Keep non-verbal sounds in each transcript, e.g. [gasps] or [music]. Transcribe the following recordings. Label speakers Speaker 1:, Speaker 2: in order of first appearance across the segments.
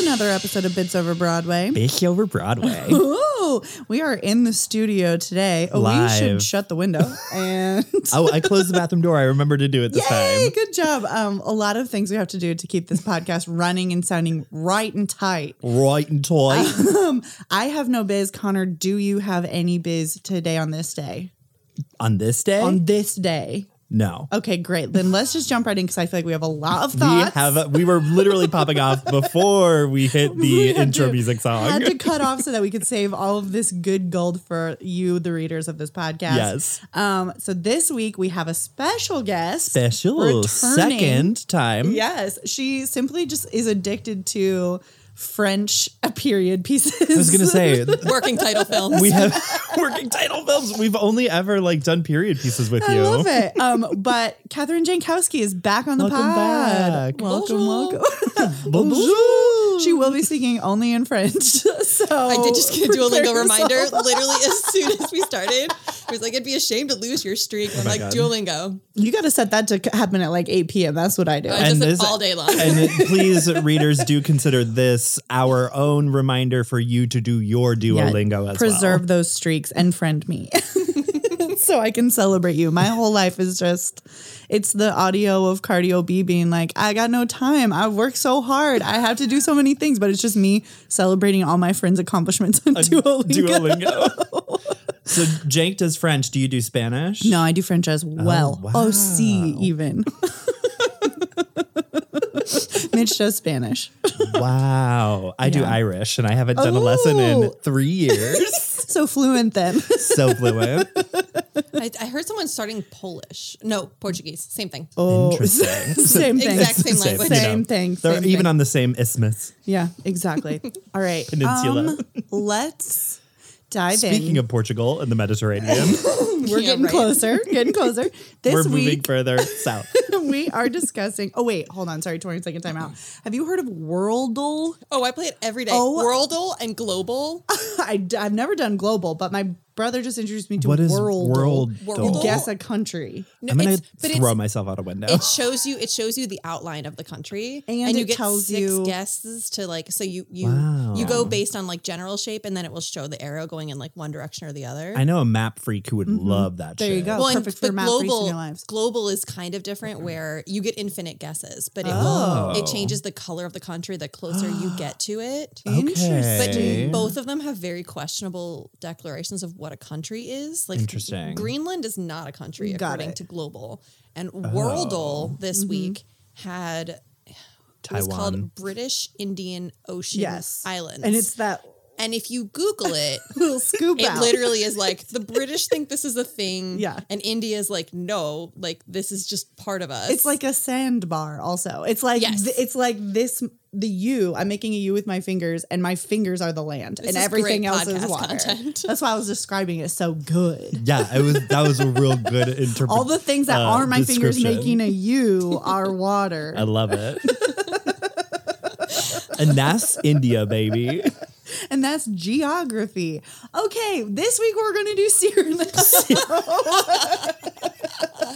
Speaker 1: another episode of Bits Over Broadway.
Speaker 2: Bitch over Broadway.
Speaker 1: Ooh, we are in the studio today. Oh, we should
Speaker 2: Live.
Speaker 1: shut
Speaker 2: [laughs]
Speaker 1: the window. And
Speaker 2: oh, I closed the bathroom door. I remember to do it this
Speaker 1: yay,
Speaker 2: time.
Speaker 1: good job. Um, a lot of things we have to do to keep this podcast running and sounding right and tight.
Speaker 2: Right and toy.
Speaker 1: Um, I have no biz. Connor, do you have any biz today on this day?
Speaker 2: On this day?
Speaker 1: On this day.
Speaker 2: no.
Speaker 1: Okay, great. Then let's just jump right in because I feel like we have a lot of
Speaker 2: We
Speaker 1: thoughts.
Speaker 2: have we were literally popping off before we hit the
Speaker 1: We had
Speaker 2: intro
Speaker 1: to-
Speaker 2: music song.
Speaker 1: Had to
Speaker 2: [laughs]
Speaker 1: cut off so that we could save all of this good gold for you, the readers of this podcast.
Speaker 2: Yes.
Speaker 1: Um, so this week we have a special guest.
Speaker 2: Special
Speaker 1: Returning.
Speaker 2: second time.
Speaker 1: Yes. She simply just is addicted to French [laughs] period pieces.
Speaker 2: I was gonna
Speaker 1: [laughs]
Speaker 2: say
Speaker 3: working title films.
Speaker 2: we have [laughs] working title films. We've only ever like done period pieces with
Speaker 1: I
Speaker 2: you.
Speaker 1: love it. Um, but Catherine Jankowski is back on the
Speaker 2: Welcome
Speaker 1: pod.
Speaker 2: back.
Speaker 1: Welcome,
Speaker 3: Bonjour.
Speaker 1: welcome.
Speaker 2: Bonjour.
Speaker 1: [laughs] she will be speaking only in French. [laughs] So
Speaker 3: I did just get a Duolingo
Speaker 1: prepare
Speaker 3: reminder
Speaker 1: yourself.
Speaker 3: literally as soon as we started. I was like, it'd be a shame to lose your streak. I'm
Speaker 2: Oh my
Speaker 3: like,
Speaker 2: God.
Speaker 3: Duolingo.
Speaker 1: You got to set that to happen at like 8 p.m. That's what I do.
Speaker 3: I just
Speaker 2: And
Speaker 3: said
Speaker 2: this-
Speaker 3: all day long.
Speaker 2: And
Speaker 3: [laughs]
Speaker 2: it- please, readers, do consider this our own reminder for you to do your
Speaker 1: Yeah,
Speaker 2: Duolingo as [laughs]
Speaker 1: preserve
Speaker 2: well.
Speaker 1: those streaks and friend me [laughs] so i can celebrate you my whole life is just it's the audio of cardio b being like i got no time i work so hard i have to do so many things but it's just me celebrating all my friends accomplishments on [laughs] duolingo.
Speaker 2: Duolingo.
Speaker 1: [laughs]
Speaker 2: so Jake does French. Do you do Spanish?
Speaker 1: no i do french as well oh,
Speaker 2: wow.
Speaker 1: see even [laughs] mitch does spanish [laughs]
Speaker 2: Wow. I do Irish, and I haven't done a lesson in
Speaker 1: Oh.
Speaker 2: three years.
Speaker 1: [laughs] so fluent then
Speaker 2: so fluent.
Speaker 3: I, I heard someone starting Polish. No, Portuguese. Same thing.
Speaker 1: oh
Speaker 2: Interesting.
Speaker 1: [laughs] same thing
Speaker 3: Exact same
Speaker 2: Same,
Speaker 3: language.
Speaker 2: you know.
Speaker 1: Same thing,
Speaker 2: They're
Speaker 1: same
Speaker 2: even
Speaker 1: thing.
Speaker 2: on the same isthmus.
Speaker 1: Yeah,
Speaker 2: [laughs]
Speaker 1: exactly. All right.
Speaker 2: Peninsula.
Speaker 1: Um, let's dive
Speaker 2: Speaking
Speaker 1: in.
Speaker 2: of Portugal and the
Speaker 1: [laughs]
Speaker 2: Mediterranean,
Speaker 1: We're
Speaker 3: Yeah,
Speaker 1: getting
Speaker 3: right.
Speaker 1: closer,
Speaker 2: [laughs]
Speaker 1: getting closer.
Speaker 2: we're
Speaker 1: This
Speaker 2: moving
Speaker 1: week,
Speaker 2: further south.
Speaker 1: [laughs] we are discussing. Oh, wait, hold on. Sorry, 20 second time out. Have you heard of Worldle?
Speaker 3: Oh, I play it every day.
Speaker 1: Oh.
Speaker 3: Worldle and Global.
Speaker 1: I, have never done global, but my brother just introduced me to
Speaker 2: What is
Speaker 1: Worldle.
Speaker 2: world?
Speaker 3: Worldle.
Speaker 1: Guess a country.
Speaker 3: No,
Speaker 2: I'm gonna
Speaker 3: it's- but it's-
Speaker 2: throw myself out a window.
Speaker 3: it shows you it shows you the outline of the country
Speaker 1: And
Speaker 3: you
Speaker 1: it
Speaker 3: get
Speaker 1: tells
Speaker 3: six
Speaker 1: you-
Speaker 3: guesses to like so you you
Speaker 2: Wow.
Speaker 3: you go based on like general shape and then it will show the arrow going in like one direction or the other
Speaker 2: I know a map freak who would love that.
Speaker 1: Mm-hmm. There you
Speaker 2: shit.
Speaker 1: go.
Speaker 3: well, and,
Speaker 1: perfect for
Speaker 3: but
Speaker 1: map reads in
Speaker 3: global
Speaker 1: your lives.
Speaker 3: global is kind of different, where you get infinite guesses, but it
Speaker 2: Oh.
Speaker 3: will, it changes the color of the country the
Speaker 2: [gasps]
Speaker 3: closer you get to it. But
Speaker 1: Interesting.
Speaker 2: Okay.
Speaker 3: both of them have very questionable declarations of what a country is. Like
Speaker 2: Interesting.
Speaker 3: Greenland is not a country
Speaker 1: Got
Speaker 3: according
Speaker 1: it. Mm-hmm.
Speaker 3: to Global, and
Speaker 2: Oh.
Speaker 3: Worldle this week had it was
Speaker 2: Taiwan.
Speaker 3: called British Indian Ocean
Speaker 1: Yes.
Speaker 3: Islands,
Speaker 1: And it's that
Speaker 3: and if you Google it, [laughs]
Speaker 1: little scoop
Speaker 3: it
Speaker 1: out.
Speaker 3: literally is like the British think this is a
Speaker 1: [laughs]
Speaker 3: thing.
Speaker 1: Yeah.
Speaker 3: And India is like, no, like this is just part of us.
Speaker 1: It's like a sandbar. Also, it's like
Speaker 3: Yes.
Speaker 1: th- it's like this. The U. I'm making a U with my fingers, and my fingers are the land, and
Speaker 3: is
Speaker 1: everything
Speaker 3: great
Speaker 1: else is
Speaker 3: podcast
Speaker 1: water.
Speaker 3: content.
Speaker 1: That's why I was describing it so good.
Speaker 2: Yeah, it was that was a real
Speaker 3: [laughs]
Speaker 2: good interpretation.
Speaker 1: All the things that
Speaker 2: Uh,
Speaker 1: aren't my fingers
Speaker 2: description.
Speaker 1: making a
Speaker 3: [laughs]
Speaker 1: U are water.
Speaker 2: I love it. and that's India, baby.
Speaker 1: and that's geography. Okay, this week we're going to do
Speaker 2: [laughs]
Speaker 1: Cyrano,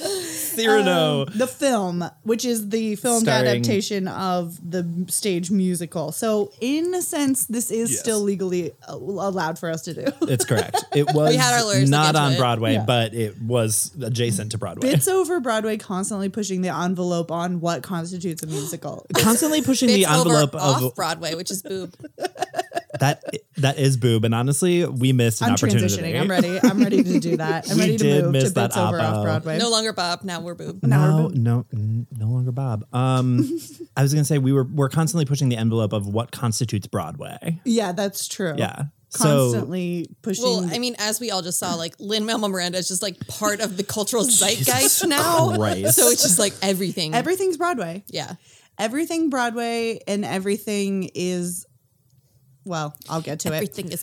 Speaker 2: Cyrano.
Speaker 1: the film, which is the film
Speaker 2: Starring-
Speaker 1: adaptation of the stage musical. So, in a sense, this is
Speaker 2: Yes.
Speaker 1: still legally uh, allowed for us to do. [laughs]
Speaker 2: it's correct. It was
Speaker 3: had our lawyers look
Speaker 2: not
Speaker 3: into
Speaker 2: on
Speaker 3: it.
Speaker 2: Broadway,
Speaker 1: Yeah.
Speaker 2: but it was adjacent to Broadway.
Speaker 1: Bits over Broadway constantly pushing the envelope on what constitutes a musical.
Speaker 2: [laughs] Constantly pushing the
Speaker 3: Fits
Speaker 2: envelope
Speaker 3: over off
Speaker 2: of
Speaker 3: Broadway, which
Speaker 1: [laughs]
Speaker 3: is boob.
Speaker 2: that that is boob, and honestly, we missed an
Speaker 1: I'm
Speaker 2: opportunity.
Speaker 1: transitioning. I'm ready. I'm ready to do
Speaker 2: [laughs]
Speaker 1: that. I'm
Speaker 2: We
Speaker 1: ready to
Speaker 2: did
Speaker 1: move to
Speaker 2: miss
Speaker 1: bits
Speaker 2: that
Speaker 1: over
Speaker 2: op-out.
Speaker 1: off Broadway.
Speaker 3: No longer Bob, now we're boob.
Speaker 1: Now we're
Speaker 2: No, no, n- no longer Bob. Um, I was gonna say we were we're constantly pushing the envelope of what constitutes Broadway.
Speaker 1: Yeah, that's true.
Speaker 2: Yeah. So
Speaker 1: Constantly pushing.
Speaker 3: [laughs] Well, I mean, as we all just saw, like Lin Manuel Miranda is just like part of
Speaker 1: [laughs]
Speaker 3: the cultural zeitgeist
Speaker 2: Jesus
Speaker 3: now.
Speaker 2: Christ.
Speaker 3: So it's just like everything.
Speaker 1: everything's Broadway.
Speaker 3: yeah.
Speaker 1: Everything Broadway and everything is. Well, I'll get to it.
Speaker 3: Everything is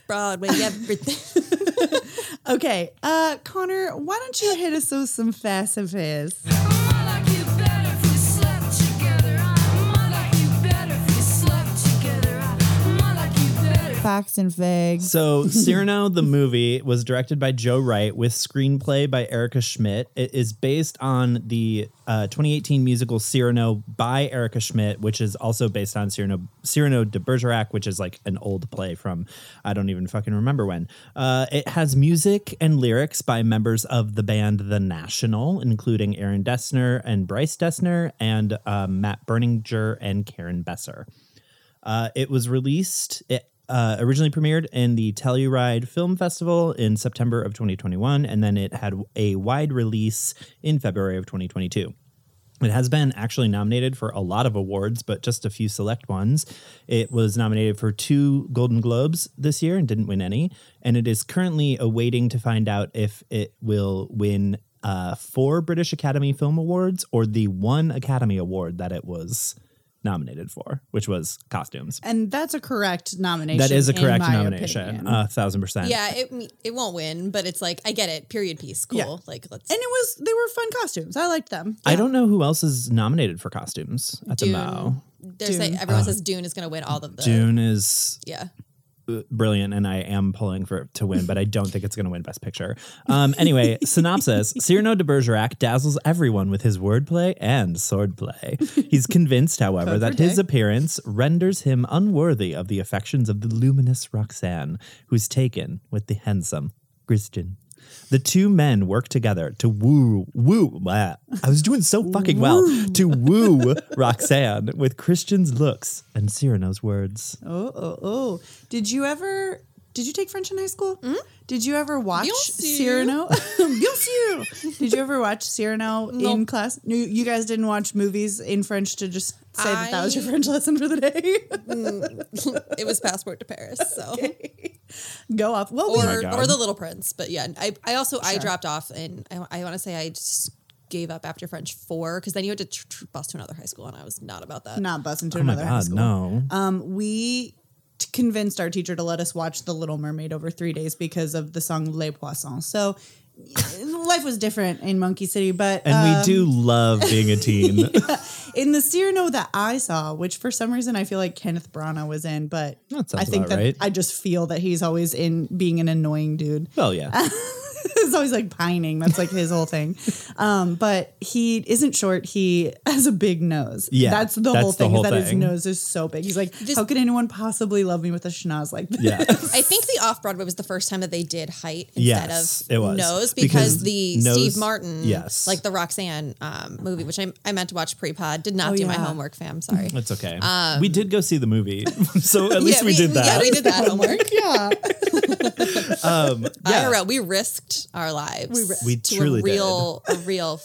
Speaker 1: [laughs]
Speaker 3: Broadway. Everything.
Speaker 1: Okay, uh, Connor, why don't you hit us with some fast and fizz?
Speaker 4: I like you better if we slept together. I might like you better if we slept together. I might like you better if
Speaker 5: facts and figs.
Speaker 2: So Cyrano the movie was directed by Joe Wright with screenplay by Erica Schmidt. It is based on the uh, 2018 musical Cyrano by Erica Schmidt, which is also based on Cyrano Cyrano de Bergerac, which is like an old play from I don't even fucking remember when. Uh, it has music and lyrics by members of the band The National, including Aaron Dessner and Bryce Dessner and uh, Matt Berninger and Karen Besser. Uh, it was released. It uh, originally premiered in the Telluride Film Festival in September of 2021, and then it had a wide release in February of 2022. It has been actually nominated for a lot of awards, but just a few select ones. It was nominated for two Golden Globes this year and didn't win any. And it is currently awaiting to find out if it will win uh, four British Academy Film Awards or the one Academy Award that it was nominated for, which was costumes.
Speaker 1: And that's a correct nomination.
Speaker 2: That is a
Speaker 1: in
Speaker 2: correct
Speaker 1: my
Speaker 2: nomination,
Speaker 1: opinion.
Speaker 2: a thousand percent.
Speaker 3: Yeah, it it won't win, but it's like I get it. Period piece, cool.
Speaker 1: Yeah.
Speaker 3: Like let's.
Speaker 1: and it was they were fun costumes. I liked them.
Speaker 2: I don't know who else is nominated for costumes at
Speaker 3: Dune.
Speaker 2: the Mao.
Speaker 3: There's like
Speaker 1: Dune. Uh,
Speaker 3: everyone says Dune is going to win all of the.
Speaker 2: Dune is
Speaker 3: Yeah.
Speaker 2: brilliant and I am pulling for it to win, but I don't think it's going to win Best Picture. Um, anyway, synopsis Cyrano de Bergerac dazzles everyone with his wordplay and swordplay. He's convinced, however, that his appearance renders him unworthy of the affections of the luminous Roxanne, who's taken with the handsome Christian. The two men work together to woo, woo. blah. I was doing so fucking well. To woo Roxanne with Christian's looks and Cyrano's words.
Speaker 1: Oh, oh, oh. Did you ever did you take French in high school? Did you ever watch
Speaker 3: Hmm? Bien sûr. [laughs]
Speaker 1: Cyrano? Bien sûr. Did you ever watch Cyrano in class? No, you guys didn't watch movies in French to just say that that was your
Speaker 3: I-
Speaker 1: French lesson for the day. [laughs]
Speaker 3: it was Passport to Paris. So.
Speaker 1: Go off. Well, we-
Speaker 3: Or,
Speaker 2: Oh God.
Speaker 3: or the Little Prince, but yeah, I, I also I dropped off, and I, I want to say I just gave up after French four because then you had to tr- tr- bus to another high school, and I was not about that.
Speaker 1: not bus into
Speaker 2: Oh my
Speaker 1: another high
Speaker 2: God,
Speaker 1: school.
Speaker 2: no.
Speaker 1: Um, we t- convinced our teacher to let us watch The Little Mermaid over three days because of the song Les Poissons. So [laughs] life was different in Monkey City, but
Speaker 2: And we do love being a teen.
Speaker 1: in the Cyrano that I saw, which for some reason I feel like Kenneth Branagh was in, but
Speaker 2: That sounds
Speaker 1: I think
Speaker 2: about
Speaker 1: that
Speaker 2: right.
Speaker 1: I just feel that he's always in being an annoying dude.
Speaker 2: [laughs]
Speaker 1: [laughs]
Speaker 2: well, yeah.
Speaker 3: [laughs]
Speaker 1: he's always like pining. That's like his
Speaker 2: [laughs]
Speaker 1: whole thing. Um, but he isn't short. He has a big nose.
Speaker 2: Yeah,
Speaker 1: that's the
Speaker 2: that's
Speaker 1: whole
Speaker 2: the
Speaker 1: thing.
Speaker 2: whole
Speaker 1: is that his
Speaker 2: thing.
Speaker 1: nose is so big. He's like, how could anyone possibly love me with a schnoz like this?
Speaker 2: Yeah.
Speaker 3: I think the off Broadway was the first time that they did height instead
Speaker 2: Yes,
Speaker 3: of
Speaker 2: it was.
Speaker 3: nose
Speaker 2: Because
Speaker 3: because, the
Speaker 2: nose-
Speaker 3: Steve Martin,
Speaker 2: yes.
Speaker 3: like the Roxanne um, movie, which I, I meant to watch pre pod, did
Speaker 2: Oh,
Speaker 3: not do my
Speaker 1: yeah.
Speaker 3: homework, fam. Sorry.
Speaker 2: It's okay. we did go see the movie. [laughs] so at least
Speaker 3: Um, Yeah,
Speaker 2: we, did that.
Speaker 3: Yeah, we
Speaker 2: [laughs]
Speaker 3: did that homework.
Speaker 1: Yeah.
Speaker 3: [laughs]
Speaker 2: Yeah.
Speaker 3: IRL, we risked our lives. We,
Speaker 2: We
Speaker 3: to
Speaker 2: truly
Speaker 3: a real,
Speaker 2: [laughs]
Speaker 3: a real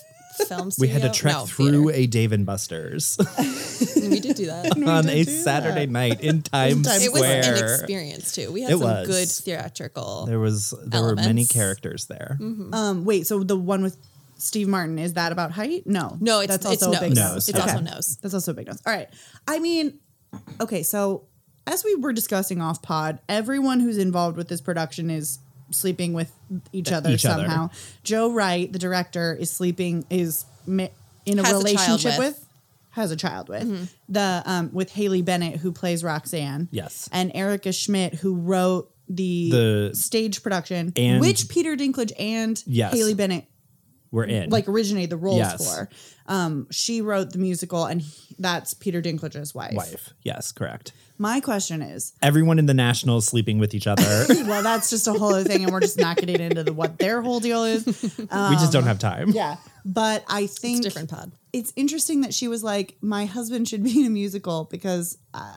Speaker 3: film.
Speaker 2: We had to
Speaker 3: studio-
Speaker 2: trek
Speaker 3: no,
Speaker 2: through a Dave and Buster's
Speaker 3: theater. we did do that.
Speaker 2: [laughs] on a Saturday night in Times
Speaker 1: Times
Speaker 3: [laughs] It was
Speaker 2: Square.
Speaker 3: an experience too. We had
Speaker 2: It
Speaker 3: some
Speaker 2: was.
Speaker 3: good theatrical.
Speaker 2: There was there were many
Speaker 3: Elements. Mm-hmm.
Speaker 2: characters there.
Speaker 1: um, wait. So the one with Steve Martin is that about height? No.
Speaker 3: No, it's- it's nose.
Speaker 2: Nose,
Speaker 3: It's also nose.
Speaker 1: That's also a big nose. All right. I mean, okay. So as we were discussing off pod, everyone who's involved with this production is sleeping with each other
Speaker 2: Each other.
Speaker 1: somehow. Joe Wright, the director, is sleeping is ma- in a
Speaker 3: Has a child
Speaker 1: relationship
Speaker 3: with. Mm-hmm.
Speaker 1: with. Has a child with the um with Haley Bennett who plays Roxanne.
Speaker 2: Yes.
Speaker 1: and Erica Schmidt who wrote the,
Speaker 2: The-
Speaker 1: stage production,
Speaker 2: And-
Speaker 1: which Peter Dinklage and
Speaker 2: Yes.
Speaker 1: Haley Bennett
Speaker 2: We're in.
Speaker 1: like originated the roles
Speaker 2: Yes.
Speaker 1: for. Um, she wrote the musical, and he- that's Peter Dinklage's wife.
Speaker 2: wife. Yes, correct.
Speaker 1: My question is,
Speaker 2: Everyone in the national sleeping with each
Speaker 3: [laughs]
Speaker 2: other.
Speaker 1: well, that's just a whole other thing, and we're just not getting into the, what their whole deal is.
Speaker 2: we just
Speaker 3: Um,
Speaker 2: don't have time.
Speaker 1: Yeah, but I think
Speaker 3: different pod.
Speaker 1: It's interesting that she was like, "My husband should be in a musical because uh,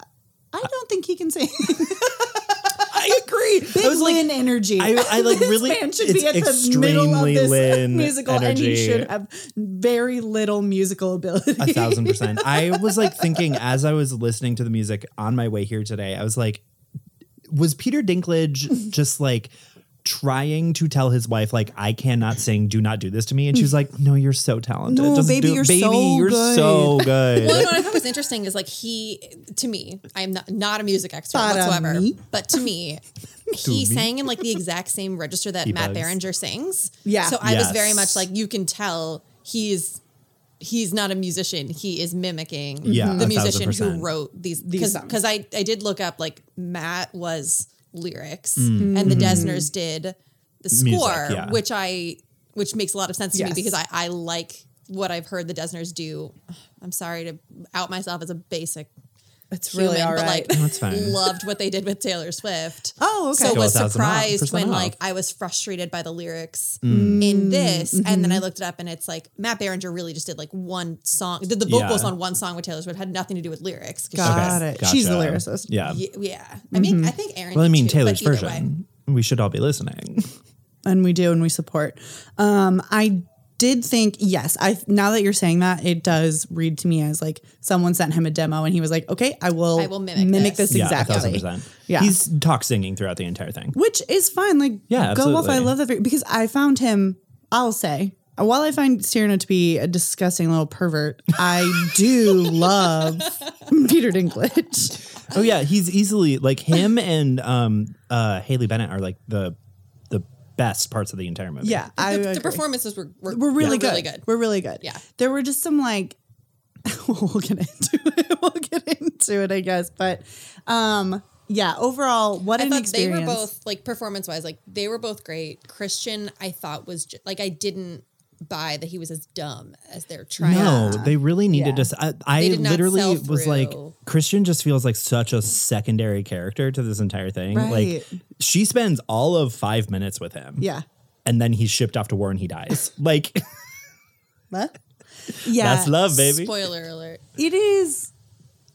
Speaker 1: I don't think he can sing."
Speaker 2: [laughs] I agree.
Speaker 1: [laughs] Big
Speaker 2: I was like,
Speaker 1: Lynn energy.
Speaker 2: I, I like
Speaker 1: [laughs] This
Speaker 2: really.
Speaker 1: man should
Speaker 2: it's
Speaker 1: be at the
Speaker 2: extremely
Speaker 1: middle of this
Speaker 2: Lynn
Speaker 1: [laughs] musical,
Speaker 2: energy.
Speaker 1: and he should have very little musical ability. [laughs]
Speaker 2: A thousand percent. I was like thinking as I was listening to the music on my way here today, I was like, was Peter
Speaker 1: [laughs]
Speaker 2: Dinklage just like trying to tell his wife, like, I cannot sing, do not do this to me? And she was like, No, you're so talented.
Speaker 1: No,
Speaker 2: Just
Speaker 1: baby,
Speaker 2: do-
Speaker 1: you're
Speaker 2: baby,
Speaker 1: so
Speaker 2: you're
Speaker 1: good."
Speaker 2: so good.
Speaker 3: Well, no, what I thought was interesting is like he, to me, I'm not, not a music expert
Speaker 1: Para
Speaker 3: whatsoever,
Speaker 1: mí.
Speaker 3: but to
Speaker 2: [laughs]
Speaker 3: me, he sang in like the exact same register that Matt
Speaker 2: bugs.
Speaker 3: Berenger sings.
Speaker 1: Yeah.
Speaker 3: So I
Speaker 2: Yes.
Speaker 3: was very much like, you can tell he's he's not a musician. He is mimicking
Speaker 2: Yeah, a
Speaker 3: the
Speaker 2: thousand
Speaker 3: musician who
Speaker 2: percent.
Speaker 3: wrote these
Speaker 1: These songs.
Speaker 3: because I I did look up like Matt was lyrics, and the Desners did the score,
Speaker 2: Mm. Mm-hmm. Music, yeah.
Speaker 3: which I which makes a lot of sense to me
Speaker 1: Yes.
Speaker 3: because I I like what I've heard the Desners do. I'm sorry to out myself as a basic
Speaker 1: It's
Speaker 3: human,
Speaker 1: really all
Speaker 3: but
Speaker 1: right.
Speaker 3: like
Speaker 2: That's fine.
Speaker 3: [laughs] loved what they did with Taylor Swift.
Speaker 1: Oh, okay.
Speaker 3: So
Speaker 1: Go
Speaker 3: was
Speaker 2: 1000 off,
Speaker 3: surprised when
Speaker 2: percent Mm. off.
Speaker 3: like I was frustrated by the lyrics in this, and
Speaker 1: Mm-hmm.
Speaker 3: then I looked it up, and it's like Matt Berenger really just did like one song, did the vocals
Speaker 2: Yeah.
Speaker 3: on one song with Taylor Swift, had nothing to do with lyrics. 'cause
Speaker 1: Got Mm-hmm. it. She's the
Speaker 2: gotcha.
Speaker 1: lyricist.
Speaker 2: Yeah.
Speaker 3: she- y- yeah, I mean, I think Aaron.
Speaker 2: Well, I
Speaker 3: did
Speaker 2: mean
Speaker 3: too, but
Speaker 2: Taylor's
Speaker 3: either way.
Speaker 2: version. We should all be listening.
Speaker 1: [laughs] and we do and we support. Um, I did think yes. I now that you're saying that, it does read to me as like someone sent him a demo and he was like, "Okay, I will,
Speaker 3: I will mimic
Speaker 1: this,
Speaker 3: this."
Speaker 2: Yeah, a thousand
Speaker 1: exactly."
Speaker 2: percent.
Speaker 1: Yeah.
Speaker 2: He's talk singing throughout the entire thing.
Speaker 1: Which is fine. Like,
Speaker 2: Yeah,
Speaker 1: go off. I
Speaker 2: absolutely.
Speaker 1: love that for- because I found him. I'll say. While I find Cyrano to be a disgusting little pervert, I
Speaker 2: [laughs]
Speaker 1: do love Peter Dinklage.
Speaker 2: Oh yeah, he's easily like
Speaker 1: [laughs]
Speaker 2: him and um uh Haley Bennett are like the the best parts of the entire movie.
Speaker 1: Yeah,
Speaker 3: The-
Speaker 1: I
Speaker 3: the,
Speaker 1: agree.
Speaker 3: performances were were,
Speaker 1: We're really good.
Speaker 3: really good.
Speaker 1: We're really good.
Speaker 3: Yeah.
Speaker 1: There were just some like [laughs] we'll get into it. [laughs] We'll get into it, I guess. But um yeah, overall, what
Speaker 3: I
Speaker 1: an
Speaker 3: thought
Speaker 1: experience.
Speaker 3: they were both like performance wise, like they were both great. Christian, I thought was j- like I didn't buy that he was as dumb as they're trying.
Speaker 2: No,
Speaker 3: to.
Speaker 2: they really needed
Speaker 1: Yeah.
Speaker 2: to. s- I, I
Speaker 3: did not sell
Speaker 2: literally was like,
Speaker 3: through.
Speaker 2: Christian just feels like such a secondary character to this entire thing.
Speaker 1: Right.
Speaker 2: Like, she spends all of five minutes with him.
Speaker 1: Yeah.
Speaker 2: And then he's shipped off to war and he
Speaker 1: [laughs]
Speaker 2: dies. Like,
Speaker 1: What? Yeah.
Speaker 2: that's love, baby.
Speaker 3: Spoiler alert.
Speaker 1: It is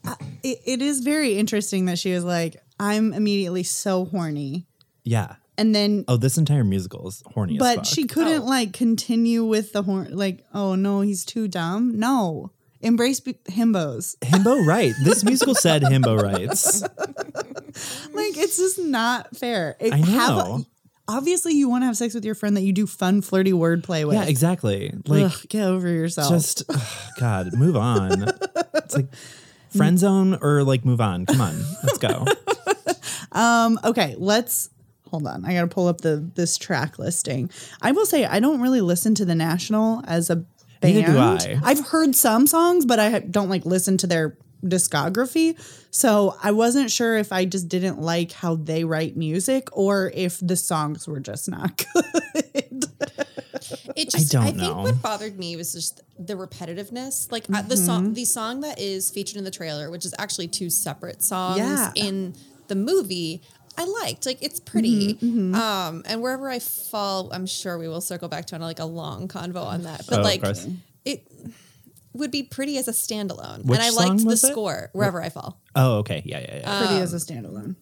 Speaker 1: uh, it, it is very interesting that she was like, I'm immediately so horny.
Speaker 2: Yeah.
Speaker 1: And then
Speaker 2: Oh, this entire musical is horny as
Speaker 1: but
Speaker 2: fuck.
Speaker 1: she couldn't
Speaker 3: Oh.
Speaker 1: like continue with the horn like, oh no, he's too dumb. No. Embrace b- himbos.
Speaker 2: Himbo right. This musical said himbo
Speaker 1: [laughs]
Speaker 2: rights.
Speaker 1: Like it's just not fair. It,
Speaker 2: I
Speaker 1: Have,
Speaker 2: know.
Speaker 1: obviously, you want to have sex with your friend that you do fun, flirty wordplay with.
Speaker 2: Yeah, exactly. Like,
Speaker 1: Ugh, get over yourself.
Speaker 2: just, ugh, God, move on. It's like friend zone or like move on. Come on, let's go.
Speaker 1: um, okay, let's hold on. I gotta pull up the this track listing. I will say I don't really listen to the National as a band.
Speaker 2: Neither do I.
Speaker 1: have heard some songs, but I ha- don't like listen to their discography. So I wasn't sure if I just didn't like how they write music or if the songs were just not [laughs] good.
Speaker 3: It just,
Speaker 2: don't
Speaker 3: I, think
Speaker 2: know.
Speaker 3: what bothered me was just the repetitiveness. Like uh, the
Speaker 2: Mm-hmm.
Speaker 3: song, the song that is featured in the trailer, which is actually two separate songs
Speaker 1: Yeah.
Speaker 3: in the movie. I liked, like it's pretty.
Speaker 2: Mm-hmm,
Speaker 3: Um, and wherever I fall, I'm sure we will circle back to on like a long convo on that. But
Speaker 2: Oh, of
Speaker 3: like
Speaker 2: course.
Speaker 3: it would be pretty as a standalone.
Speaker 2: Which
Speaker 3: and I
Speaker 2: song
Speaker 3: liked the
Speaker 2: was it?
Speaker 3: score, wherever I fall.
Speaker 2: Oh, okay. Yeah, yeah, yeah.
Speaker 1: Pretty as a standalone.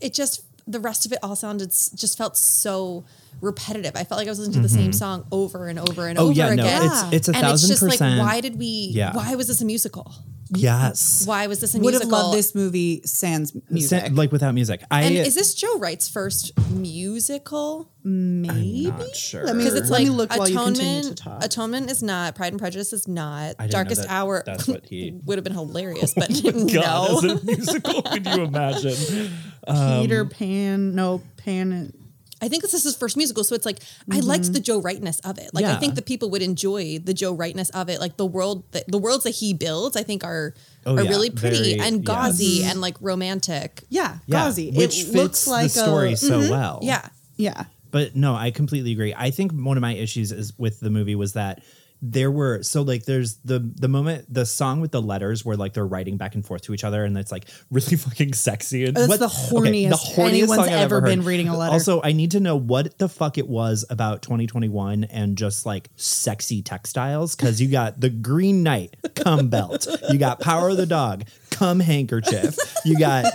Speaker 3: it just the rest of it all sounded s- just felt so repetitive. I felt like I was listening to the same song over and over and
Speaker 2: Mm-hmm. Oh,
Speaker 3: over
Speaker 2: yeah, no,
Speaker 3: again.
Speaker 2: it's- it's a
Speaker 3: and
Speaker 2: thousand
Speaker 3: it's just
Speaker 2: percent.
Speaker 3: like why did we
Speaker 2: Yeah.
Speaker 3: why was this a musical?
Speaker 2: Yes.
Speaker 3: Why was this a
Speaker 1: Would have
Speaker 3: musical?
Speaker 1: loved this movie sans music.
Speaker 2: Sa- like without music. I
Speaker 3: And is this Joe Wright's first musical?
Speaker 1: Maybe.
Speaker 2: not sure.
Speaker 1: Let me,
Speaker 3: Because it's
Speaker 1: Mm. let
Speaker 3: like
Speaker 1: me look while you continue to
Speaker 3: Atonement.
Speaker 1: talk.
Speaker 3: Atonement is not. Pride and Prejudice is not.
Speaker 2: know
Speaker 3: Darkest
Speaker 2: that
Speaker 3: Hour
Speaker 2: that's what he-
Speaker 3: [laughs]
Speaker 2: Oh
Speaker 3: would have
Speaker 2: [laughs]
Speaker 3: been hilarious, but [laughs]
Speaker 2: God,
Speaker 3: no.
Speaker 2: as a musical, could you imagine? Um,
Speaker 1: Peter Pan. No, Pan.
Speaker 3: I think this is his first musical, so it's like I liked the Joe Wrightness of it. Like I
Speaker 2: Mm-hmm. Yeah.
Speaker 3: think the people would enjoy the Joe Wrightness of it. Like the world, that, the worlds that he builds, I think are
Speaker 2: Oh,
Speaker 3: are
Speaker 2: yeah.
Speaker 3: really pretty
Speaker 2: Very-
Speaker 3: and
Speaker 2: yes.
Speaker 3: gauzy and like romantic.
Speaker 1: Yeah,
Speaker 2: Yeah,
Speaker 1: Gauzy.
Speaker 2: which
Speaker 1: it
Speaker 2: fits
Speaker 1: looks like
Speaker 2: the story
Speaker 1: a
Speaker 2: so well.
Speaker 3: Yeah,
Speaker 1: yeah.
Speaker 2: but no, I completely agree. I think one of my issues is with the movie was that there were so like there's the the moment the song with the letters where like they're writing back and forth to each other and it's like really [laughs] fucking sexy and
Speaker 1: That's the horniest anyone's
Speaker 2: I've
Speaker 1: ever been
Speaker 2: heard.
Speaker 1: reading a letter.
Speaker 2: Also, I need to know what the fuck it was about 2021 and just like sexy textiles because you got the Green Knight cum belt, you got Power of the Dog cum handkerchief, you got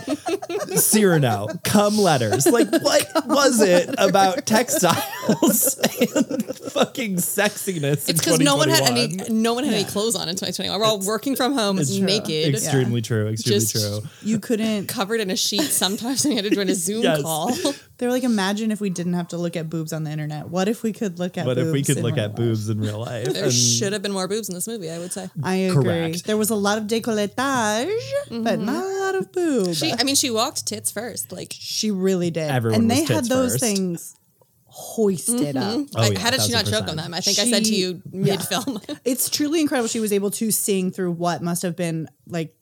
Speaker 2: Cyrano, cum letters. Like, what was it about textiles [laughs] and fucking sexiness?
Speaker 3: it's because no one had any no one had any clothes on in 2021. We're all working from home, naked,
Speaker 2: Extremely true. Extremely
Speaker 3: Just- [laughs]
Speaker 2: true.
Speaker 1: You couldn't.
Speaker 3: covered in a sheet. Sometimes we had to
Speaker 2: [laughs]
Speaker 3: join a Zoom
Speaker 2: Yes.
Speaker 3: call.
Speaker 1: They're like, imagine if we didn't have to look at boobs on the internet. What if we could look at?
Speaker 2: But if we
Speaker 1: boobs
Speaker 2: could
Speaker 1: in
Speaker 2: look
Speaker 1: real
Speaker 2: at
Speaker 1: life?
Speaker 2: boobs in real life,
Speaker 3: There
Speaker 2: and-
Speaker 3: should have been more boobs in this movie, I would say.
Speaker 1: I agree.
Speaker 2: Correct.
Speaker 1: There was a lot of decolletage, but not a lot of boob.
Speaker 3: She,
Speaker 1: She,
Speaker 3: I mean, she walked tits first. Like,
Speaker 1: really did.
Speaker 2: Everyone
Speaker 1: and they
Speaker 2: was
Speaker 1: had
Speaker 2: tits
Speaker 1: those
Speaker 2: first.
Speaker 1: things hoisted up.
Speaker 2: Oh,
Speaker 3: I-
Speaker 2: yeah,
Speaker 3: how did she not choke
Speaker 2: 1000%.
Speaker 3: on them? I think I said to
Speaker 1: She-
Speaker 3: you mid film.
Speaker 1: It's truly incredible. She was able to sing through what must have been like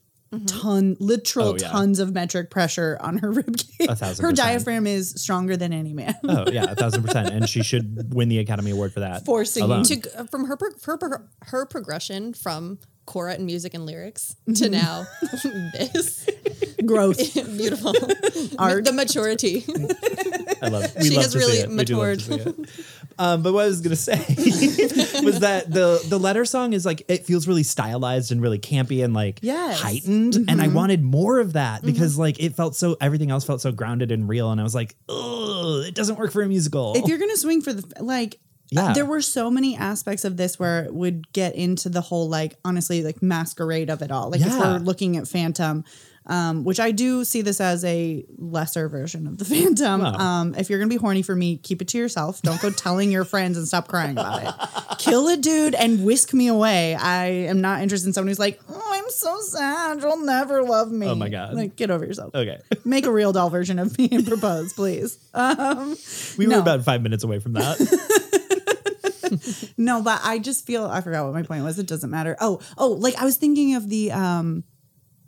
Speaker 1: ton, literal
Speaker 2: Oh, yeah.
Speaker 1: tons of metric pressure on her rib cage.
Speaker 2: A thousand
Speaker 1: Her
Speaker 2: percent.
Speaker 1: diaphragm is stronger than any man. [laughs]
Speaker 2: Oh yeah, a thousand percent, and she should win the Academy Award for that.
Speaker 1: For singing.
Speaker 2: alone.
Speaker 3: to g- uh, from her pro- her pro- her progression from Cora and music and lyrics to now [laughs] this [laughs]
Speaker 1: Growth.
Speaker 3: beautiful
Speaker 1: Art.
Speaker 3: the maturity
Speaker 2: I
Speaker 1: [laughs]
Speaker 2: love. We
Speaker 3: She
Speaker 2: love
Speaker 3: has
Speaker 2: to see
Speaker 3: really
Speaker 2: it. We do love to
Speaker 3: matured.
Speaker 2: see it. Um, but what I was gonna say [laughs] was that the the letter song is like it feels really stylized and really campy and like
Speaker 1: Yes. Mm-hmm.
Speaker 2: heightened, and I wanted more of that because like it felt so everything else felt so grounded and real, and I was like, oh, it doesn't work for a musical.
Speaker 1: if you're gonna swing for the like
Speaker 2: Oh.
Speaker 1: uh,
Speaker 2: Yeah.
Speaker 1: there were so many aspects of this where it would get into the whole like honestly like masquerade of it all like if
Speaker 2: Yeah.
Speaker 1: we're looking at phantom um, which I do see this as a lesser version of the [laughs] Phantom.
Speaker 2: Wow.
Speaker 1: Um, if you're gonna be horny for me, keep it to yourself. Don't go telling your friends and stop crying about it. Kill a dude and whisk me away. I am not interested in someone who's like, "Oh, I'm so sad. You'll never love me."
Speaker 2: Oh my God. Oh.
Speaker 1: Like, get over
Speaker 2: [laughs]
Speaker 1: yourself.
Speaker 2: okay,
Speaker 1: Make a real doll version of me and propose, please. Um,
Speaker 2: we were
Speaker 1: No.
Speaker 2: about five minutes away from that.
Speaker 1: [laughs] No, but I just feel I forgot what my point was. It doesn't matter. Oh, oh, like I was thinking of the um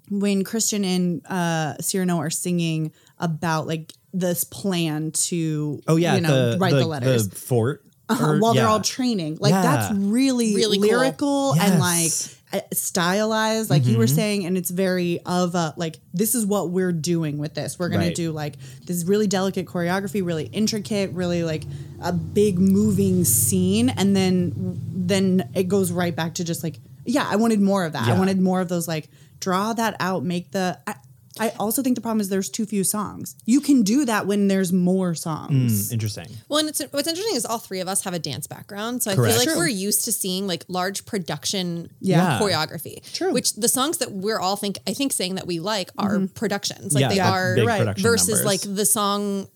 Speaker 1: when Christian and uh Cyrano are singing about like this plan to
Speaker 2: Oh yeah,
Speaker 1: you know,
Speaker 2: the,
Speaker 1: write the,
Speaker 2: the,
Speaker 1: letters.
Speaker 2: the fort.
Speaker 1: Uh-huh,
Speaker 2: or-
Speaker 1: while they're
Speaker 2: yeah.
Speaker 1: all training. Like
Speaker 2: Yeah.
Speaker 1: that's really,
Speaker 3: Really cool.
Speaker 1: lyrical and like
Speaker 2: Yes. Mm-hmm.
Speaker 1: uh, stylized, like you were saying, and it's very of a like this is what we're doing with this. We're gonna
Speaker 2: Right.
Speaker 1: do like this really delicate choreography, really intricate, really like a big moving scene, and then then it goes right back to just like yeah, I wanted more of that.
Speaker 2: Yeah.
Speaker 1: I wanted more of those like draw that out, make the. I, I also think the problem is there's too few songs. You can do that when there's more songs.
Speaker 2: Mm, Interesting.
Speaker 3: Well, and it's, what's interesting is all three of us have a dance background, so I
Speaker 2: Correct.
Speaker 3: feel like
Speaker 2: True.
Speaker 3: we're used to seeing like large production
Speaker 1: Yeah.
Speaker 3: choreography.
Speaker 1: True.
Speaker 3: Which the songs that we're all think I think saying that we like are productions, like
Speaker 2: Yeah,
Speaker 3: they
Speaker 2: Mm-hmm. yeah,
Speaker 3: are
Speaker 2: big Right. production
Speaker 3: versus
Speaker 2: numbers.
Speaker 3: like the song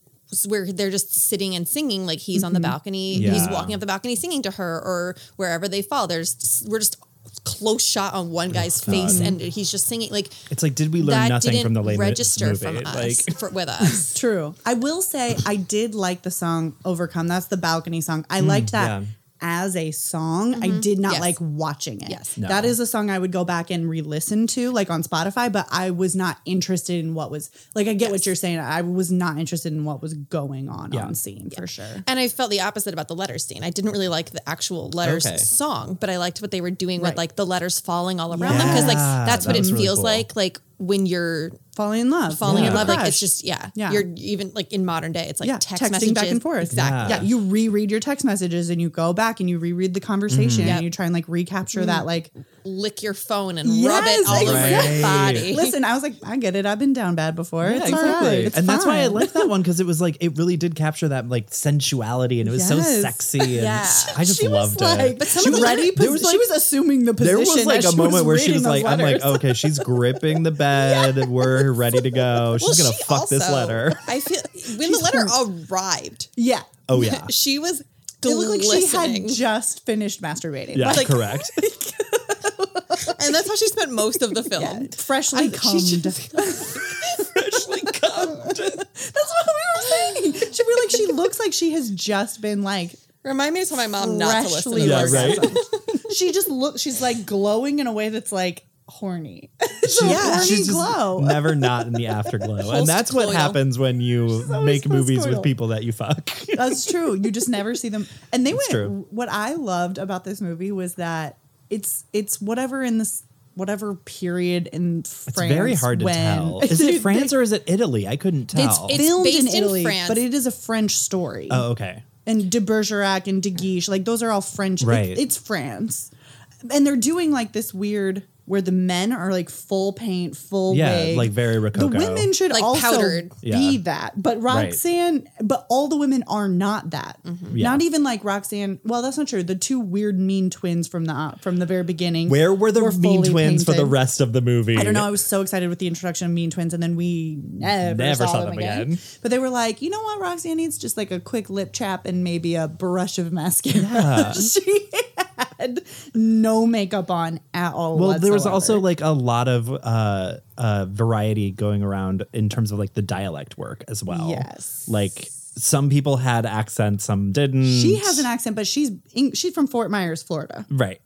Speaker 3: where they're just sitting and singing like he's on the
Speaker 2: Mm-hmm.
Speaker 3: balcony he's
Speaker 2: Yeah.
Speaker 3: walking up the balcony singing to her or wherever they fall there's we're just close shot on one guy's face and he's just singing like
Speaker 2: It's like, did we learn
Speaker 3: that
Speaker 2: nothing
Speaker 3: didn't
Speaker 2: from the lame
Speaker 3: register
Speaker 2: movie?
Speaker 3: from
Speaker 2: Like,
Speaker 3: us for,
Speaker 2: [laughs]
Speaker 3: with us
Speaker 1: True. I will say I did like the song Overcome. That's the balcony song. I liked that
Speaker 2: Mm, yeah.
Speaker 1: as a song. I did not
Speaker 3: Mm-hmm. Yes.
Speaker 1: like watching it.
Speaker 3: Yes.
Speaker 2: No.
Speaker 1: That is a song I would go back and re-listen to like on Spotify, but I was not interested in what was like I get what you're saying. I was not interested in what was going on
Speaker 2: Yeah.
Speaker 1: on scene for sure.
Speaker 3: And I felt the opposite about the letters scene. I didn't really like the actual letters
Speaker 2: Okay.
Speaker 3: song, but I liked what they were doing
Speaker 1: Right.
Speaker 3: with like the letters falling all around them because like
Speaker 2: Yeah,
Speaker 3: that's what
Speaker 2: that
Speaker 3: it
Speaker 2: was really
Speaker 3: feels
Speaker 2: cool.
Speaker 3: like. Like when you're
Speaker 1: Falling in love.
Speaker 3: falling in
Speaker 2: Yeah.
Speaker 3: love, like
Speaker 1: Crushed.
Speaker 3: it's just yeah,
Speaker 1: Yeah.
Speaker 3: You're even like in modern day, it's like
Speaker 1: yeah,
Speaker 3: text
Speaker 1: texting
Speaker 3: messages
Speaker 1: back and forth.
Speaker 3: Exactly.
Speaker 1: Yeah. you reread your text messages and you go back and you reread the
Speaker 2: Mm.
Speaker 1: conversation
Speaker 3: Yep. Mm-hmm.
Speaker 1: and you try and like recapture that like
Speaker 3: Lick your phone and
Speaker 1: Yes,
Speaker 3: rub it all over
Speaker 2: exactly.
Speaker 3: your body.
Speaker 1: Listen, I was like, I get it. I've been down bad before.
Speaker 2: Yeah,
Speaker 1: it's all
Speaker 2: exactly.
Speaker 1: right. It's
Speaker 2: and that's why I
Speaker 1: fine.
Speaker 2: liked that one because it was like it really did capture that like sensuality and it was so
Speaker 1: Yes.
Speaker 2: sexy and
Speaker 3: Yeah.
Speaker 2: I just
Speaker 1: [laughs] she
Speaker 2: loved
Speaker 1: was like,
Speaker 2: it.
Speaker 1: But
Speaker 3: some of the-
Speaker 1: ready?
Speaker 2: there was
Speaker 1: she
Speaker 2: like-
Speaker 1: was assuming the position.
Speaker 2: there was like
Speaker 1: as
Speaker 2: a
Speaker 1: she
Speaker 2: moment where she
Speaker 1: reading
Speaker 2: was
Speaker 1: those
Speaker 2: like, "I'm like, oh,
Speaker 1: letters.
Speaker 2: okay, she's gripping the
Speaker 1: [laughs]
Speaker 2: bed. We're ready to go. She's gonna
Speaker 3: she
Speaker 2: fuck this
Speaker 3: also-
Speaker 2: letter."
Speaker 3: I feel when the letter arrived,
Speaker 1: yeah. [laughs]
Speaker 2: Oh yeah,
Speaker 3: she was
Speaker 1: It looked like she
Speaker 3: glistening.
Speaker 1: had just finished masturbating.
Speaker 2: yeah,
Speaker 1: Like,
Speaker 2: correct.
Speaker 1: [laughs]
Speaker 3: and that's how she spent most of the film. [laughs]
Speaker 1: freshly
Speaker 3: I- she
Speaker 1: [laughs] cummed.
Speaker 3: just-
Speaker 2: Freshly cummed.
Speaker 1: That's what we were saying. She we were like, she looks like she has just been like
Speaker 3: Remind me to tell my mom not to listen.
Speaker 1: freshly
Speaker 3: To
Speaker 2: Yeah,
Speaker 3: this.
Speaker 2: right.
Speaker 1: orgasmed. [laughs] She just looks. She's like glowing in a way that's like horny. [laughs]
Speaker 2: She-
Speaker 1: Yeah,
Speaker 2: she's
Speaker 1: honey
Speaker 2: just
Speaker 1: glow. [laughs]
Speaker 2: never not in the afterglow, and that's what
Speaker 3: Postcoital.
Speaker 2: happens when you
Speaker 1: always
Speaker 2: make movies with
Speaker 1: postcoital.
Speaker 2: people that you fuck. [laughs]
Speaker 1: That's true. You just never see them. And they went.
Speaker 2: true.
Speaker 1: What I loved about this movie was that it's it's whatever in this whatever period in France.
Speaker 2: It's very hard to
Speaker 1: when- [laughs]
Speaker 2: tell. Is it France or is it Italy? I couldn't tell.
Speaker 3: it's-
Speaker 1: Filmed
Speaker 3: based
Speaker 1: in
Speaker 3: in
Speaker 1: Italy,
Speaker 3: France.
Speaker 1: but it is a French story.
Speaker 2: oh, okay.
Speaker 1: And de Bergerac and de Guiche, like those are all French. it-
Speaker 2: Right.
Speaker 1: it's France, and they're doing like this weird where the men are like full paint, full
Speaker 2: Yeah,
Speaker 1: wig.
Speaker 2: like very rococo.
Speaker 1: The women should
Speaker 3: Like
Speaker 1: also
Speaker 3: powdered.
Speaker 1: be
Speaker 2: Yeah.
Speaker 1: that, but
Speaker 2: Right. Mm-hmm.
Speaker 1: Roxanne, but all the women are not that.
Speaker 2: Yeah.
Speaker 1: Not even like Roxanne. Well, that's not true. The two weird mean twins from the uh, from the very beginning.
Speaker 2: Where were the mean
Speaker 1: fully
Speaker 2: twins for the
Speaker 1: painted.
Speaker 2: rest of the movie?
Speaker 1: I don't know. I was so excited with the introduction of Mean Twins, and then we never,
Speaker 2: Never
Speaker 1: saw,
Speaker 2: saw
Speaker 1: them
Speaker 2: them
Speaker 1: again.
Speaker 2: again.
Speaker 1: But they were like, you know what, Roxanne needs just like a quick lip chap and maybe a brush of mascara. [laughs] she had no makeup on at all.
Speaker 2: Well, there was
Speaker 1: whatsoever.
Speaker 2: also like a lot of uh, uh, variety going around in terms of like the dialect work as well.
Speaker 1: Yes.
Speaker 2: like some people had accents, some didn't.
Speaker 1: she has an accent, but she's in, she's from Fort Myers, Florida.
Speaker 2: right.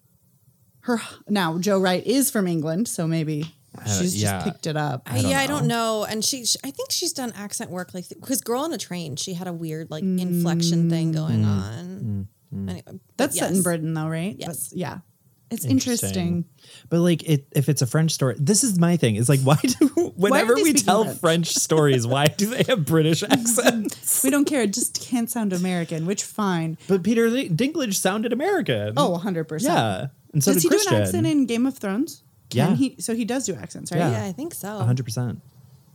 Speaker 1: Her now Joe Wright is from England, so maybe She's
Speaker 2: yeah.
Speaker 1: just picked it up.
Speaker 3: yeah, I don't know. And she, sh I think she's done accent work like because Girl on a Train, she had a weird like inflection thing going on. Anyway, but
Speaker 1: That's set in
Speaker 3: yes.
Speaker 1: Britain though, right?
Speaker 3: Yes.
Speaker 1: But, yeah. It's interesting.
Speaker 2: But like, it, if it's a French story, this is my thing. Is like, why do [laughs] whenever
Speaker 1: they
Speaker 2: we
Speaker 1: speaking
Speaker 2: tell
Speaker 1: French?
Speaker 2: French stories, why do they have
Speaker 1: [laughs]
Speaker 2: British accents?
Speaker 1: We don't care. It just can't sound American, which fine.
Speaker 2: But Peter Dinklage sounded American.
Speaker 1: Oh, 100%.
Speaker 2: yeah. And so
Speaker 1: does
Speaker 2: did
Speaker 1: he
Speaker 2: Christian.
Speaker 1: do an accent in Game of Thrones? Can
Speaker 2: Yeah.
Speaker 1: He, so he does do accents, right?
Speaker 2: Yeah.
Speaker 3: Yeah, I think so.
Speaker 1: Oh.
Speaker 2: A hundred percent.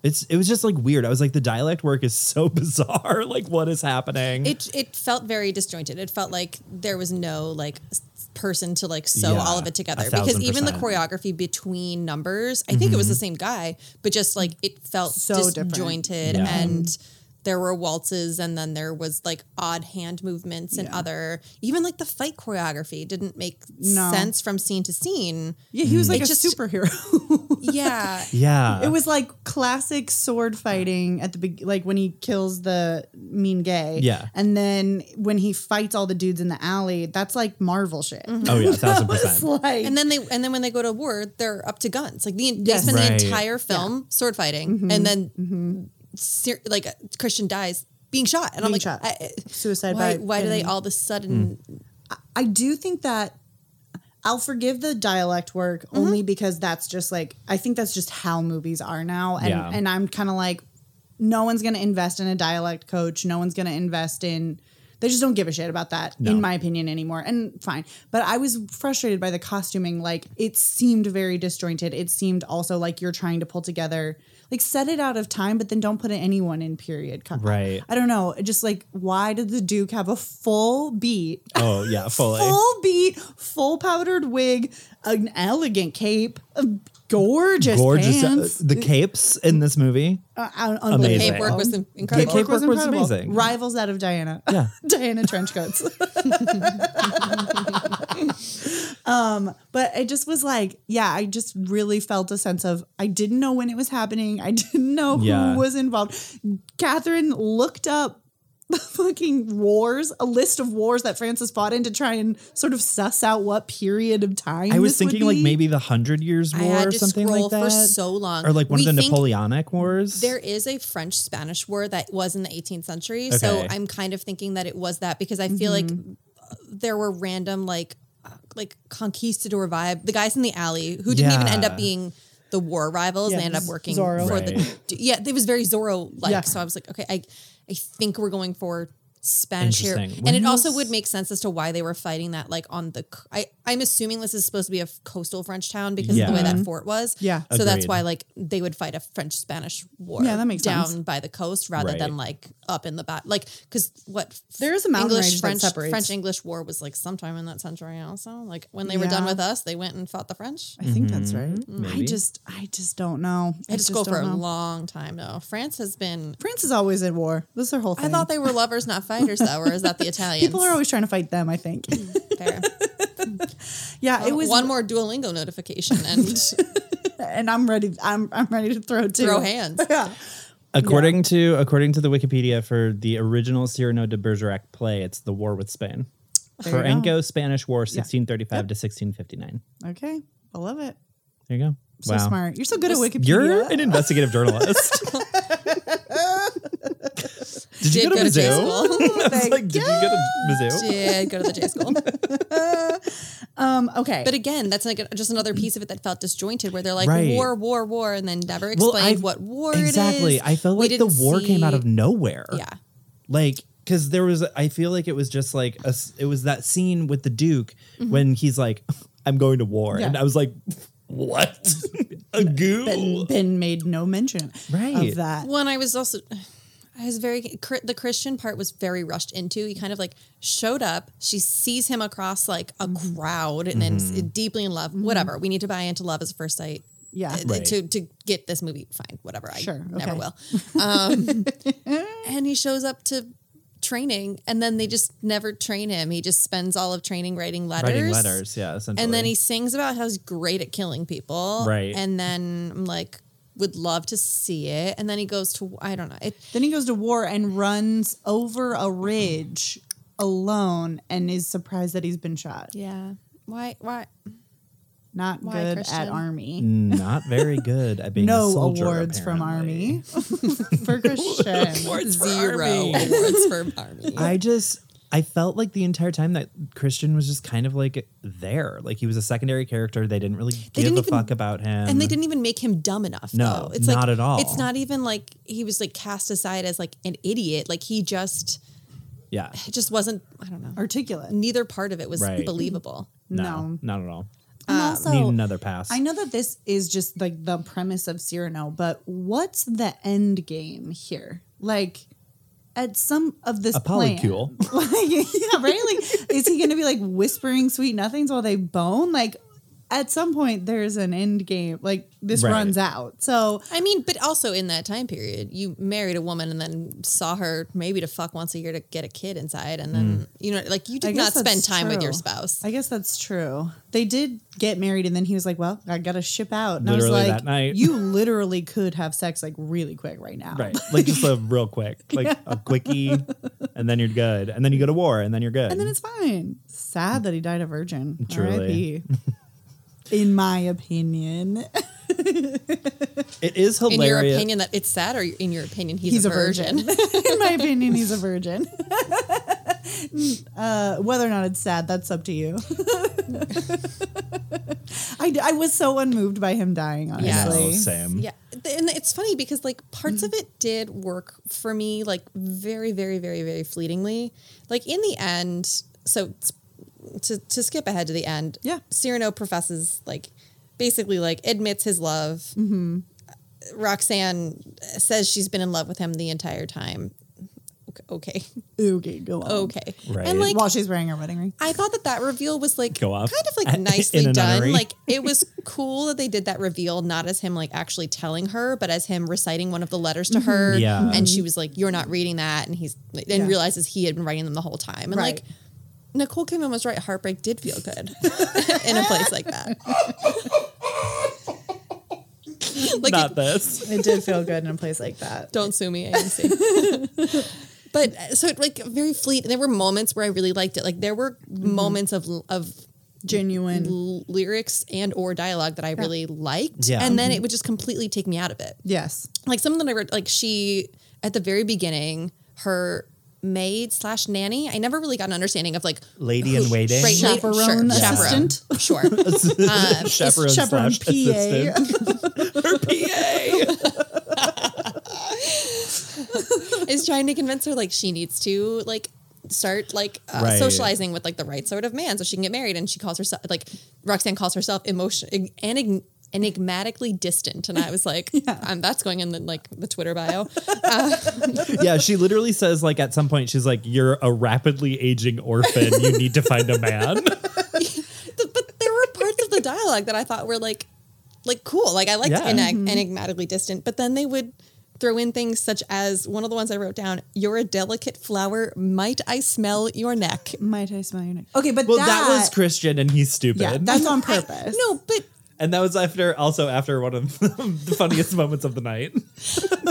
Speaker 2: It's it was just like weird. I was like, the dialect work is so [laughs] bizarre. like, what is happening?
Speaker 3: It it felt very disjointed. It felt like there was no like s- person to like sew
Speaker 2: Yeah,
Speaker 3: all of it together
Speaker 2: a
Speaker 3: because
Speaker 2: thousand
Speaker 3: even the
Speaker 2: percent. Mm-hmm.
Speaker 3: choreography between numbers, I think it was the same guy, but just like it felt
Speaker 1: So different.
Speaker 3: disjointed
Speaker 2: Yeah.
Speaker 3: and there were waltzes and then there was like odd hand movements and
Speaker 1: Yeah.
Speaker 3: other even like the fight choreography didn't make
Speaker 1: No.
Speaker 3: sense from scene
Speaker 1: [laughs]
Speaker 3: to scene.
Speaker 1: Yeah, he was
Speaker 2: Mm-hmm.
Speaker 1: like
Speaker 3: It
Speaker 1: a
Speaker 2: [laughs]
Speaker 3: just-
Speaker 1: superhero.
Speaker 3: Yeah.
Speaker 2: yeah.
Speaker 1: it was like classic sword fighting at the beg like when he kills the mean gay.
Speaker 2: Yeah.
Speaker 1: And then when he fights all the dudes in the alley, that's like Marvel shit. [laughs]
Speaker 2: Oh yeah, a thousand
Speaker 1: It's
Speaker 2: percent.
Speaker 1: like
Speaker 3: And then they and then when they go to war, they're up to guns. Like the,
Speaker 1: Yes.
Speaker 3: they spend
Speaker 2: Right.
Speaker 3: the entire film sword fighting, and then ser- like Christian dies being shot, and I'm
Speaker 1: Being
Speaker 3: like,
Speaker 1: shot.
Speaker 3: I-
Speaker 1: suicide
Speaker 3: why,
Speaker 1: by
Speaker 3: why do they
Speaker 1: enemy.
Speaker 3: all of a sudden?
Speaker 2: Hmm.
Speaker 1: I do think that I'll forgive the dialect work
Speaker 2: Mm-hmm.
Speaker 1: only because that's just like I think that's just how movies are now, and
Speaker 2: Yeah.
Speaker 1: and I'm kind of like, no one's gonna invest in a dialect coach. No one's gonna invest in. They just don't give a shit about that,
Speaker 2: No.
Speaker 1: in my opinion, anymore. And fine, but I was frustrated by the costuming. Like it seemed very disjointed. It seemed also like you're trying to pull together, like set it out of time, but then don't put anyone in period. co-
Speaker 2: Right.
Speaker 1: I don't know. Just like why did the Duke have a full beat?
Speaker 2: Oh yeah, fully.
Speaker 1: full beat, full powdered wig, an elegant cape, a gorgeous,
Speaker 2: Gorgeous.
Speaker 1: pants.
Speaker 2: Uh, the capes in this movie.
Speaker 1: Uh, un-
Speaker 2: Amazing.
Speaker 1: unbelievable.
Speaker 3: Cape work was in-
Speaker 1: The
Speaker 3: incredible.
Speaker 1: cape
Speaker 2: work
Speaker 1: was,
Speaker 2: was
Speaker 1: incredible.
Speaker 2: amazing.
Speaker 1: Rivals that of Diana.
Speaker 2: Yeah.
Speaker 1: [laughs] Diana [laughs] Trenchcoats. um, Um, but it just was like, yeah, I just really felt a sense of I didn't know when it was happening. I [laughs] didn't know
Speaker 2: Yeah.
Speaker 1: who was involved. Catherine looked up the fucking wars, a list of wars that Francis fought in to try and sort of suss out what period of time.
Speaker 2: I was
Speaker 1: this would
Speaker 2: thinking like
Speaker 1: be.
Speaker 2: maybe the Hundred Years War
Speaker 3: I had
Speaker 2: or
Speaker 3: to
Speaker 2: something
Speaker 3: scroll
Speaker 2: like that.
Speaker 3: for so long.
Speaker 2: Or like one
Speaker 3: We
Speaker 2: of the
Speaker 3: think
Speaker 2: Napoleonic Wars.
Speaker 3: There is a French Spanish war that was in the 18th century, so
Speaker 2: Okay.
Speaker 3: I'm kind of thinking that it was that because I feel like
Speaker 2: Mm-hmm.
Speaker 3: there were random like uh, like conquistador vibe. The guys in the alley who didn't even end
Speaker 2: Yeah.
Speaker 3: up being the war rivals,
Speaker 1: Yeah,
Speaker 3: they end up
Speaker 1: Z-
Speaker 3: working
Speaker 1: Zorro.
Speaker 3: for
Speaker 2: Right.
Speaker 3: the yeah. It was very Zorro like,
Speaker 1: Yeah.
Speaker 3: so I was like, okay, I I think we're going for. Spanish here,
Speaker 2: Interesting.
Speaker 3: and
Speaker 2: When
Speaker 3: it also
Speaker 2: was-
Speaker 3: would make sense as to why they were fighting that, like on the. c- I I'm assuming this is supposed to be a f- coastal French town because of the way
Speaker 2: Yeah.
Speaker 3: that fort was.
Speaker 1: Yeah.
Speaker 3: so that's
Speaker 2: Agreed.
Speaker 3: why like they would fight a French Spanish war.
Speaker 1: Yeah, that makes
Speaker 3: down
Speaker 1: sense.
Speaker 3: by the coast rather
Speaker 2: Right.
Speaker 3: than like up in the back. Like because what
Speaker 1: There is a mountain
Speaker 3: English
Speaker 1: range that
Speaker 3: French
Speaker 1: separates.
Speaker 3: French English war was like sometime in that century also. Like when they were
Speaker 1: Yeah.
Speaker 3: done with us, they went and fought the French.
Speaker 1: I think that's right. I
Speaker 2: Mm-hmm. Maybe.
Speaker 1: just, I just don't know.
Speaker 3: I had to scroll
Speaker 1: just
Speaker 3: for a
Speaker 1: don't know.
Speaker 3: long time though. France has been.
Speaker 1: France is always at war. This is their whole thing.
Speaker 3: I thought they were lovers, not fighters, though. Or is that the
Speaker 1: [laughs]
Speaker 3: Italians?
Speaker 1: People are always trying to fight them, I think.
Speaker 3: Fair.
Speaker 1: [laughs] yeah, it was
Speaker 3: Mm. one more Duolingo notification
Speaker 1: [laughs]
Speaker 3: and [laughs]
Speaker 1: and I'm ready I'm I'm ready to throw two.
Speaker 3: throw hands.
Speaker 1: [laughs] Yeah.
Speaker 2: according to according to the Wikipedia for the original Cyrano de Bergerac play, it's the War with Spain.
Speaker 1: There you
Speaker 2: Franco
Speaker 1: go.
Speaker 2: Spanish War, sixteen thirty five to sixteen fifty nine.
Speaker 1: Okay. I love it.
Speaker 2: There you go.
Speaker 1: So smart. You're so good at Wikipedia.
Speaker 2: You're an investigative
Speaker 3: [laughs]
Speaker 2: journalist. did you
Speaker 3: Did
Speaker 2: go to
Speaker 3: go to J
Speaker 2: Mizzou?
Speaker 3: school.
Speaker 2: [laughs] I
Speaker 3: [laughs]
Speaker 2: was like, did you go to Mizzou?
Speaker 3: Did go to the J school.
Speaker 1: um okay.
Speaker 3: But again, that's like a- just another piece of it that felt disjointed, where they're like
Speaker 2: Right.
Speaker 3: war, war, war, and then never explained
Speaker 2: I-
Speaker 3: what war
Speaker 2: exactly.
Speaker 3: it is.
Speaker 2: I felt
Speaker 3: We
Speaker 2: like the
Speaker 3: didn't
Speaker 2: war came out
Speaker 3: see-
Speaker 2: of nowhere.
Speaker 3: Yeah.
Speaker 2: like because there was. I feel like it was just like a s it was that scene with the Duke
Speaker 3: Mm-hmm.
Speaker 2: when he's like, [laughs] "I'm going to war," and
Speaker 1: Yeah.
Speaker 2: I was like, "What? [laughs] a
Speaker 1: Ben,
Speaker 2: goo?"
Speaker 1: ben made no mention
Speaker 2: Right.
Speaker 1: of that.
Speaker 3: Well, and I was also, I was very cr- the Christian part was very rushed into. He kind of like showed up. She sees him across like a crowd, and then
Speaker 1: Mm-hmm.
Speaker 3: s- deeply in love. Whatever. We need to buy into love as a first sight.
Speaker 1: Yeah.
Speaker 3: uh,
Speaker 2: Right.
Speaker 3: To to get this movie, fine, whatever. I
Speaker 1: Sure,
Speaker 3: never
Speaker 1: okay.
Speaker 3: will.
Speaker 1: [laughs]
Speaker 3: Um, and he shows up to training, and then they just never train him. He just spends all of training writing letters.
Speaker 2: Writing letters, yeah. Essentially.
Speaker 3: And then he sings about how he's great at killing people.
Speaker 2: Right.
Speaker 3: And then I'm like, would love to see it. And then he goes to, I don't know. It,
Speaker 1: Then he goes to war and runs over a ridge alone and is surprised that he's been shot.
Speaker 3: yeah. Why, why?
Speaker 1: Not
Speaker 3: Why,
Speaker 1: good at
Speaker 3: Christian?
Speaker 1: Army.
Speaker 2: Not very good at being a
Speaker 1: no
Speaker 2: soldier,
Speaker 1: awards from
Speaker 2: apparently.
Speaker 1: Army [laughs]
Speaker 2: [laughs]
Speaker 1: for Christian.
Speaker 2: Awards for
Speaker 3: Zero
Speaker 2: Army.
Speaker 3: awards for
Speaker 2: [laughs]
Speaker 3: Army.
Speaker 2: I just I felt like the entire time that Christian was just kind of like there, like he was a secondary character. They didn't really give
Speaker 3: didn't
Speaker 2: a
Speaker 3: even-
Speaker 2: fuck about him,
Speaker 3: and they didn't even make him dumb enough.
Speaker 2: No,
Speaker 3: though. it's
Speaker 2: not
Speaker 3: like,
Speaker 2: at all.
Speaker 3: It's not even like he was like cast aside as like an idiot. Like he just,
Speaker 2: Yeah,
Speaker 3: it just wasn't. I don't know.
Speaker 1: Articulate.
Speaker 3: Neither part of it was
Speaker 2: Right.
Speaker 3: believable. Um,
Speaker 2: no,
Speaker 1: No.
Speaker 2: not at all.
Speaker 1: And
Speaker 3: Oh,
Speaker 1: also,
Speaker 2: Need another pass.
Speaker 1: I know that this is just like the premise of Cyrano, but what's the end game here? Like, at some of this
Speaker 2: A
Speaker 1: plan-
Speaker 2: polycule.
Speaker 1: [laughs] like, yeah, right. Like, is he going to be like whispering sweet nothings while they bone? Like, at some point, there's an end game. Like, this
Speaker 2: Right.
Speaker 1: runs out. So,
Speaker 3: I mean, but also in that time period, you married a woman and then saw her maybe to fuck once a year to get a kid inside, and then you know, like you
Speaker 1: I
Speaker 3: did not
Speaker 1: guess
Speaker 3: spend
Speaker 1: that's
Speaker 3: time with your
Speaker 1: true.
Speaker 3: spouse.
Speaker 1: I guess that's true. They did get married, and then he was like, "Well, I got to ship out." And I
Speaker 2: Literally
Speaker 1: was like,
Speaker 2: that night.
Speaker 1: "You literally could have sex like really quick right now."
Speaker 2: Right. Like just a real quick, like a quickie, and then you're good. And then you go to war, and then you're good.
Speaker 1: And then it's fine. Sad that he died a virgin.
Speaker 2: Truly.
Speaker 1: R.I.P. In my opinion,
Speaker 2: it is
Speaker 3: in your
Speaker 2: hilarious.
Speaker 3: opinion, that it's sad, or in your opinion, he's, a
Speaker 1: [laughs]
Speaker 3: virgin.
Speaker 1: in my opinion, he's a virgin. [laughs] uh, whether or not it's sad, that's up to you. [laughs] I, I was so unmoved by him dying, honestly.
Speaker 3: Yeah.
Speaker 2: Oh, same.
Speaker 3: Yeah. Th- And it's funny because like parts of it did work for me like very very very very fleetingly. Like in the end, so s- to to skip ahead to the end,
Speaker 1: Yeah.
Speaker 3: Cyrano professes like basically like admits his love. Uh, Roxanne says she's been in love with him the entire time. Okay. [laughs]
Speaker 1: Okay, go on.
Speaker 3: Okay.
Speaker 2: Right.
Speaker 3: And like
Speaker 1: While she's wearing her wedding ring.
Speaker 3: I thought that that reveal was like
Speaker 2: Go off.
Speaker 3: kind of like
Speaker 2: [laughs]
Speaker 3: nicely
Speaker 2: In a nunnery.
Speaker 3: done. Like
Speaker 2: [laughs]
Speaker 3: it was cool that they did that reveal, not as him like actually telling her, but as him reciting one of the letters to her.
Speaker 2: Mm-hmm. Yeah.
Speaker 3: And she was like, You're not reading that. And he's and
Speaker 1: Yeah.
Speaker 3: realizes he had been writing them the whole time. And
Speaker 1: Right.
Speaker 3: like Nicole Kidman was right. Heartbreak did feel
Speaker 1: [laughs]
Speaker 3: good [laughs] in a place like that. like
Speaker 2: Not
Speaker 3: it- [laughs]
Speaker 2: this.
Speaker 1: It did feel good in a place like that.
Speaker 3: don't sue me, AMC.
Speaker 1: [laughs]
Speaker 3: but uh, so it like very fleet. There were moments where I really liked it. Like there were
Speaker 1: Mm-hmm.
Speaker 3: moments of of
Speaker 1: Genuine.
Speaker 3: l- lyrics and or dialogue that I really liked,
Speaker 2: Yeah.
Speaker 3: and
Speaker 1: Mm-hmm.
Speaker 3: then it would just completely take me out of it.
Speaker 1: Yes.
Speaker 3: Like something that I read, like she at the very beginning, her maid slash nanny. I never really got an understanding of like
Speaker 2: Lady in waiting.
Speaker 3: right, lady-
Speaker 1: Chaperone assistant? [laughs]
Speaker 3: sure, [laughs] sure.
Speaker 2: [laughs] chaperone
Speaker 1: Chaperone
Speaker 2: slash
Speaker 1: PA.
Speaker 2: assistant.
Speaker 1: [laughs]
Speaker 3: is trying to convince her like she needs to like start like uh,
Speaker 2: Right.
Speaker 3: socializing with like the right sort of man so she can get married and she calls herself like roxanne calls herself emotion enig- enigmatically distant and i
Speaker 1: [laughs]
Speaker 3: was like um, that's going in the like the twitter bio
Speaker 2: Yeah, she literally says like at some point she's like, "You're a rapidly aging orphan. You need to find a man."
Speaker 3: The- but there were parts of the dialogue that I thought were like, like cool. Like I liked
Speaker 2: Yeah.
Speaker 3: enag- enigmatically distant, but then they would throw in things such as one of the ones I wrote down: "You're a delicate flower. Might I smell your neck?"
Speaker 1: Might I smell your neck? Okay, but
Speaker 2: Well, that, was Christian, and he's stupid.
Speaker 1: Yeah,
Speaker 3: [laughs]
Speaker 1: that's on purpose.
Speaker 3: No, but
Speaker 2: [laughs] and that was after also after one of [laughs] the funniest moments of the night.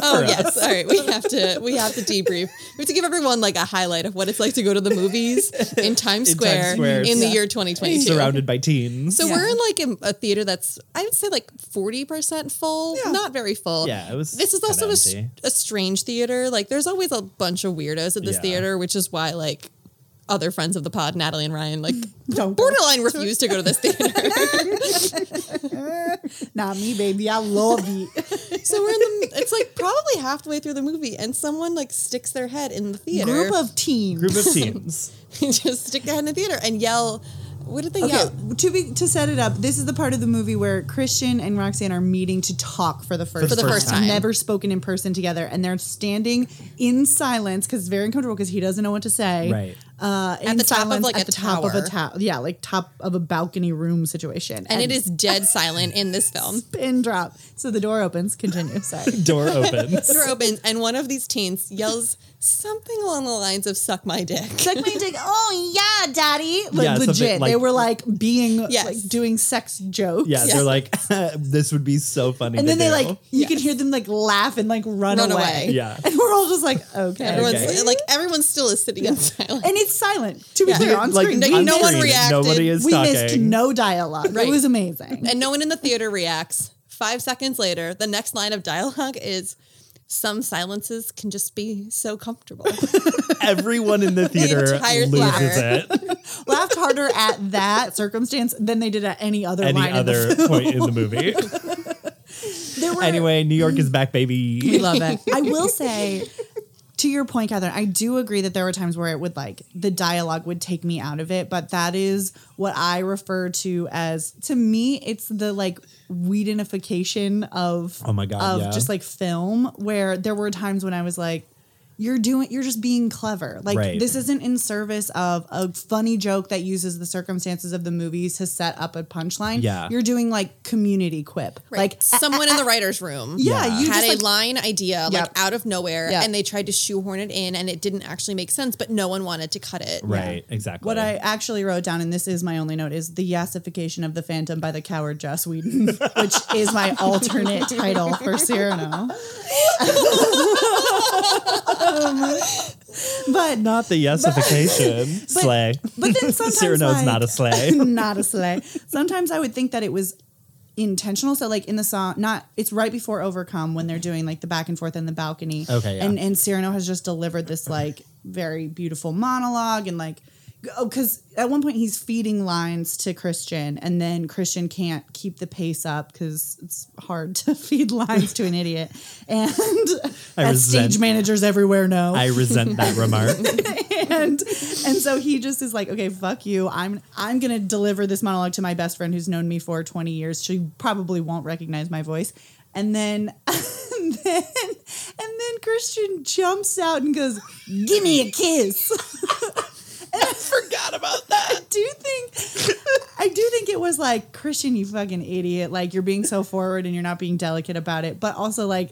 Speaker 3: oh yes, all right. We have to we have to debrief. We have to give everyone like a highlight of what it's like to go to the movies
Speaker 2: [laughs] In
Speaker 3: in Times
Speaker 2: Times
Speaker 3: Square in,
Speaker 2: Square,
Speaker 3: the
Speaker 2: yeah.
Speaker 3: year 2022.
Speaker 2: Surrounded by teens.
Speaker 3: So
Speaker 1: Yeah.
Speaker 3: we're in like in a theater that's I would say like forty percent full,
Speaker 1: Yeah.
Speaker 3: not very full.
Speaker 2: Yeah, it was
Speaker 3: This is
Speaker 2: kinda
Speaker 3: also a, s-
Speaker 2: empty.
Speaker 3: a strange theater. Like there's always a bunch of weirdos at this
Speaker 2: Yeah.
Speaker 3: theater, which is why like other friends of the pod, Natalie and Ryan, [laughs] like
Speaker 1: Don't go.
Speaker 3: borderline refuse to go [laughs] to this theater.
Speaker 1: Not me, baby. I love you.
Speaker 3: so we're in the [laughs] it's like probably halfway through the movie, and someone like sticks their head in the [laughs] theater,
Speaker 1: Group of teens.
Speaker 2: Group of teens.
Speaker 3: [laughs] just stick their head in the theater and yell. What did they
Speaker 1: Okay,
Speaker 3: yell?
Speaker 1: to be to set it up, this is the part of the movie where Christian and Roxanne are meeting to talk for the first
Speaker 3: For the first time.
Speaker 1: never spoken in person together, and they're standing in silence because very uncomfortable because he doesn't know what to say.
Speaker 2: Right.
Speaker 1: uh,
Speaker 3: At
Speaker 1: in
Speaker 3: the top of,
Speaker 1: silence
Speaker 3: like,
Speaker 1: at
Speaker 3: a
Speaker 1: the top of a
Speaker 3: tower.
Speaker 1: tower, yeah, like top of a balcony room situation,
Speaker 3: And it is dead silent in [laughs] this film.
Speaker 1: pin drop. So the door opens. Continue. Sorry.
Speaker 2: Door opens.
Speaker 3: door opens and one of these teens yells something along the lines of "suck my dick."
Speaker 1: Suck my dick. Oh yeah, daddy. Like
Speaker 2: Yeah, something
Speaker 1: legit. they
Speaker 2: like-
Speaker 1: were like being
Speaker 3: Yes.
Speaker 1: like doing sex jokes.
Speaker 2: Yeah,
Speaker 3: Yeah.
Speaker 2: they're like, [laughs] this would be so funny.
Speaker 1: And
Speaker 2: to
Speaker 1: then they
Speaker 2: do."
Speaker 1: like you can hear them like laugh and like run,
Speaker 3: Run
Speaker 1: away.
Speaker 3: away.
Speaker 2: Yeah.
Speaker 1: And we're we're all just like, okay.
Speaker 3: [laughs] Everyone's
Speaker 2: Okay.
Speaker 3: like everyone still is sitting [laughs] in silence.
Speaker 1: And it's silent, to be
Speaker 3: Yeah.
Speaker 1: clear, on
Speaker 2: like
Speaker 1: screen.
Speaker 3: no-
Speaker 1: we
Speaker 2: on
Speaker 3: no one
Speaker 2: screen,
Speaker 3: reacted.
Speaker 2: Nobody is
Speaker 1: we
Speaker 2: talking.
Speaker 1: missed no dialogue.
Speaker 3: Right.
Speaker 1: It was amazing.
Speaker 3: [laughs] and no one in the theater reacts. Five seconds later, the next line of dialogue is some silences can just be so comfortable. [laughs]
Speaker 2: [laughs] Everyone in the theater
Speaker 3: entire
Speaker 2: loses
Speaker 3: theater.
Speaker 2: it.
Speaker 1: Laughed harder at that circumstance than they did at any other
Speaker 2: Any
Speaker 1: line. in the
Speaker 2: other point in the movie.
Speaker 1: [laughs] There were,
Speaker 2: anyway, New York is back,
Speaker 1: we
Speaker 2: baby.
Speaker 1: [laughs] love it. I will say, to your point, Catherine, I do agree that there were times where it would like the dialogue would take me out of it, but that is what I refer to as to me, it's the like Whedonification of
Speaker 2: Oh my God,
Speaker 1: of
Speaker 2: yeah.
Speaker 1: just like film where there were times when I was like. You're doing. You're just being clever. Like
Speaker 2: Right.
Speaker 1: this isn't in service of a funny joke that uses the circumstances of the movies to set up a punchline.
Speaker 2: Yeah.
Speaker 1: you're doing like community quip. Like
Speaker 3: Like someone in the writer's room
Speaker 1: yeah,
Speaker 2: Yeah.
Speaker 1: you
Speaker 3: had
Speaker 1: just,
Speaker 3: a
Speaker 1: like,
Speaker 3: line idea like
Speaker 1: Yep.
Speaker 3: out of nowhere
Speaker 1: Yep.
Speaker 3: and they tried to shoehorn it in and it didn't actually make sense, but no one wanted to cut it.
Speaker 2: Right, exactly.
Speaker 1: What I actually wrote down, and this is my only note, is the yasification of the Phantom by the coward Joss Whedon, [laughs] which is my alternate title for Cyrano. [laughs] Um, but
Speaker 2: not the yesification sleigh.
Speaker 1: [laughs] but
Speaker 2: [laughs]
Speaker 1: then sometimes
Speaker 2: Cyrano's
Speaker 1: like,
Speaker 2: not a sleigh.
Speaker 1: [laughs] not a sleigh. Sometimes I would think that it was intentional. So like in the song, not it's right before Overcome when they're doing like the back and forth in the balcony.
Speaker 2: Okay, yeah.
Speaker 1: And and Cyrano has just delivered this like very beautiful monologue and like oh because at one point he's feeding lines to Christian and then Christian can't keep the pace up because it's hard to [laughs] feed lines to an idiot. And
Speaker 2: I
Speaker 1: as
Speaker 2: resent-
Speaker 1: stage managers everywhere know
Speaker 2: I resent that
Speaker 1: [laughs]
Speaker 2: remark.
Speaker 1: and and so he just is like, okay, fuck you. I'm I'm gonna deliver this monologue to my best friend who's known me for 20 years. She probably won't recognize my voice. And then [laughs] and then and then Christian jumps out and goes, Give me a kiss. [laughs] and I forgot about that. I do think I do think it was like, Christian, you fucking idiot. Like you're being so forward and you're not being delicate about it. But also like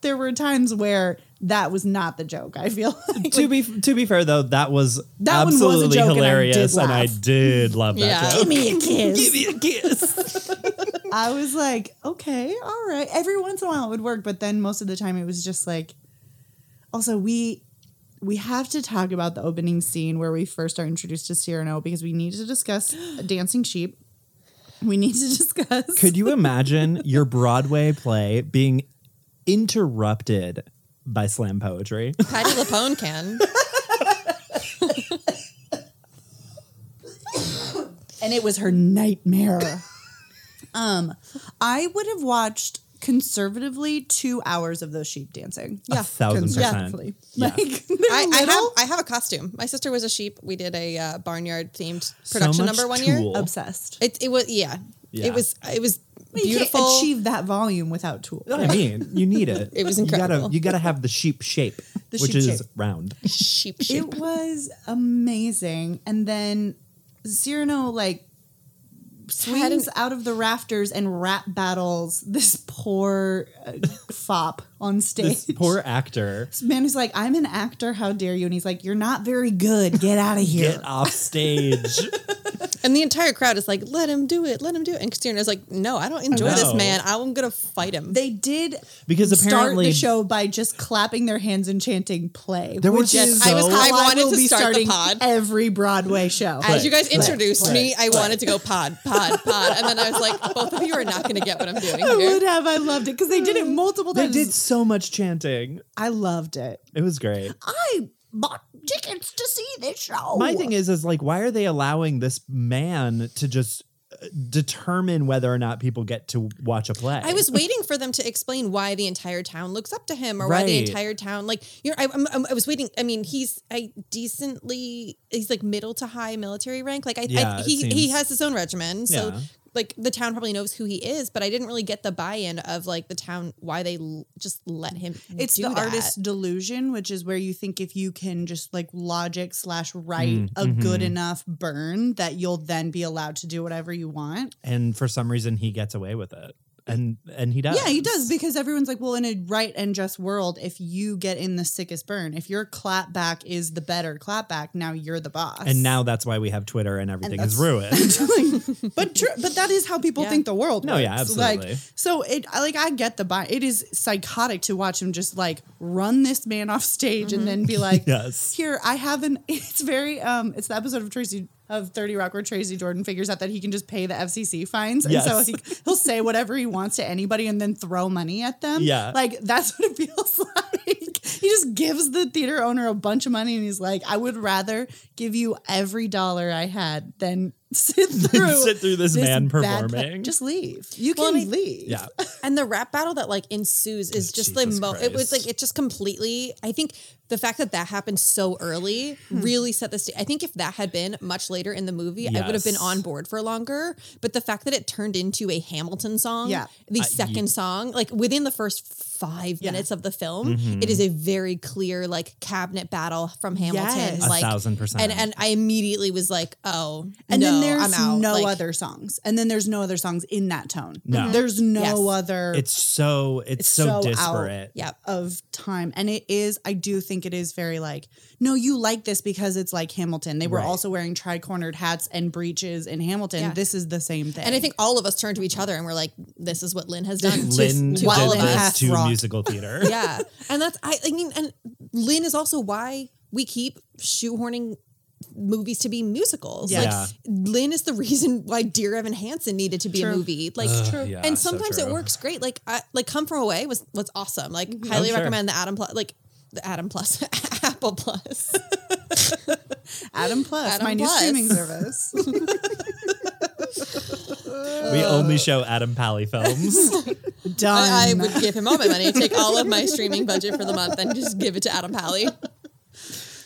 Speaker 1: there were times where that was not the joke. I feel [laughs] like
Speaker 2: to be to be fair though, that was
Speaker 1: That one was a
Speaker 2: absolutely
Speaker 1: joke and I did
Speaker 2: hilarious, and I
Speaker 1: laugh.
Speaker 2: did love that
Speaker 3: Yeah.
Speaker 2: joke.
Speaker 1: me
Speaker 2: [laughs]
Speaker 1: a kiss.
Speaker 2: me a kiss.
Speaker 1: [laughs] I was like, okay, all right. Every once in a while it would work, but then most of the time it was just like. Also, we we have to talk about the opening scene where we first are introduced to Cyrano because we need to discuss
Speaker 2: [gasps]
Speaker 1: dancing sheep. We need to discuss.
Speaker 2: Could you imagine your Broadway play being interrupted by slam poetry?
Speaker 3: Patty
Speaker 1: [laughs]
Speaker 3: Lapone can.
Speaker 1: [laughs] and it was
Speaker 2: [laughs]
Speaker 1: her nightmare. um, I would have watched conservatively two hours of those sheep dancing.
Speaker 2: A thousand percent.
Speaker 1: Conservatively.
Speaker 2: Yeah.
Speaker 1: [laughs] Like,
Speaker 3: I, I
Speaker 1: little-
Speaker 3: have I have a costume. My sister was a sheep. We did a uh, barnyard themed production
Speaker 2: much
Speaker 3: number one
Speaker 2: tool.
Speaker 3: year.
Speaker 1: obsessed.
Speaker 3: It it was yeah.
Speaker 2: Yeah.
Speaker 3: It was it was
Speaker 1: You can't
Speaker 3: beautiful. Oh,
Speaker 1: achieve that volume without tools.
Speaker 2: I mean, you need
Speaker 1: [laughs]
Speaker 2: it.
Speaker 3: It was
Speaker 2: You
Speaker 3: incredible.
Speaker 2: gotta, you gotta have the sheep shape,
Speaker 1: The
Speaker 2: which
Speaker 1: sheep
Speaker 2: is
Speaker 1: shape. [laughs]
Speaker 2: round.
Speaker 3: sheep sheep.
Speaker 1: It was amazing. And then Cyrano like
Speaker 3: Had an-
Speaker 1: swings out of the rafters and rap battles this poor uh, fop on stage.
Speaker 2: This poor actor.
Speaker 1: [laughs] This man who's like, I'm an actor, how dare you? And he's like, You're not very good. Get out of here.
Speaker 2: Get off
Speaker 1: [laughs]
Speaker 2: stage.
Speaker 3: And the entire crowd is like, let him do it, let him do it. And Christina's like, no, I don't enjoy this
Speaker 2: No.
Speaker 3: man. I'm going to fight him.
Speaker 1: They did
Speaker 2: Because
Speaker 1: start
Speaker 2: apparently-
Speaker 1: the show by just clapping their hands and chanting play.
Speaker 2: There were
Speaker 1: which is
Speaker 2: just- I was-
Speaker 1: how
Speaker 3: I wanted
Speaker 1: will
Speaker 3: to
Speaker 1: be
Speaker 3: start the
Speaker 1: starting
Speaker 3: pod.
Speaker 1: every Broadway show.
Speaker 3: As you guys
Speaker 2: Right,
Speaker 3: introduced
Speaker 2: right,
Speaker 3: me, I wanted to go pod, pod, pod. And then I was like, both of you are not going to get what I'm doing
Speaker 1: I would
Speaker 3: here.
Speaker 1: have. I loved it because Mm. they did it multiple
Speaker 2: they
Speaker 1: times.
Speaker 2: did so much chanting.
Speaker 1: I loved it.
Speaker 2: It was great.
Speaker 1: I bought tickets to see this show.
Speaker 2: My thing is, is like, why are they allowing this man to just uh, determine whether or not people get to watch a play?
Speaker 3: I
Speaker 2: [laughs]
Speaker 3: was waiting for them to explain why the entire town looks up to him or why the
Speaker 2: Right.
Speaker 3: entire town, like, you know, I, I'm, I'm- I was waiting. I mean, he's a decently, he's like middle to high military rank. Like, I,
Speaker 2: Yeah,
Speaker 3: I
Speaker 2: it
Speaker 3: he, he
Speaker 2: seems-
Speaker 3: has his own regimen. So,
Speaker 2: Yeah.
Speaker 3: like, the town probably knows who he is, but I didn't really get the buy in of like the town, why they l- just let him.
Speaker 1: it's
Speaker 3: do
Speaker 1: the
Speaker 3: that.
Speaker 1: artist's delusion, which is where you think if you can just like logic slash write a good enough burn that you'll then be allowed to do whatever you want.
Speaker 2: and for some reason, he gets away with it. and and he does.
Speaker 1: Yeah, he does because everyone's like, well, in a right and just world, if you get in the sickest burn, if your clapback is the better clapback, now you're the boss.
Speaker 2: And now that's why we have Twitter and everything is
Speaker 1: that's- [laughs]
Speaker 2: ruined.
Speaker 1: but true, but that is how people
Speaker 3: Yeah.
Speaker 1: think the world.
Speaker 2: No,
Speaker 1: works.
Speaker 2: yeah, absolutely.
Speaker 1: Like, so it, I- like, I get the buy. It is psychotic to watch him just like run this man off stage and then be like,
Speaker 2: [laughs] Yes.
Speaker 1: here I have an." [laughs] It's very um, it's the episode of Tracy of Thirty Rock where Tracy Jordan figures out that he can just pay the FCC fines, and
Speaker 2: Yes.
Speaker 1: so he, he'll say whatever he wants to anybody and then throw money at them.
Speaker 2: Yeah.
Speaker 1: like that's what it feels [laughs] like. He just gives the theater owner a bunch of money and he's like, I would rather give you every dollar I had than [laughs] sit through
Speaker 2: Sit through this man
Speaker 1: bad play.
Speaker 2: performing.
Speaker 1: Just leave. You
Speaker 3: Well,
Speaker 1: can
Speaker 3: I mean-
Speaker 1: leave.
Speaker 2: yeah.
Speaker 3: [laughs] And the rap battle that like ensues is just the
Speaker 2: Jesus
Speaker 3: mo. It was
Speaker 2: Christ.
Speaker 3: like it just completely. I think the fact that that happened so early
Speaker 1: Hmm.
Speaker 3: really set the stage. I think if that had been much later in the movie, I would have been
Speaker 2: Yes.
Speaker 3: on board for longer. But the fact that it turned into a Hamilton song,
Speaker 1: Yeah.
Speaker 3: the
Speaker 2: I-
Speaker 3: second song, like within the first five
Speaker 1: Yeah.
Speaker 3: minutes of the film,
Speaker 2: Mm-hmm.
Speaker 3: it is a very clear like cabinet battle from Hamilton.
Speaker 1: Yes. A
Speaker 3: Like
Speaker 2: thousand percent.
Speaker 3: And and I immediately was like, oh,
Speaker 1: And
Speaker 3: no,
Speaker 1: then there's
Speaker 3: I'm out.
Speaker 1: no
Speaker 3: Like,
Speaker 1: other songs. And then there's no other songs in that tone.
Speaker 2: No.
Speaker 1: There's no
Speaker 3: Yes.
Speaker 1: other
Speaker 2: It's so it's,
Speaker 1: It's
Speaker 2: so,
Speaker 1: so
Speaker 2: disparate.
Speaker 3: Yeah.
Speaker 1: of time. And it is, I do think it is very like, no, you like this because it's like Hamilton. They were
Speaker 2: Right.
Speaker 1: also wearing tri-cornered hats and breeches in Hamilton.
Speaker 3: Yeah.
Speaker 1: This is the same thing.
Speaker 3: And I think all of us turned to each other and we're like, this is what Lynn has done to,
Speaker 2: [laughs] Lynn
Speaker 3: to
Speaker 2: did
Speaker 3: all of
Speaker 1: Lynn
Speaker 3: us.
Speaker 1: has
Speaker 3: [laughs]
Speaker 2: this to
Speaker 1: rocked.
Speaker 2: musical theater.
Speaker 3: yeah. And that's, I, I mean, and Lynn is also why we keep shoehorning movies to be musicals.
Speaker 2: Yeah.
Speaker 3: Like, Lynn is the [laughs] reason why Dear Evan Hansen needed to be a
Speaker 1: True.
Speaker 3: movie. Like,
Speaker 2: Ugh, True. yeah,
Speaker 3: and
Speaker 2: so
Speaker 3: sometimes it
Speaker 2: true.
Speaker 3: works great. Like, I, like Come From Away was, was awesome. Like, highly
Speaker 2: Oh, sure.
Speaker 3: recommend the Adam Plus, like, the Adam Plus, [laughs] Apple Plus.
Speaker 1: Adam Plus,
Speaker 3: Adam
Speaker 1: my new [laughs]
Speaker 3: Plus.
Speaker 1: streaming service.
Speaker 2: We only show Adam Pally films.
Speaker 1: Done.
Speaker 3: I, I would give him all my money, take all of [laughs] my streaming budget for the month, and just give it to Adam Pally.
Speaker 1: [laughs]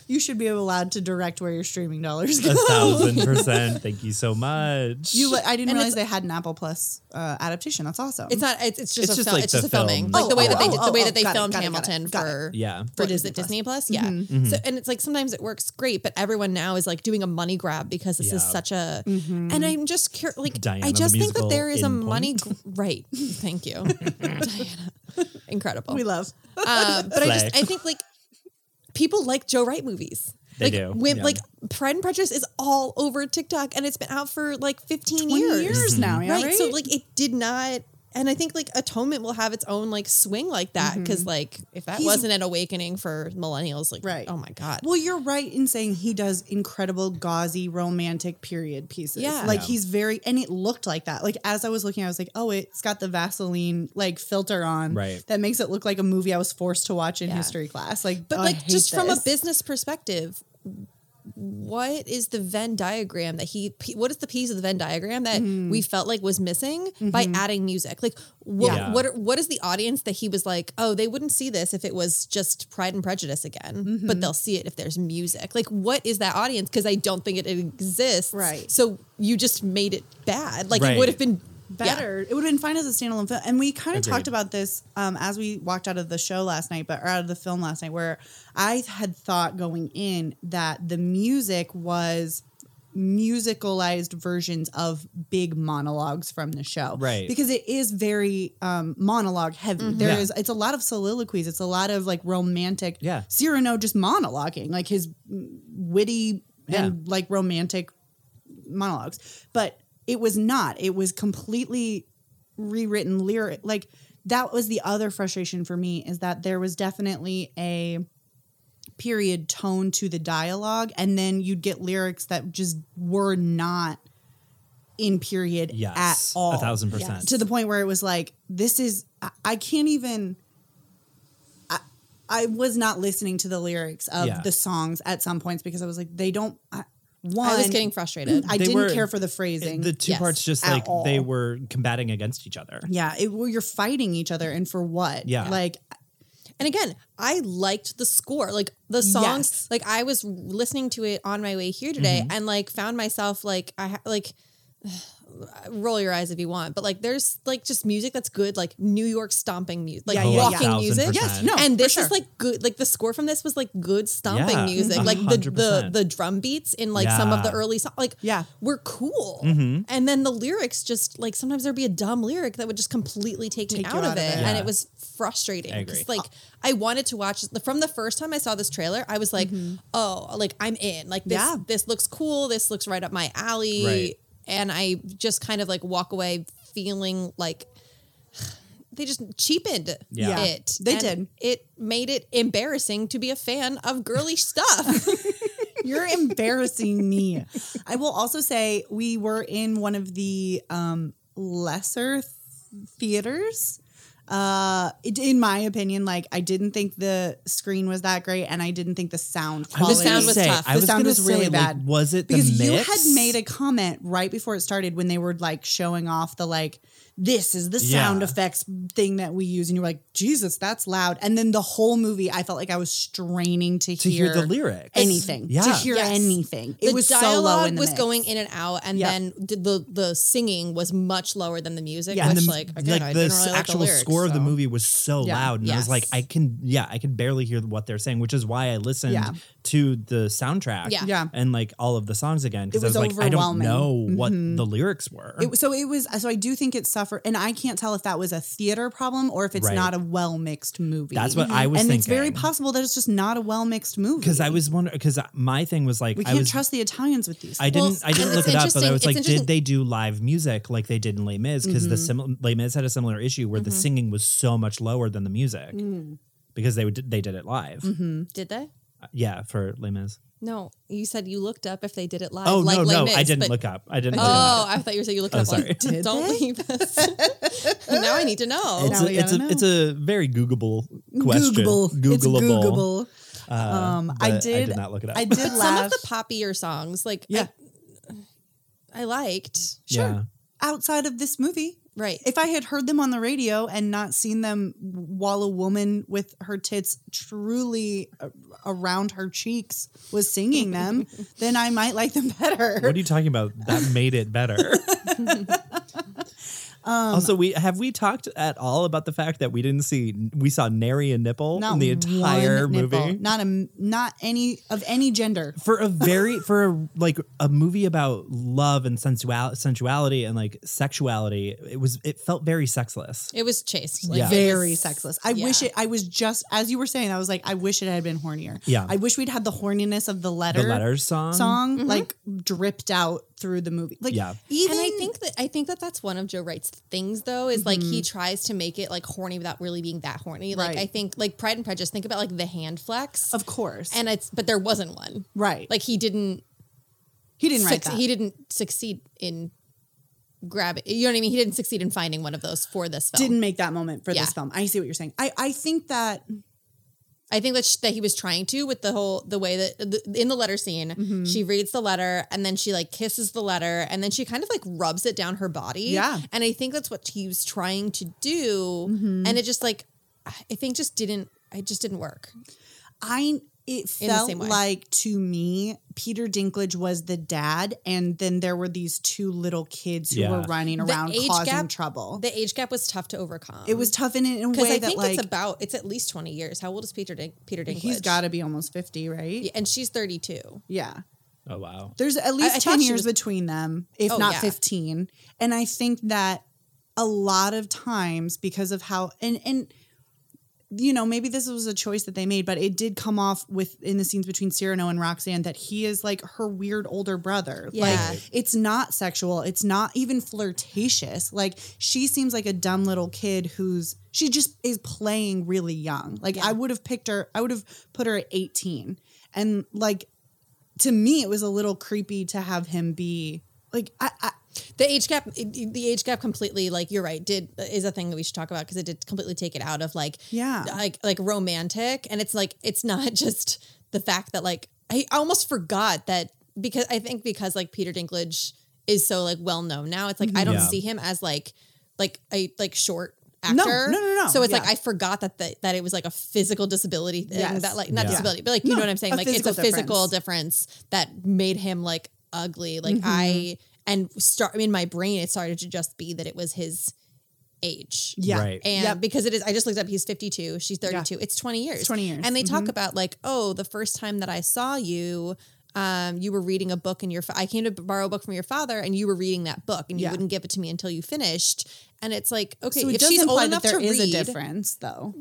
Speaker 1: you should be allowed to direct where your streaming dollars go.
Speaker 2: A thousand percent. Thank you so much.
Speaker 1: [laughs] You, li- I didn't
Speaker 3: And
Speaker 1: realize
Speaker 3: it's-
Speaker 1: they had an Apple Plus uh, adaptation. That's awesome.
Speaker 3: It's not. It's, it's just
Speaker 2: It's
Speaker 3: a
Speaker 2: just
Speaker 3: film.
Speaker 2: like
Speaker 3: it's
Speaker 2: the
Speaker 3: just a filming,
Speaker 2: film.
Speaker 3: like the way
Speaker 1: Oh,
Speaker 3: that they
Speaker 1: oh,
Speaker 3: did,
Speaker 1: oh,
Speaker 3: the way
Speaker 1: oh,
Speaker 3: that they
Speaker 1: got it,
Speaker 3: filmed
Speaker 1: got it, got it,
Speaker 3: Hamilton
Speaker 1: got it.
Speaker 3: for
Speaker 2: Yeah. Mm-hmm.
Speaker 3: for
Speaker 1: For
Speaker 3: Disney
Speaker 1: Disney
Speaker 3: it
Speaker 1: Plus.
Speaker 3: Disney Plus. Yeah. So and it's like sometimes it works great, but everyone now is like doing a money grab because this is
Speaker 2: Yeah.
Speaker 3: such a.
Speaker 1: Mm-hmm.
Speaker 3: And I'm just curious. Like
Speaker 2: Diana
Speaker 3: I
Speaker 2: the
Speaker 3: just think that
Speaker 2: Musical
Speaker 3: there is a
Speaker 2: in
Speaker 3: money gr- right. Thank
Speaker 2: [laughs]
Speaker 3: you, Diana. Incredible.
Speaker 1: we love.
Speaker 3: Um, but I just
Speaker 2: Slay.
Speaker 3: I think like people like Joe Wright movies.
Speaker 2: They
Speaker 3: like,
Speaker 2: do,
Speaker 3: wi-
Speaker 2: yeah.
Speaker 3: Like Pride and Prejudice is all over TikTok, and it's been out for like 15
Speaker 1: 20 years,
Speaker 2: Mm-hmm.
Speaker 1: now, yeah, right?
Speaker 3: right? So like it did not and I think like atonement will have its own like swing like that because like if that
Speaker 1: Mm-hmm. He's-
Speaker 3: wasn't an awakening for millennials, like
Speaker 1: Right.
Speaker 3: oh my god,
Speaker 1: well, you're right in saying he does incredible gauzy romantic period pieces.
Speaker 3: Yeah.
Speaker 1: Like
Speaker 2: Yeah.
Speaker 1: he's very and it looked like that. Like as I was looking, I was like, oh, it's got the Vaseline like filter on.
Speaker 2: Right.
Speaker 1: That makes it look like a movie I was forced to watch in
Speaker 3: Yeah.
Speaker 1: history class. Like
Speaker 3: but
Speaker 1: oh, I
Speaker 3: like
Speaker 1: hate
Speaker 3: just from a
Speaker 1: this.
Speaker 3: business perspective, what is the Venn diagram that he? p- What is the piece of the Venn diagram that
Speaker 1: Mm-hmm.
Speaker 3: we felt like was missing by adding music? Like what?
Speaker 2: Yeah.
Speaker 3: What? are- What is the audience that he was like? Oh, they wouldn't see this if it was just Pride and Prejudice again,
Speaker 1: Mm-hmm.
Speaker 3: but they'll see it if there's music. Like what is that audience? Because I don't think it exists.
Speaker 1: Right.
Speaker 3: So you just made it bad. Like
Speaker 2: Right.
Speaker 3: it would have been yeah.
Speaker 1: better. It would have been fine as a standalone film. And we kind of
Speaker 2: Agreed.
Speaker 1: talked about this um, as we walked out of the show last night, but or out of the film last night, where I had thought going in that the music was musicalized versions of big monologues from the show
Speaker 2: Right. Mm-hmm.
Speaker 1: because it is very um monologue heavy There
Speaker 2: Yeah.
Speaker 1: is it's a lot of soliloquies it's a lot of like romantic
Speaker 2: Yeah.
Speaker 1: cyrano just monologuing like his mm, witty and like romantic monologues, but it was not. It was completely rewritten lyric. Like that was the other frustration for me is that there was definitely a period tone to the dialogue, and then you'd get lyrics that just were not in period
Speaker 2: yes.
Speaker 1: at all
Speaker 2: A thousand percent.
Speaker 1: to the point where it was like this is I, I can't even I, I was not listening to the lyrics of
Speaker 2: Yeah.
Speaker 1: the songs at some points because I was like they don't I, one
Speaker 3: I was getting frustrated.
Speaker 1: I
Speaker 2: They
Speaker 1: didn't
Speaker 2: were-
Speaker 1: care for the phrasing
Speaker 2: the two
Speaker 3: Yes.
Speaker 2: parts just
Speaker 1: At
Speaker 2: like they
Speaker 1: all.
Speaker 2: were combating against each other.
Speaker 1: yeah it, well, you're fighting each other and for what
Speaker 2: Yeah.
Speaker 1: like
Speaker 3: And again, I liked the score, like the songs.
Speaker 1: Yes.
Speaker 2: Mm-hmm.
Speaker 3: Like [sighs] I was listening to it on my way here today, and like found myself like I ha- like roll your eyes if you want, but like there's like just music that's good, like New York stomping music, like
Speaker 1: Yeah, yeah, yeah.
Speaker 3: walking music.
Speaker 2: 1000%. Yes, no,
Speaker 3: and
Speaker 1: for
Speaker 3: this
Speaker 1: sure.
Speaker 3: is like good. Like the score from this was like good stomping
Speaker 2: Yeah,
Speaker 3: music, like the, the
Speaker 2: 100%.
Speaker 3: the drum beats in like some of the
Speaker 2: Yeah. Mm-hmm.
Speaker 3: early songs. Like
Speaker 1: Yeah.
Speaker 3: we're cool. And then the lyrics just like sometimes there'd be a dumb lyric that would just completely take, me
Speaker 1: Take you
Speaker 3: out, of it, and
Speaker 2: Yeah.
Speaker 3: it was frustrating.
Speaker 2: I
Speaker 3: 'cause,
Speaker 2: agree.
Speaker 3: Like I wanted to watch from the first time I saw this trailer, I was like, oh, like I'm in. Like this
Speaker 1: Mm-hmm. Yeah.
Speaker 3: this looks cool. This looks right up my alley
Speaker 2: Right.
Speaker 3: and I just kind of like walk away feeling like [sighs] they just cheapened
Speaker 2: Yeah. Yeah,
Speaker 3: it.
Speaker 1: they
Speaker 3: And
Speaker 1: did.
Speaker 3: It made it embarrassing to be a fan
Speaker 1: [laughs]
Speaker 3: of girly stuff.
Speaker 1: You're embarrassing me. I will also say we were in one of the um, lesser th- theaters. Uh, it- in my opinion, like I didn't think the screen was that great, and I didn't think the sound
Speaker 2: I
Speaker 1: quality.
Speaker 3: The sound was
Speaker 2: gonna say,
Speaker 3: tough.
Speaker 2: I
Speaker 1: The
Speaker 2: was
Speaker 1: sound
Speaker 2: gonna
Speaker 1: was really
Speaker 2: say, like,
Speaker 1: bad.
Speaker 2: was it the
Speaker 1: because you
Speaker 2: mix?
Speaker 1: had made a comment right before it started when they were like showing off the like this is the sound
Speaker 2: Yeah.
Speaker 1: effects thing that we use and you were like jesus that's loud and then the whole movie i felt like i was straining to,
Speaker 2: To hear the lyrics.
Speaker 1: anything to
Speaker 2: Yeah.
Speaker 1: hear
Speaker 3: Yes.
Speaker 1: anything it
Speaker 3: the
Speaker 1: was so
Speaker 3: dialogue
Speaker 1: low in the
Speaker 3: was
Speaker 1: mix.
Speaker 3: going in and out, and
Speaker 1: Yeah.
Speaker 3: then the, the the singing was much lower than the music.
Speaker 1: Yeah.
Speaker 3: which,
Speaker 2: And the,
Speaker 3: like again, I
Speaker 2: the
Speaker 3: didn't really like the
Speaker 2: actual
Speaker 3: lyrics,
Speaker 2: score of the
Speaker 3: so.
Speaker 2: movie was so
Speaker 1: Yeah.
Speaker 2: loud, and I was like,
Speaker 3: Yes.
Speaker 2: I can, yeah, I can barely hear what they're saying, which is why I listened
Speaker 1: Yeah.
Speaker 2: to the soundtrack,
Speaker 3: Yeah.
Speaker 1: Yeah.
Speaker 2: and like all of the songs again because
Speaker 1: It
Speaker 2: I was
Speaker 1: was
Speaker 2: like, I don't
Speaker 1: overwhelming. Mm-hmm.
Speaker 2: know what the lyrics were.
Speaker 1: It, so it was. So I do think it suffered, and I can't tell if that was a theater problem or if it's
Speaker 2: Right.
Speaker 1: not a well mixed movie.
Speaker 2: That's what I was
Speaker 1: and it's very
Speaker 2: thinking.
Speaker 1: possible that it's just not a well mixed movie.
Speaker 2: because I was wondering, because my thing was like,
Speaker 1: we
Speaker 2: I
Speaker 1: can't
Speaker 2: was,
Speaker 1: trust the Italians with these.
Speaker 2: I
Speaker 1: things.
Speaker 2: didn't,
Speaker 3: Well,
Speaker 2: I didn't
Speaker 3: and
Speaker 2: look it
Speaker 3: it's
Speaker 2: up, but I
Speaker 3: interesting-
Speaker 2: was
Speaker 3: it's
Speaker 2: like, did
Speaker 3: interesting- Mm-hmm.
Speaker 2: they do live music like they did in Les Mis? Because the sim- Les Mis had a similar issue where the singing was so much lower than the music
Speaker 3: Mm.
Speaker 2: because they would, they did it live,
Speaker 3: Did they?
Speaker 2: Uh, yeah, for Les Mis.
Speaker 3: No, you said you looked up if they did it live.
Speaker 2: Oh
Speaker 3: like
Speaker 2: no,
Speaker 3: Les
Speaker 2: no,
Speaker 3: Mis,
Speaker 2: I didn't
Speaker 3: but-
Speaker 2: look up. I didn't. look up.
Speaker 3: Oh, I thought you said you looked it
Speaker 2: Oh,
Speaker 3: up. like,
Speaker 2: sorry.
Speaker 1: Did
Speaker 3: don't
Speaker 1: they?
Speaker 3: leave us. [laughs] now I need to know.
Speaker 2: It's
Speaker 1: Now
Speaker 2: a,
Speaker 1: we
Speaker 2: it's,
Speaker 1: gotta
Speaker 2: a, it's a very Googleable question.
Speaker 1: Googleable. It's
Speaker 2: Googleable.
Speaker 1: Googleable.
Speaker 2: Uh,
Speaker 1: Um,
Speaker 2: but
Speaker 1: I did.
Speaker 2: I did not look it up.
Speaker 1: I did
Speaker 3: some
Speaker 1: laugh
Speaker 3: of the poppier songs, like
Speaker 1: Yeah.
Speaker 3: I, I liked.
Speaker 1: sure.
Speaker 2: Yeah.
Speaker 1: outside of this movie.
Speaker 3: Right.
Speaker 1: If I had heard them on the radio and not seen them while a woman with her tits truly a- around her cheeks was singing
Speaker 3: [laughs]
Speaker 1: them, then I might like them better.
Speaker 2: What are you talking about? That made it
Speaker 1: [laughs]
Speaker 2: better.
Speaker 1: Um,
Speaker 2: also, we have we talked at all about the fact that we didn't see we saw nary a nipple in the entire
Speaker 1: one
Speaker 2: movie.
Speaker 1: nipple. Not a not any of any gender.
Speaker 2: for a very for a like a movie about love and sensual sensuality and like sexuality, it was it felt very sexless.
Speaker 3: It was chased.
Speaker 2: Yeah.
Speaker 3: it
Speaker 1: Very
Speaker 3: was-
Speaker 1: sexless. I wish
Speaker 3: yeah.
Speaker 1: it. I was just as you were saying. I was like, I wish it had been hornier.
Speaker 2: Yeah.
Speaker 1: I wish we'd had the horniness of the letter.
Speaker 2: The letters song,
Speaker 1: song like dripped out through the movie. Like
Speaker 2: Yeah.
Speaker 1: even
Speaker 3: Mm-hmm. And I think that I think that that's one of Joe Wright's things, though, is like he tries to make it like horny without really being that horny. Like
Speaker 1: Mm-hmm. Right.
Speaker 3: I think, like Pride and Prejudice, think about like the hand flex,
Speaker 1: of course.
Speaker 3: and it's but there wasn't one.
Speaker 1: right.
Speaker 3: Like he didn't
Speaker 1: he didn't write
Speaker 3: suc-
Speaker 1: that.
Speaker 3: he didn't succeed in grabbing. You know what I mean? He didn't succeed in finding one of those for this film.
Speaker 1: didn't make that moment for
Speaker 3: Yeah.
Speaker 1: this film. I see what you're saying. I, I think that
Speaker 3: I think that sh- that he was trying to with the whole the way that the, in the letter scene
Speaker 1: Mm-hmm.
Speaker 3: she reads the letter and then she like kisses the letter and then she kind of like rubs it down her body.
Speaker 1: Yeah.
Speaker 3: and I think that's what he was trying to do,
Speaker 1: Mm-hmm.
Speaker 3: and it just like I think just didn't it just didn't work.
Speaker 1: I it
Speaker 3: In the
Speaker 1: felt
Speaker 3: same way.
Speaker 1: like to me Peter Dinklage was the dad, and then there were these two little kids who
Speaker 2: Yeah.
Speaker 1: were running
Speaker 3: The
Speaker 1: around
Speaker 3: age
Speaker 1: causing
Speaker 3: gap-
Speaker 1: trouble.
Speaker 3: The age gap was tough to overcome.
Speaker 1: it was tough in, in a
Speaker 3: because
Speaker 1: way
Speaker 3: I
Speaker 1: that
Speaker 3: think
Speaker 1: like
Speaker 3: it's about it's at least twenty years. How old is Peter Din- Peter Dinklage?
Speaker 1: he's got to be almost fifty, right? Yeah.
Speaker 3: and she's thirty two.
Speaker 2: Oh wow.
Speaker 1: There's at least
Speaker 3: I thought
Speaker 1: ten
Speaker 3: she
Speaker 1: years
Speaker 3: was-
Speaker 1: between them, if
Speaker 3: Oh,
Speaker 1: not
Speaker 3: yeah.
Speaker 1: fifteen. And I think that a lot of times because of how and and you know, maybe this was a choice that they made, but it did come off with in the scenes between Cyrano and Roxanne that he is like her weird older brother.
Speaker 3: Yeah.
Speaker 1: Like it's not sexual, it's not even flirtatious. Like she seems like a dumb little kid who's she just is playing really young. Like I would have picked her, I would have put her at 18. And like to me it was a little creepy to have him be like I, I
Speaker 3: The age gap, the age gap completely, like you're right, did is a thing that we should talk about because it did completely take it out of like,
Speaker 1: Yeah.
Speaker 3: like like romantic, and it's like it's not [laughs] just the fact that like I almost forgot that because I think because like Peter Dinklage is so like well known now, it's like
Speaker 1: Mm-hmm.
Speaker 3: I don't
Speaker 2: Yeah.
Speaker 3: see him as like like a like short. Actor.
Speaker 1: No, no, no, no.
Speaker 3: So it's
Speaker 1: Yeah.
Speaker 3: like I forgot that the, that it was like a physical disability thing
Speaker 1: Yes.
Speaker 3: that like not
Speaker 2: Yeah.
Speaker 3: disability, but like you
Speaker 1: No,
Speaker 3: know what I'm saying.
Speaker 1: a
Speaker 3: Like it's a
Speaker 1: physical
Speaker 3: physical
Speaker 1: difference. Mm-hmm.
Speaker 3: difference that made him like ugly. Like I and start I mean, in my brain it started to just be that it was his age.
Speaker 1: Yeah.
Speaker 2: Right.
Speaker 3: And
Speaker 1: Yep.
Speaker 3: because it is, I just looked up. He's fifty-two. She's thirty-two. It's twenty years.
Speaker 1: 20 years. Mm-hmm.
Speaker 3: And they talk about like, oh, the first time that I saw you, um, you were reading a book, and your fa- I came to borrow a book from your father, and you were reading that book, and you
Speaker 1: Yeah.
Speaker 3: wouldn't give it to me until you finished. And it's like, okay,
Speaker 1: So it
Speaker 3: if
Speaker 1: does
Speaker 3: she's old
Speaker 1: imply
Speaker 3: enough
Speaker 1: that there
Speaker 3: to
Speaker 1: is
Speaker 3: read,
Speaker 1: a difference, though,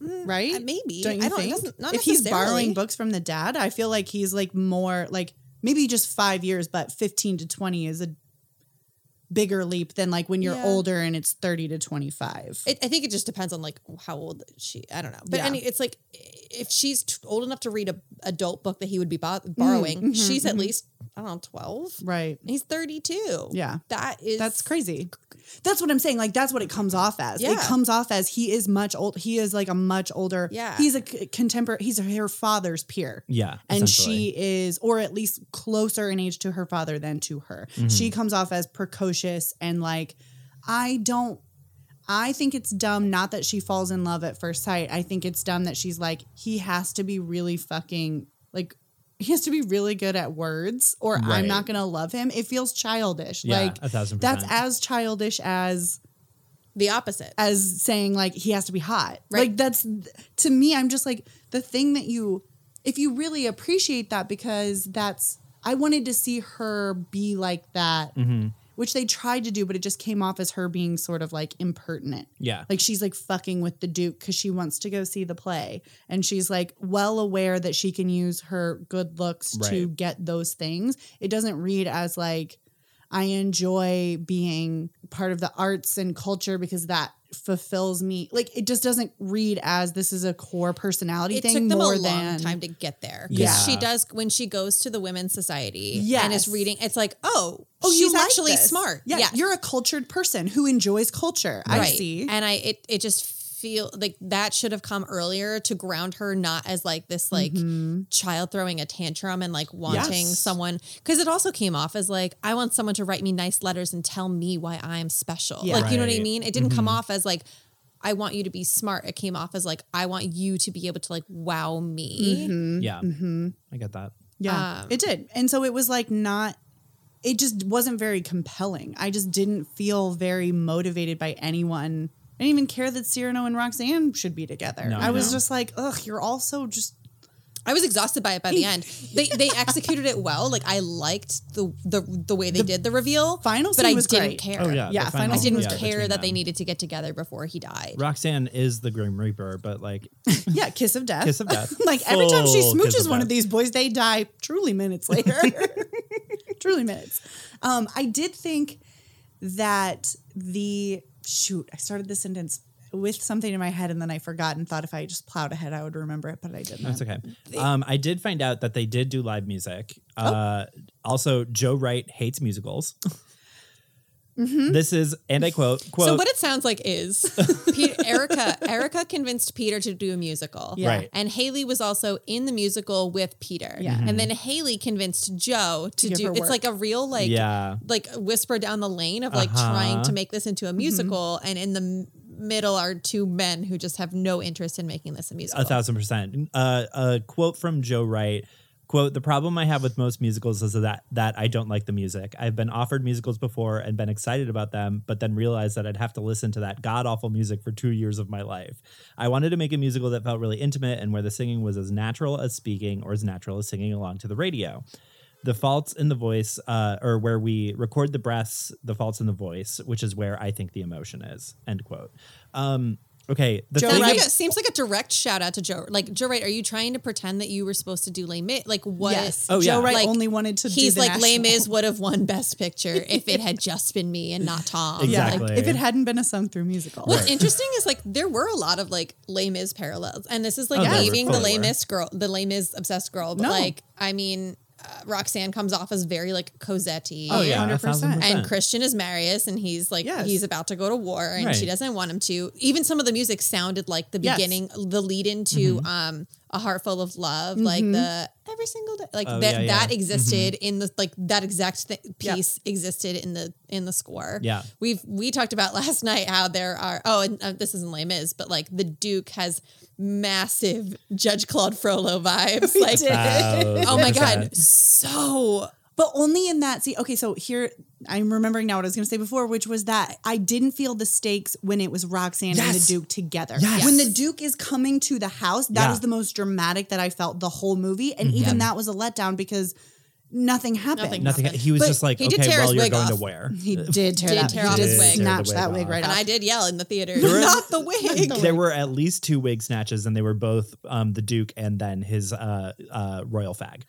Speaker 1: right?
Speaker 3: uh, maybe.
Speaker 1: Don't you
Speaker 3: I don't- it
Speaker 1: think?
Speaker 3: doesn't- not
Speaker 1: if he's
Speaker 3: necessarily.
Speaker 1: borrowing books from the dad, I feel like he's like more like maybe just five years, but fifteen to twenty is a bigger leap than like when you're
Speaker 3: Yeah.
Speaker 1: older and it's thirty to twenty-five.
Speaker 3: It, I think it just depends on like how old she. I don't know, but
Speaker 1: Yeah.
Speaker 3: any, it's like if she's t- old enough to read a adult book that he would be bo- borrowing, she's at least I don't know twelve.
Speaker 1: Mm, mm-hmm, right?
Speaker 3: And He's thirty two.
Speaker 1: Yeah.
Speaker 3: that is
Speaker 1: That's crazy. That's what I'm saying. Like that's what it comes off as. It
Speaker 3: Yeah.
Speaker 1: comes off as he is much old. He is like a much older.
Speaker 3: Yeah.
Speaker 1: he's a c- contemporary. He's her father's peer.
Speaker 2: Yeah,
Speaker 1: and
Speaker 2: essentially.
Speaker 1: she is, or at least closer in age to her father than to her. She
Speaker 2: Mm-hmm.
Speaker 1: comes off as precocious and like, I don't. I think it's dumb. Not that she falls in love at first sight. I think it's dumb that she's like he has to be really fucking like. He has to be really good at words, or
Speaker 2: Right.
Speaker 1: I'm not gonna love him. It feels childish.
Speaker 2: Yeah,
Speaker 1: like
Speaker 2: a thousand
Speaker 1: That's
Speaker 2: percent.
Speaker 1: as childish as
Speaker 3: the opposite.
Speaker 1: as saying like he has to be hot.
Speaker 3: Right.
Speaker 1: Like that's to me, I'm just like the thing that you if you really appreciate that because that's I wanted to see her be like that. Which they tried to do, but it just came off as her being sort of like impertinent.
Speaker 2: Yeah.
Speaker 1: Like she's like fucking with the Duke because she wants to go see the play. And she's like well aware that she can use her good looks to
Speaker 2: Right.
Speaker 1: get those things. It doesn't read as like, I enjoy being part of the arts and culture because that fulfills me. Like it just doesn't read as this is a core personality
Speaker 3: it
Speaker 1: thing
Speaker 3: took them a
Speaker 1: more
Speaker 3: long
Speaker 1: than
Speaker 3: time to get there. 'Cause
Speaker 2: Yeah.
Speaker 3: she does when she goes to the women's society and
Speaker 1: Yes.
Speaker 3: is reading. It's like, oh,
Speaker 1: Oh,
Speaker 3: she's
Speaker 1: you like
Speaker 3: actually
Speaker 1: this.
Speaker 3: smart.
Speaker 1: Yeah,
Speaker 3: Yes.
Speaker 1: you're a cultured person who enjoys culture. I
Speaker 3: right.
Speaker 1: see.
Speaker 3: And I it it just feel like that should have come earlier to ground her not as like this like child throwing a tantrum and like wanting
Speaker 1: Mm-hmm. Yes.
Speaker 3: someone because it also came off as like I want someone to write me nice letters and tell me why I'm special.
Speaker 1: Yeah. Mm-hmm.
Speaker 3: Like you know what I
Speaker 2: Right.
Speaker 3: mean? It didn't come off as like I want you to be smart. It came off as like I want you to be able to like wow
Speaker 1: Mm-hmm.
Speaker 3: me.
Speaker 2: yeah, I get that.
Speaker 1: Yeah,
Speaker 3: Um,
Speaker 1: it did. And so it was like not, it just wasn't very compelling. I just didn't feel very motivated by anyone. I didn't even care that Cyrano and Roxanne should be together.
Speaker 2: No,
Speaker 1: I was
Speaker 2: no.
Speaker 1: just like, ugh, you're
Speaker 2: [laughs]
Speaker 1: also just
Speaker 3: I was exhausted by it by the end. They they executed it well. Like I liked the the the way they did the reveal.
Speaker 1: final
Speaker 3: but
Speaker 1: scene
Speaker 3: I
Speaker 1: was
Speaker 3: didn't
Speaker 1: great.
Speaker 3: care.
Speaker 2: Oh yeah,
Speaker 1: Yeah,
Speaker 2: the
Speaker 1: final
Speaker 2: final-
Speaker 3: I didn't
Speaker 1: Yeah,
Speaker 3: care
Speaker 2: between
Speaker 3: that they
Speaker 2: them.
Speaker 3: needed to get together before he died.
Speaker 2: Roxanne is the Grim Reaper, but like
Speaker 1: yeah, kiss of death.
Speaker 2: Kiss of death.
Speaker 1: [laughs] like every time she
Speaker 2: Full kiss
Speaker 1: smooches
Speaker 2: of
Speaker 1: one
Speaker 2: death.
Speaker 1: of these boys, they die truly
Speaker 2: [laughs]
Speaker 1: minutes later. [laughs] truly minutes. Um, I did think that the shoot, I started the sentence with something in my head and then I forgot and thought if I just plowed ahead, I would remember it, but I didn't.
Speaker 2: That's okay. Um, I did find out that they did do live music.
Speaker 3: Oh.
Speaker 2: Uh, also, Joe Wright hates musicals. This is, and I quote, quote,
Speaker 3: Mm-hmm. so what it sounds like
Speaker 2: [laughs]
Speaker 3: is Peter, Erica Erica convinced Peter to do a musical.
Speaker 1: Yeah.
Speaker 2: Right.
Speaker 3: And Haley was also in the musical with Peter.
Speaker 1: Yeah. Mhm.
Speaker 2: Mm-hmm.
Speaker 3: And then Haley convinced Joe to,
Speaker 1: give
Speaker 3: do
Speaker 1: her
Speaker 3: it's
Speaker 1: work.
Speaker 3: like a real like
Speaker 2: yeah,
Speaker 3: like whisper down the lane of like
Speaker 2: Uh-huh.
Speaker 3: trying to make this
Speaker 1: Mm-hmm.
Speaker 3: into a musical and in the m- middle are two men who just have no interest in making this a musical.
Speaker 2: a thousand percent. Uh, a quote from Joe Wright. Quote, the problem I have with most musicals is that that I don't like the music. I've been offered musicals before and been excited about them, but then realized that I'd have to listen to that god awful music for two years of my life. I wanted to make a musical that felt really intimate and where the singing was as natural as speaking or as natural as singing along to the radio. the faults in the voice uh, or where we record the breaths the faults in the voice which is where i think the emotion is end quote um, okay the
Speaker 3: Joe
Speaker 2: thing
Speaker 3: Wright
Speaker 2: is-
Speaker 3: seems like a direct shout out to Joe. Like Joe Wright, are you trying to pretend that you were supposed to do Les Mis? Like what?
Speaker 1: Yes.
Speaker 2: Oh, yeah.
Speaker 1: Joe Wright
Speaker 3: Like,
Speaker 1: only wanted to
Speaker 3: He's
Speaker 1: do the
Speaker 3: like Les
Speaker 1: national.
Speaker 3: Mis would have won Best Picture if it had just been me and
Speaker 1: [laughs]
Speaker 3: not Tom.
Speaker 1: [laughs] Yeah,
Speaker 2: Exactly.
Speaker 1: if it hadn't been a sung through musical.
Speaker 3: What's interesting is like there were a lot of like Les Mis parallels, and this is like
Speaker 2: Oh, there
Speaker 3: leaving
Speaker 2: were
Speaker 3: the
Speaker 2: four.
Speaker 3: Les Mis girl, the Les Mis obsessed girl. But
Speaker 1: No.
Speaker 3: like, I mean, uh, Roxanne comes off as very like Cosetti.
Speaker 2: oh yeah
Speaker 1: 100%.
Speaker 2: 1000%.
Speaker 3: And Christian is Marius, and he's like
Speaker 1: Yes.
Speaker 3: he's about to go to war, and she
Speaker 2: Right.
Speaker 3: doesn't want him to. Even some of the music sounded like the
Speaker 1: Yes.
Speaker 3: beginning, the lead into
Speaker 2: Mm-hmm.
Speaker 3: um, a heart full of love, like the every single day, like
Speaker 2: Oh,
Speaker 3: that
Speaker 2: yeah, yeah. Mm-hmm.
Speaker 3: that existed in the like that exact th- piece existed in the in the score.
Speaker 2: Yeah.
Speaker 3: we've we talked about [laughs] last night how there are oh, and uh, this isn't lame is, but like the Duke has
Speaker 2: [laughs]
Speaker 3: massive Judge Claude Frollo vibes, like
Speaker 1: did.
Speaker 2: Thousand
Speaker 3: [laughs]
Speaker 2: [laughs]
Speaker 3: oh my
Speaker 2: percent.
Speaker 3: god so
Speaker 1: But only in that scene. Okay, so here I'm remembering now what I was going to say before, which was that I didn't feel the stakes when it was Roxanne and
Speaker 2: Yes.
Speaker 1: the Duke together.
Speaker 2: Yes.
Speaker 1: When the Duke is coming to the house, that
Speaker 2: Yeah.
Speaker 1: was the most dramatic that I felt the whole movie, and even that was a letdown because nothing happened.
Speaker 3: Mm-hmm. Nothing
Speaker 2: Nothing.
Speaker 3: Nothing.
Speaker 2: He was
Speaker 1: But
Speaker 2: just like,
Speaker 3: he did
Speaker 2: okay,
Speaker 3: tear
Speaker 2: well,
Speaker 3: his
Speaker 2: you're
Speaker 3: wig
Speaker 2: going to
Speaker 1: [laughs]
Speaker 3: off.
Speaker 2: wear.
Speaker 1: He did tear
Speaker 3: Did
Speaker 1: that.
Speaker 3: tear
Speaker 1: he
Speaker 3: off his
Speaker 1: did
Speaker 3: wig.
Speaker 1: snatch
Speaker 2: Tear the
Speaker 1: that
Speaker 2: wig
Speaker 1: wig
Speaker 2: off.
Speaker 1: right
Speaker 3: And
Speaker 1: off.
Speaker 3: I did yell in the theater.
Speaker 2: There were-
Speaker 3: Not the wig.
Speaker 2: There were at least two wig snatches, and they were both um, the Duke and then his uh, uh, royal fag.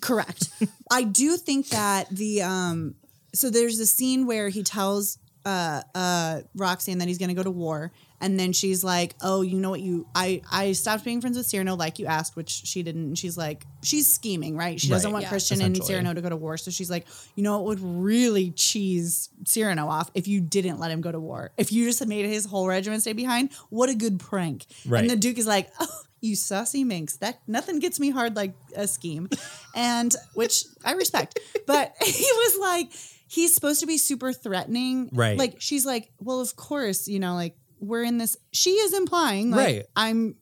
Speaker 1: Correct. I do think that the um so there's a scene where he tells uh uh Roxanne that he's gonna go to war and then she's like, Oh, you know what you I I stopped being friends with Cyrano like you asked, which she didn't and she's like she's scheming, right? She doesn't
Speaker 2: Right.
Speaker 1: want
Speaker 3: Yeah.
Speaker 1: Christian and
Speaker 2: Essentially.
Speaker 1: Cyrano to go to war. So she's like, you know what would really cheese Cyrano off if you didn't let him go to war. If you just made his whole regiment stay behind, what a good prank.
Speaker 2: Right.
Speaker 1: And the Duke is like, oh, you saucy minx. That nothing gets me hard like
Speaker 2: [laughs]
Speaker 1: a scheme. And which I respect. But [laughs] he was like, he's supposed to be super threatening.
Speaker 2: Right.
Speaker 1: Like she's like, well, of course, you know, like we're in this. She is implying like
Speaker 2: Right.
Speaker 1: I'm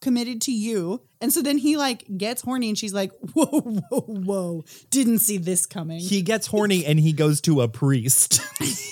Speaker 1: committed to you. And so then he like gets horny and she's like, whoa, [laughs] whoa, whoa. Didn't see this coming.
Speaker 2: He gets horny and he goes to a priest. [laughs]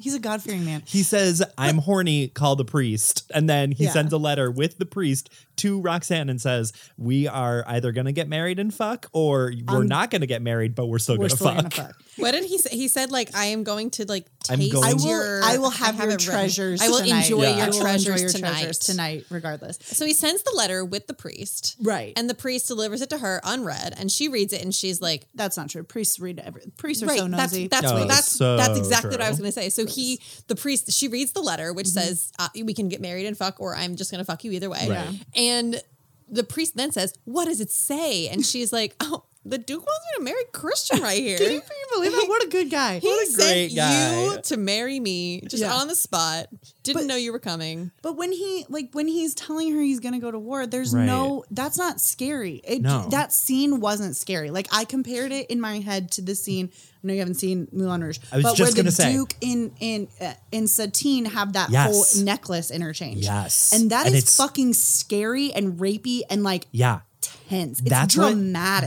Speaker 1: he's a God fearing man.
Speaker 2: he says, I'm horny, call the priest. And then he
Speaker 1: Yeah.
Speaker 2: sends a letter with the priest to Roxanne and says, We are either going to get married and fuck, or we're not going to get married, but we're still
Speaker 1: Um, We're
Speaker 2: going to
Speaker 1: still gonna
Speaker 2: fuck.
Speaker 1: fuck.
Speaker 3: What did he say? He said like, "I am going to like
Speaker 2: I'm
Speaker 3: taste
Speaker 2: going- I will-
Speaker 3: your.
Speaker 1: I will
Speaker 3: I
Speaker 1: have, your
Speaker 3: it written.
Speaker 1: treasures.
Speaker 3: I will
Speaker 1: tonight.
Speaker 3: enjoy
Speaker 2: Yeah.
Speaker 1: I
Speaker 3: your
Speaker 1: will
Speaker 3: treasures
Speaker 1: enjoy your
Speaker 3: tonight.
Speaker 1: treasures tonight, regardless.
Speaker 3: So he sends the letter with the priest,
Speaker 1: Right.
Speaker 3: And the priest delivers it to her unread, and she reads it, and she's like,
Speaker 1: That's not true. Priests read every. Priests are
Speaker 3: right.
Speaker 1: so
Speaker 3: that's
Speaker 1: nosy.
Speaker 3: that's
Speaker 2: Oh,
Speaker 3: that's
Speaker 2: so
Speaker 3: that's exactly what I was
Speaker 2: true.
Speaker 3: going to say. So he, the priest, she reads the letter which
Speaker 1: Mm-hmm.
Speaker 3: says uh, we can get married and fuck, or I'm just going to fuck you either way.
Speaker 2: Right. Yeah.
Speaker 3: And the priest then says, "What does it say?" And she's like, "Oh, the Duke wants me to marry Christian right here."
Speaker 1: Can you believe that? What a good guy.
Speaker 3: He
Speaker 2: What a
Speaker 3: sent
Speaker 2: great guy.
Speaker 3: you to marry me just
Speaker 1: Yeah.
Speaker 3: on the spot. Didn't
Speaker 1: But-
Speaker 3: know you were coming.
Speaker 1: But when he like when he's telling her he's gonna go to war, there's
Speaker 2: Right.
Speaker 1: no that's not scary. It,
Speaker 2: No.
Speaker 1: That scene wasn't scary. Like I compared it in my head to the scene. I know you haven't seen Moulin Rouge.
Speaker 2: I was
Speaker 1: but
Speaker 2: just
Speaker 1: where
Speaker 2: gonna
Speaker 1: the
Speaker 2: say.
Speaker 1: Duke in in uh, in Satine have that
Speaker 2: Yes.
Speaker 1: whole necklace interchange.
Speaker 2: Yes.
Speaker 1: And that is
Speaker 2: And it's-
Speaker 1: fucking scary and rapey and like
Speaker 2: Yeah.
Speaker 1: tense. It's
Speaker 2: that's
Speaker 1: dramatic.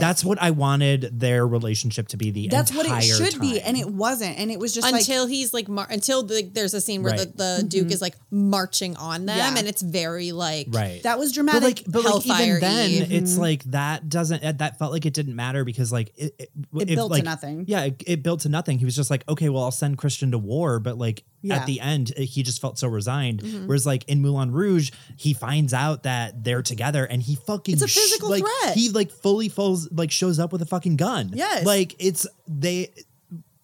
Speaker 2: What, that's what I wanted their relationship to be the
Speaker 1: that's what it
Speaker 2: entire
Speaker 1: should be.
Speaker 2: time.
Speaker 1: And it wasn't. And it was just like Mm-hmm.
Speaker 3: until he's like mar- until the, there's a scene where
Speaker 2: Right.
Speaker 3: the, the Duke is like marching on them,
Speaker 1: Yeah.
Speaker 3: and it's very like
Speaker 2: right.
Speaker 1: That was dramatic. Mm-hmm.
Speaker 2: But like, but like
Speaker 3: Hellfire
Speaker 2: even then,
Speaker 3: Eve.
Speaker 2: it's like that doesn't eh, that- that felt like it didn't matter because like it, it, if,
Speaker 1: built to
Speaker 2: like-
Speaker 1: nothing.
Speaker 2: Yeah, it, it built to nothing. He was just like, okay, well, I'll send Christian to war, but like
Speaker 1: Yeah. Mm-hmm.
Speaker 2: at the end, eh, he just felt so resigned. Whereas like in Moulin Rouge, he finds out that they're together, and he fucking
Speaker 1: It's a
Speaker 2: sh-
Speaker 1: physical
Speaker 2: like,
Speaker 1: threat.
Speaker 2: He like fully falls like shows up with a fucking gun.
Speaker 1: Yes.
Speaker 2: like it's they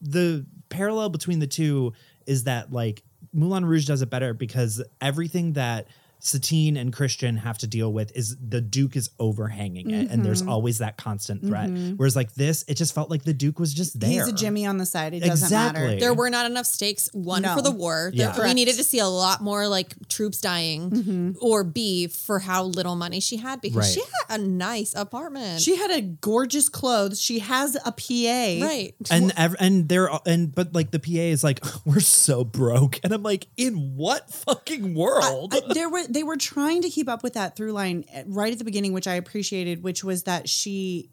Speaker 2: the parallel between the two is that like Moulin Rouge does it better because everything that Satine and Christian have to deal with is the Duke is overhanging it, and
Speaker 1: Mm-hmm.
Speaker 2: there's always that constant threat. Whereas like this, it just felt like the Duke was just there.
Speaker 1: he's a Jimmy on the side. It doesn't
Speaker 2: Exactly.
Speaker 1: matter.
Speaker 3: there were not enough stakes. One
Speaker 1: No.
Speaker 3: for the war,
Speaker 2: Yeah.
Speaker 3: There- we
Speaker 1: Correct. Mm-hmm.
Speaker 3: needed to see a lot more like troops dying, or B for how little money she had because
Speaker 2: Right.
Speaker 3: she had a nice apartment.
Speaker 1: She had a gorgeous clothes. She has a PA.
Speaker 3: right.
Speaker 2: And ev- and they're all- and but like the PA is like [laughs] we're so broke, and I'm like, in what fucking world?
Speaker 1: I, there were they were trying to keep up with that through line at- right at the beginning, which I appreciated, which was that she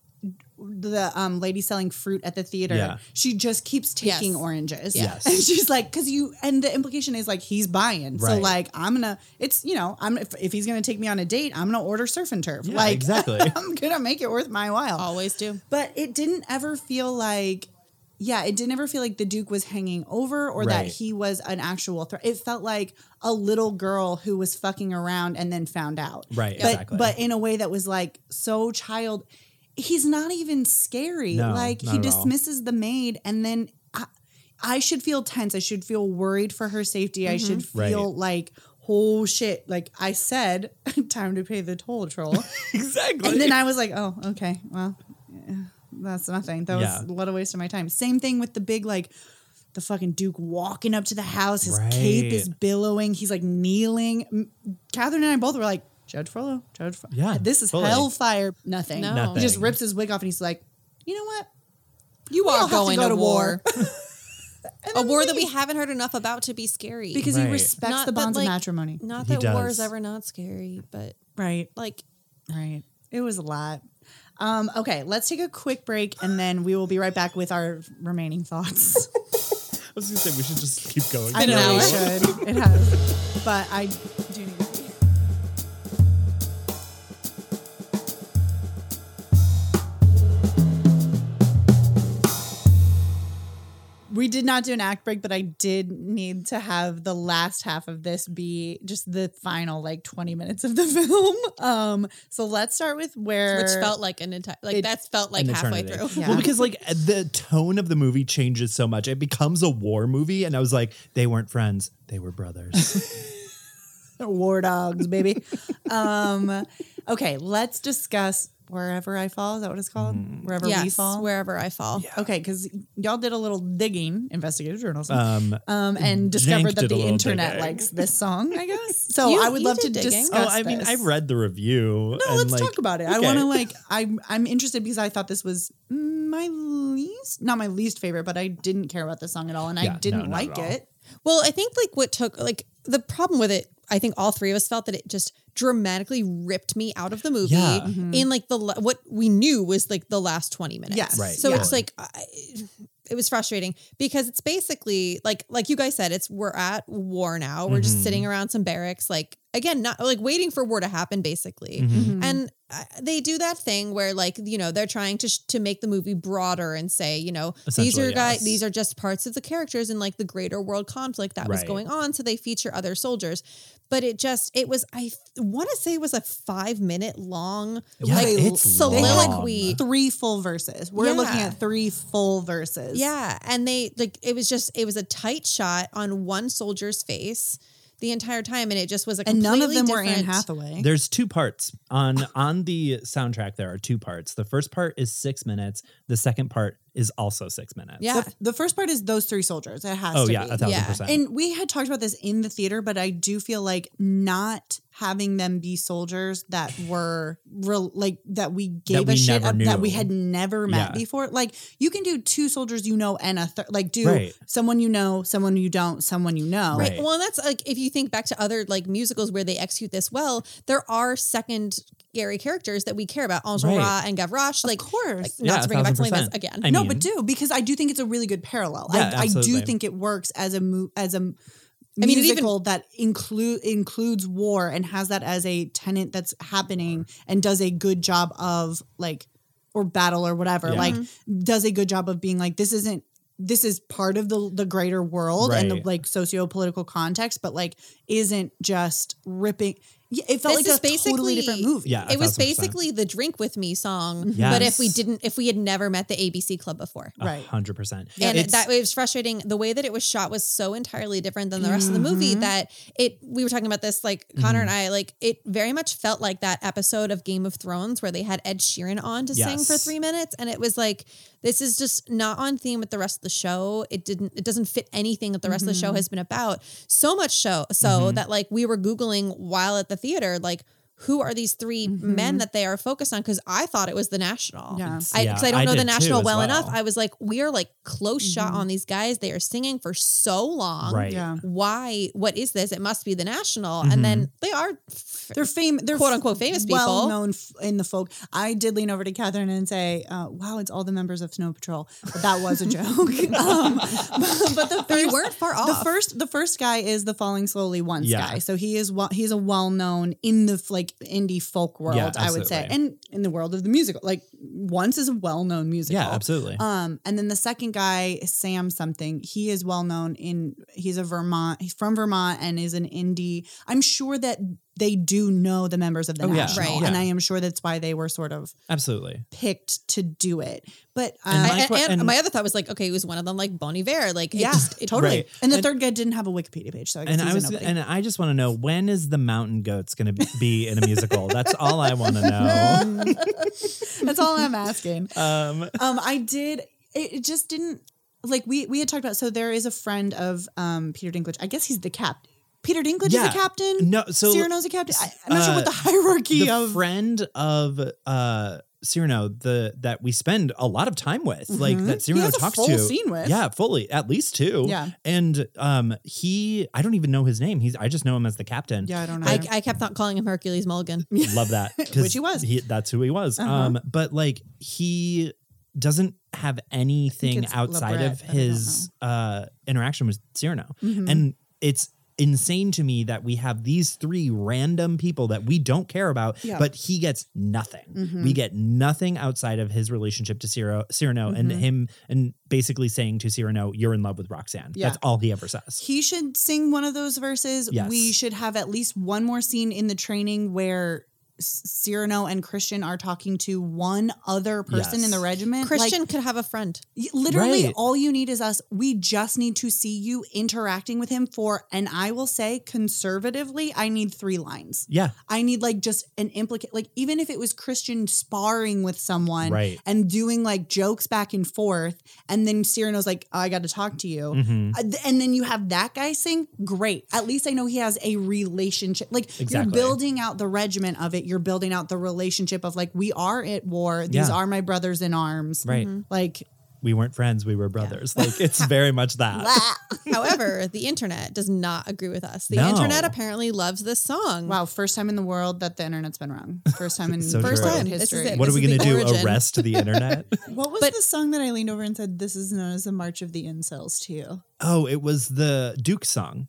Speaker 1: the um lady selling fruit at the theater
Speaker 2: Yeah.
Speaker 1: she just keeps taking
Speaker 3: Yes.
Speaker 1: oranges
Speaker 2: Yes.
Speaker 1: [laughs] and she's like because you and the implication is like he's buying so
Speaker 2: Right.
Speaker 1: like i'm gonna it's you know i'm if, if he's gonna take me on a date i'm gonna order surf and turf
Speaker 2: Yeah,
Speaker 1: like
Speaker 2: exactly.
Speaker 1: [laughs]
Speaker 2: [laughs]
Speaker 1: i'm gonna make it worth my while
Speaker 3: Always do.
Speaker 1: But it didn't ever feel like, yeah, it didn't ever feel like the Duke was hanging over or that
Speaker 2: Right.
Speaker 1: he was an actual threat. It felt like a little girl who was fucking around and then found out.
Speaker 2: Right,
Speaker 1: But,
Speaker 2: exactly.
Speaker 1: But in a way that was like so child. He's not even scary.
Speaker 2: No,
Speaker 1: like
Speaker 2: not
Speaker 1: he
Speaker 2: at all.
Speaker 1: dismisses the maid and then. I, I should feel tense. I should feel worried for her safety. I should
Speaker 2: Mm-hmm. Right.
Speaker 1: feel like, oh shit. Like I said, [laughs] time to pay the toll troll.
Speaker 2: exactly.
Speaker 1: And then I was like, oh, okay, well, eh, that's nothing. That
Speaker 2: Yeah.
Speaker 1: was a lot of waste of my time. Same thing with the big, like, the fucking Duke walking up to the house. His cape is
Speaker 2: Right.
Speaker 1: billowing. He's like kneeling. M- Catherine and I both were like, Judge Frollo, Judge Frollo.
Speaker 2: Yeah,
Speaker 1: This is
Speaker 2: fully.
Speaker 1: hellfire. Nothing.
Speaker 3: No.
Speaker 1: He just
Speaker 2: Nothing.
Speaker 1: rips his wig off and he's like, you know what?
Speaker 3: You
Speaker 1: all
Speaker 3: are
Speaker 1: have to
Speaker 3: going
Speaker 1: go
Speaker 3: to,
Speaker 1: to
Speaker 3: war.
Speaker 1: war.
Speaker 3: [laughs]
Speaker 1: [laughs]
Speaker 3: a war that we haven't heard enough about to be scary.
Speaker 1: Because
Speaker 2: Right.
Speaker 1: he respects
Speaker 3: Not
Speaker 1: the
Speaker 3: that,
Speaker 1: bonds
Speaker 3: like-
Speaker 1: of matrimony.
Speaker 3: not
Speaker 2: He
Speaker 3: that war
Speaker 2: does.
Speaker 3: is ever not scary, but
Speaker 1: Right.
Speaker 3: like
Speaker 1: Right. It was a lot. Um, okay, let's take a quick break and then we will be right back with our remaining thoughts. [laughs]
Speaker 2: I was gonna say we should just keep going.
Speaker 1: I
Speaker 3: been
Speaker 1: know
Speaker 3: an
Speaker 1: we
Speaker 3: hour. [laughs]
Speaker 1: should. It has. But I do need to pee. We did not do an act break, but I did need to have the last half of this be just the final like 20 minutes of the [laughs] film. Um, so let's start with where
Speaker 3: which felt like an entire like
Speaker 1: It-
Speaker 3: that's felt like
Speaker 2: An
Speaker 3: halfway
Speaker 2: eternity.
Speaker 3: through. [laughs]
Speaker 1: Yeah.
Speaker 2: Well, because like the tone of the movie changes so much. It becomes a war movie, and I was like, they weren't friends, they were brothers.
Speaker 1: war dogs, baby. [laughs] um, okay, let's discuss wherever I fall. Is that what it's called? Wherever we
Speaker 3: Mm. Yes,
Speaker 1: fall.
Speaker 3: wherever I fall.
Speaker 1: okay, because y'all did a little digging, investigative journalism,
Speaker 2: Um,
Speaker 1: um, and discovered
Speaker 2: did
Speaker 1: that
Speaker 2: a
Speaker 1: the
Speaker 2: little
Speaker 1: internet
Speaker 2: digging.
Speaker 1: likes this song. I guess
Speaker 3: [laughs]
Speaker 1: so.
Speaker 3: You-
Speaker 1: I would
Speaker 3: you
Speaker 1: love to
Speaker 3: did digging.
Speaker 1: discuss.
Speaker 2: oh, I mean,
Speaker 1: this.
Speaker 2: I read the review.
Speaker 1: No,
Speaker 2: and,
Speaker 1: let's
Speaker 2: like,
Speaker 1: talk about it. I
Speaker 2: okay.
Speaker 1: want to like. I'm I'm interested because I thought this was my least, not my least favorite, but I didn't care about this song at all, and
Speaker 2: Yeah,
Speaker 1: I
Speaker 2: no,
Speaker 1: didn't
Speaker 2: not at
Speaker 1: like
Speaker 2: all.
Speaker 1: it.
Speaker 3: Well, I think like what took like the problem with it, I think all three of us felt that it just dramatically ripped me out of the movie
Speaker 2: Yeah.
Speaker 1: Mm-hmm.
Speaker 3: in like the la- what we knew was like the last 20 minutes.
Speaker 1: Yes. Right,
Speaker 3: So
Speaker 1: yeah.
Speaker 3: it's like I, it was frustrating because it's basically like like you guys said it's we're at war now. We're just
Speaker 1: Mm-hmm.
Speaker 2: Mhm.
Speaker 3: sitting around some barracks like again not like waiting for war to happen
Speaker 1: Mm-hmm.
Speaker 3: basically.
Speaker 2: Mhm.
Speaker 3: And uh, they do that thing where, like, you know, they're trying to sh- to make the movie broader and say, you know, these
Speaker 2: Essentially,
Speaker 3: are
Speaker 2: yes.
Speaker 3: guys, these are just parts of the characters and like the greater world conflict that was
Speaker 2: Right.
Speaker 3: going on. So they feature other soldiers, but it just it was I want to say it was a five minute long
Speaker 2: Yeah,
Speaker 3: like
Speaker 2: it's
Speaker 3: soliloquy.
Speaker 2: long.
Speaker 1: Three full verses. We're looking
Speaker 3: Yeah.
Speaker 1: at three full verses.
Speaker 3: Yeah, and they like it was just it was a tight shot on one soldier's face the entire time, and it just was a
Speaker 1: and none of
Speaker 3: completely
Speaker 1: them were Anne
Speaker 3: different-
Speaker 1: Hathaway.
Speaker 2: There's two parts on on the soundtrack. There are two parts. The first part is six minutes. The second part is also six minutes.
Speaker 3: Yeah,
Speaker 1: The, the first part is those three soldiers. It has
Speaker 2: Oh
Speaker 1: to
Speaker 2: yeah,
Speaker 1: be.
Speaker 2: a thousand
Speaker 3: Yeah.
Speaker 2: percent.
Speaker 1: And we had talked about this in the theater, but I do feel like not having them be soldiers that were real, like that we gave
Speaker 2: we
Speaker 1: a shit
Speaker 2: never
Speaker 1: up that we
Speaker 2: knew.
Speaker 1: had never
Speaker 2: Yeah.
Speaker 1: met before. Like you can do two soldiers you know and a third, like do
Speaker 2: Right.
Speaker 1: someone you know, someone you don't, someone you know.
Speaker 2: Right.
Speaker 3: Well, that's like if you think back to other like musicals where they execute this well, there are second scary characters that we care about, Enjolras
Speaker 2: Right.
Speaker 3: and Gavroche. Like,
Speaker 1: Of course.
Speaker 3: not
Speaker 2: Yeah,
Speaker 3: to bring it back to
Speaker 2: 1000%.
Speaker 3: this again.
Speaker 2: I
Speaker 1: no,
Speaker 2: mean-
Speaker 1: but do because I do think it's a really good parallel.
Speaker 2: Yeah,
Speaker 1: I, I do
Speaker 2: absolutely.
Speaker 1: think it works as a mo- as a m-
Speaker 3: I mean, it even-
Speaker 1: musical that include includes war and has that as a tenant that's happening and does a good job of like or battle or whatever
Speaker 2: Yeah.
Speaker 1: like
Speaker 3: Mm-hmm.
Speaker 1: does a good job of being like this isn't this is part of the the greater world and the
Speaker 2: Right.
Speaker 1: like socio political context, but like isn't just ripping. Yeah, it felt
Speaker 3: This is
Speaker 1: like a totally different
Speaker 3: basically-
Speaker 1: movie.
Speaker 2: Yeah.
Speaker 3: it was
Speaker 2: 1000%.
Speaker 3: basically the drink with me song,
Speaker 2: Yes.
Speaker 3: but if we didn't, if we had never met the ABC Club before.
Speaker 1: right.
Speaker 2: hundred percent.
Speaker 3: and that it was frustrating. The way that it was shot was so entirely different than the rest of the movie that it. We were talking about this, like Connor and I, like it very much felt like that episode of Game of Thrones where they had Ed Sheeran on to sing for
Speaker 2: Yes.
Speaker 3: three minutes, and it was like this is just not on theme with the rest of the show. It didn't. It doesn't fit anything that the rest of the show has been about. So much show, so that like we were googling while at the theater, like. Who are these 3 men that they are focused on? Because I thought it was the national.
Speaker 1: Yeah.
Speaker 3: I,
Speaker 2: Yeah,
Speaker 3: cause I don't
Speaker 2: I
Speaker 3: know
Speaker 2: did
Speaker 3: the
Speaker 2: too,
Speaker 3: national
Speaker 2: as
Speaker 3: well,
Speaker 2: well.
Speaker 3: enough. I was like, we are like close shot on these guys. They are singing for so long.
Speaker 2: Right.
Speaker 1: Mm-hmm.
Speaker 2: Mm-hmm.
Speaker 1: Yeah.
Speaker 3: Why? What is this? It must be the national. And then they are. f-
Speaker 1: they're famous. They're
Speaker 3: Quote, unquote, famous people.
Speaker 1: well known f- in the folk. I did lean over to Catherine and say, uh, "Wow, it's all the members of Snow Patrol," but that
Speaker 3: [laughs]
Speaker 1: was a joke. [laughs] um, but, but the
Speaker 3: They
Speaker 1: first,
Speaker 3: weren't far
Speaker 1: the
Speaker 3: off.
Speaker 1: first, the first guy is the Falling Slowly Once
Speaker 2: Yeah.
Speaker 1: guy, so he is well, he's a well known in the like indie folk world,
Speaker 2: Yeah,
Speaker 1: I would say,
Speaker 2: absolutely.
Speaker 1: and in the world of the musical. Like Once is a well known musical,
Speaker 2: yeah, absolutely.
Speaker 1: um, and then the second guy, Sam something, he is well known in he's a Vermont, he's from Vermont and is an indie. I'm sure that they do know the members of the
Speaker 2: Oh, yeah.
Speaker 1: national,
Speaker 3: Right.
Speaker 1: and
Speaker 2: Yeah.
Speaker 1: I am sure that's why they were sort of
Speaker 2: absolutely.
Speaker 1: picked to do it. But
Speaker 2: And
Speaker 1: um,
Speaker 2: my
Speaker 3: I,
Speaker 2: que-
Speaker 3: and, and
Speaker 2: and-
Speaker 3: my other thought was like, okay, it was one of them like Bon Iver. Like, it
Speaker 1: yeah,
Speaker 3: just, it,
Speaker 2: [laughs]
Speaker 1: totally.
Speaker 2: Right.
Speaker 1: And the
Speaker 2: And-
Speaker 1: third guy didn't have a Wikipedia page, so I guess
Speaker 2: And
Speaker 1: he's
Speaker 2: I was,
Speaker 1: a nobody.
Speaker 2: and I just want to know when is the Mountain Goats going to be in a musical?
Speaker 1: [laughs]
Speaker 2: That's all I want to know.
Speaker 1: that's all
Speaker 2: [laughs]
Speaker 1: I'm asking.
Speaker 2: Um,
Speaker 1: um i did it, it just didn't like we we had talked about so there is a friend of um peter dinklage i guess he's the captain peter dinklage
Speaker 2: Yeah.
Speaker 1: is a captain
Speaker 2: No, so-
Speaker 1: cyrano's a captain I, i'm not sure
Speaker 2: uh,
Speaker 1: what the hierarchy
Speaker 2: the
Speaker 1: of
Speaker 2: friend of uh Cyrano the that we spend a lot of time with, like that Cyrano
Speaker 1: Mm-hmm. has a
Speaker 2: talks
Speaker 1: full
Speaker 2: to.
Speaker 1: scene with.
Speaker 2: Yeah, fully, at least two.
Speaker 1: Yeah.
Speaker 2: and um, he I don't even know his name. He's I just know him as the captain.
Speaker 1: Yeah, I don't know.
Speaker 3: I, I kept not calling him
Speaker 1: [laughs]
Speaker 3: Hercules Mulligan.
Speaker 2: Love that. 'cause
Speaker 1: Which he was. Uh-huh.
Speaker 2: that's who he was. Um, but like he doesn't have anything
Speaker 1: it's
Speaker 2: outside
Speaker 1: Lebrett,
Speaker 2: of
Speaker 1: but I don't
Speaker 2: his
Speaker 1: uh-huh.
Speaker 2: uh interaction with Cyrano.
Speaker 1: Mm-hmm.
Speaker 2: And it's insane to me that we have these three random people that we don't care about,
Speaker 1: Yeah. Mm-hmm.
Speaker 2: but he gets nothing. We get nothing outside of his relationship to Cyrano, Cyrano
Speaker 1: Mm-hmm.
Speaker 2: and him and basically saying to Cyrano, you're in love with Roxanne.
Speaker 1: Yeah.
Speaker 2: That's all he ever says.
Speaker 1: he should sing one of those verses.
Speaker 2: Yes.
Speaker 1: We should have at least one more scene in the training where S- Cyrano and Christian are talking to one other person
Speaker 2: Yes.
Speaker 1: in the regiment.
Speaker 3: Christian
Speaker 1: Like,
Speaker 3: could have
Speaker 1: [laughs]
Speaker 3: a friend.
Speaker 1: y- literally,
Speaker 2: Right.
Speaker 1: all you need is us. We just need to see you interacting with him for, and I will say conservatively, I need three lines.
Speaker 2: Yeah.
Speaker 1: I need like just an implicate, like even if it was Christian sparring with someone
Speaker 2: Right.
Speaker 1: and doing like jokes back and forth, and then Cyrano's like, "Oh, I got to talk to you.
Speaker 2: Mm-hmm.
Speaker 1: Uh, th- And then you have that guy sing, great. At least I know he has a relationship. Like
Speaker 2: Exactly.
Speaker 1: you're building out the regiment of it, you're building out the relationship of like, we are at war. These
Speaker 2: Yeah.
Speaker 1: are my brothers in arms.
Speaker 2: Right.
Speaker 1: Like, [laughs]
Speaker 2: We weren't friends, we were brothers. Like it's very much that.
Speaker 1: ah.
Speaker 3: However, the internet does not agree with us. The
Speaker 2: No.
Speaker 3: internet apparently loves this song.
Speaker 1: wow, first time in the world that the internet's been wrong. First time
Speaker 2: [laughs]
Speaker 1: in
Speaker 2: So
Speaker 1: first
Speaker 2: true.
Speaker 1: time in
Speaker 3: This is
Speaker 1: history. [laughs]
Speaker 3: it.
Speaker 2: What are
Speaker 3: This
Speaker 2: we
Speaker 3: is
Speaker 2: going to
Speaker 3: the
Speaker 2: do?
Speaker 3: origin.
Speaker 2: Arrest the internet?
Speaker 1: What was
Speaker 3: But-
Speaker 1: the song that I leaned over and said, This is known as the March of the Incels to you? [laughs]
Speaker 2: oh, it was the Duke song.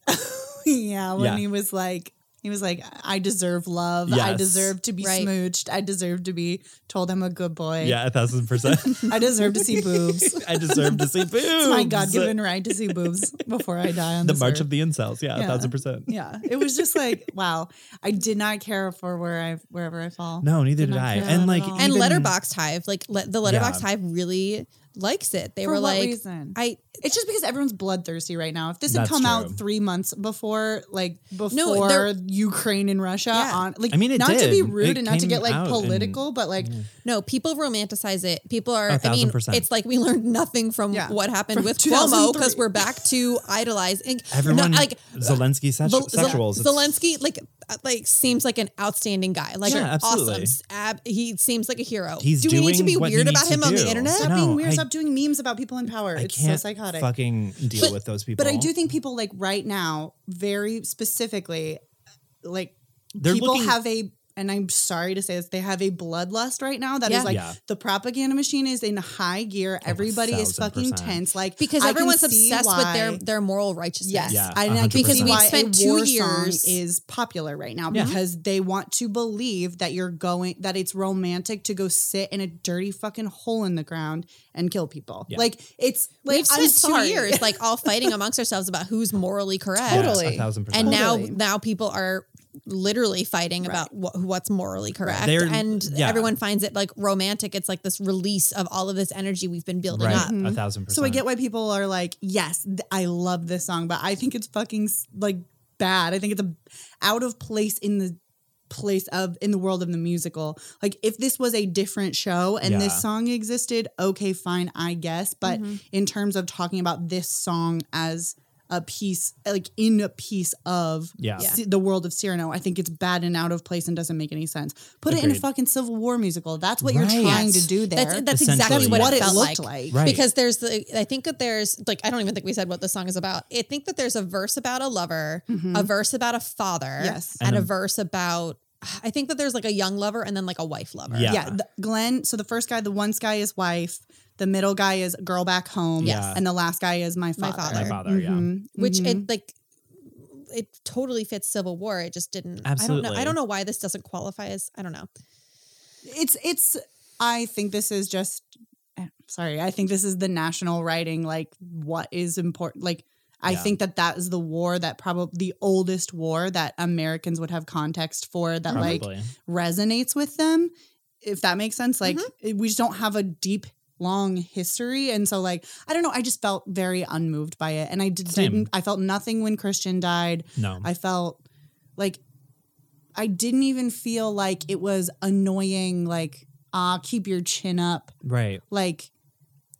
Speaker 1: yeah, when
Speaker 2: Yeah.
Speaker 1: he was like, he was like, I deserve love. I
Speaker 2: Yes.
Speaker 1: deserve to be
Speaker 3: Right.
Speaker 1: smooched. I deserve to be told I'm a good boy.
Speaker 2: Yeah, a thousand percent. [laughs]
Speaker 1: I deserve to see boobs. [laughs] It's
Speaker 2: I deserve to see boobs.
Speaker 1: my God given right to see boobs before I die
Speaker 2: [laughs]
Speaker 1: on
Speaker 2: The
Speaker 1: this
Speaker 2: March
Speaker 1: earth.
Speaker 2: of the Incels. Yeah, a
Speaker 1: Yeah.
Speaker 2: thousand percent.
Speaker 1: Yeah, it was just like wow. I did not care for where I wherever I fall.
Speaker 2: No, neither did
Speaker 1: not
Speaker 2: I.
Speaker 1: care
Speaker 2: And
Speaker 1: at
Speaker 2: like,
Speaker 1: all.
Speaker 3: and
Speaker 2: even-
Speaker 3: Letterboxd Hive, like le- the Letterboxd
Speaker 2: Yeah.
Speaker 3: Hive really likes it. They
Speaker 1: For
Speaker 3: were
Speaker 1: what
Speaker 3: like,
Speaker 1: reason?
Speaker 3: I
Speaker 1: It's just because everyone's bloodthirsty right now. If this had
Speaker 2: That's
Speaker 1: come out
Speaker 2: true.
Speaker 1: three months before, like
Speaker 3: No,
Speaker 1: before
Speaker 3: there-
Speaker 1: Ukraine and Russia,
Speaker 3: Yeah.
Speaker 1: on like
Speaker 2: I mean, it
Speaker 1: not to be
Speaker 2: did.
Speaker 1: rude
Speaker 2: It
Speaker 1: and not to
Speaker 2: came
Speaker 1: get
Speaker 2: out
Speaker 1: like
Speaker 2: and-
Speaker 1: political, but like
Speaker 3: no, people romanticize it. People are,
Speaker 2: A
Speaker 3: I
Speaker 2: thousand
Speaker 3: mean,
Speaker 2: percent.
Speaker 3: it's like we learned nothing from
Speaker 1: Yeah.
Speaker 3: what happened
Speaker 1: From [laughs]
Speaker 3: with Cuomo
Speaker 1: 2003.
Speaker 3: because we're back to idolizing.
Speaker 2: [laughs] everyone,
Speaker 3: no,
Speaker 2: like Zelensky sex-
Speaker 3: Vel- Zel-
Speaker 2: sexuals. It's-
Speaker 3: Zelensky, like, uh, like seems like an outstanding guy. Like,
Speaker 2: Yeah,
Speaker 3: awesome.
Speaker 2: absolutely.
Speaker 3: Ab- he seems like a hero.
Speaker 2: He's
Speaker 3: do we need to
Speaker 2: doing
Speaker 3: be
Speaker 2: what he
Speaker 3: weird
Speaker 2: needs
Speaker 3: about
Speaker 2: to
Speaker 3: him on the
Speaker 2: do.
Speaker 3: internet?
Speaker 1: Stop
Speaker 2: No,
Speaker 1: being weird.
Speaker 2: I-
Speaker 1: stop doing memes about people in power.
Speaker 2: I
Speaker 1: it's
Speaker 2: can't
Speaker 1: so psychotic.
Speaker 2: fucking deal
Speaker 3: But-
Speaker 2: with those people.
Speaker 1: but I do think people like right now, very specifically, like
Speaker 2: They're
Speaker 1: people
Speaker 2: looking-
Speaker 1: have a and I'm sorry to say this, they have a bloodlust right now that is
Speaker 3: Yeah.
Speaker 1: like
Speaker 2: Yeah.
Speaker 1: the propagand machine is in high gear. Everybody is
Speaker 2: thousand
Speaker 1: fucking
Speaker 2: percent.
Speaker 1: tense. Like
Speaker 3: because
Speaker 1: I can
Speaker 3: everyone's
Speaker 1: see
Speaker 3: obsessed with their
Speaker 1: why-
Speaker 3: their moral righteousness.
Speaker 1: Yes,
Speaker 2: Yeah,
Speaker 1: and I can
Speaker 2: 100%.
Speaker 1: see
Speaker 2: Because we've
Speaker 1: why
Speaker 3: spent
Speaker 1: a
Speaker 3: two
Speaker 1: war song
Speaker 3: years-
Speaker 1: is popular right now
Speaker 2: Yeah.
Speaker 1: because they want to believe that you're going that it's romantic to go sit in a dirty fucking hole in the ground and kill people.
Speaker 2: Yeah.
Speaker 1: Like it's like
Speaker 3: We've
Speaker 1: I'm
Speaker 3: spent
Speaker 1: sorry.
Speaker 3: two years
Speaker 1: [laughs]
Speaker 3: like all fighting amongst ourselves about who's morally correct.
Speaker 2: Yeah,
Speaker 1: Totally.
Speaker 2: a thousand percent.
Speaker 3: And
Speaker 1: Totally.
Speaker 3: now now people are literally fighting about what, what's morally correct
Speaker 2: They're-
Speaker 3: and
Speaker 2: yeah.
Speaker 3: everyone finds it like romantic it's like this release of all of this energy we've been building
Speaker 2: right,
Speaker 3: up
Speaker 1: Mm-hmm.
Speaker 2: a thousand percent.
Speaker 1: So I get why people are like, yes, th- I love this song, but I think it's fucking s- like bad. I think it's a out of place in the place of in the world of the musical. Like if this was a different show and
Speaker 2: Yeah.
Speaker 1: this song existed, okay, fine, I guess. But
Speaker 3: Mm-hmm.
Speaker 1: in terms of talking about this song as a piece, like in a piece of
Speaker 2: Yeah.
Speaker 1: C- the world of Cyrano, I think it's bad and out of place and doesn't make any sense. Put it in a
Speaker 2: Agreed.
Speaker 1: fucking Civil War musical. That's what
Speaker 2: Right.
Speaker 1: you're trying to do there.
Speaker 3: That's, that's
Speaker 2: Essentially,
Speaker 3: exactly what,
Speaker 2: yeah.
Speaker 1: What
Speaker 3: it
Speaker 1: it
Speaker 3: felt
Speaker 1: looked
Speaker 3: like.
Speaker 1: like.
Speaker 2: Right.
Speaker 3: Because there's the, I think that there's like, I don't even think we said what the song is about. I think that there's a verse about a lover, a verse about a father,
Speaker 1: Mm-hmm. Yes.
Speaker 3: and,
Speaker 2: And
Speaker 3: a,
Speaker 2: a-
Speaker 3: verse about, I think that there's like a young lover and then like a wife lover.
Speaker 2: Yeah.
Speaker 1: yeah, the, Glenn. So the first guy, the one guy is wife. The middle guy is girl back home.
Speaker 3: Yes.
Speaker 1: and the last guy is my
Speaker 3: My
Speaker 1: father.
Speaker 3: father.
Speaker 2: my father. Yeah,
Speaker 1: Mhm,
Speaker 3: Which
Speaker 1: mhm.
Speaker 3: it like, it totally fits Civil War. It just didn't. I don't know. I
Speaker 2: Absolutely.
Speaker 3: don't know why this doesn't qualify as, I don't know.
Speaker 1: it's it's. I think this is just. eh, Sorry, I think this is the national writing. Like, what is important? Like, I
Speaker 2: Yeah.
Speaker 1: think that that is the war that probably the oldest war that Americans would have context for. That like
Speaker 2: probably.
Speaker 1: resonates with them if that makes sense like
Speaker 3: Mm-hmm.
Speaker 1: it- we just don't have a deep long history and so like i don't know i just felt very unmoved by it and i did,
Speaker 2: Same.
Speaker 1: didn't i felt nothing when christian died
Speaker 2: No.
Speaker 1: i felt like i didn't even feel like it was annoying like ah keep your chin up
Speaker 2: right.
Speaker 1: like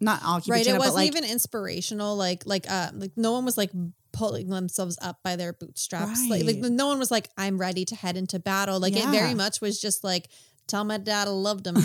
Speaker 1: not i'll keep your
Speaker 3: right.
Speaker 1: chin up
Speaker 3: It wasn't
Speaker 1: but like
Speaker 3: even inspirational. Like, like, uh, like no one was like pulling themselves up by their bootstraps. Like, like,
Speaker 1: Right.
Speaker 3: no one was like, I'm ready to head into battle. Like, it very
Speaker 1: Yeah. [laughs]
Speaker 3: much was just like, tell my dad I loved him.
Speaker 1: [laughs]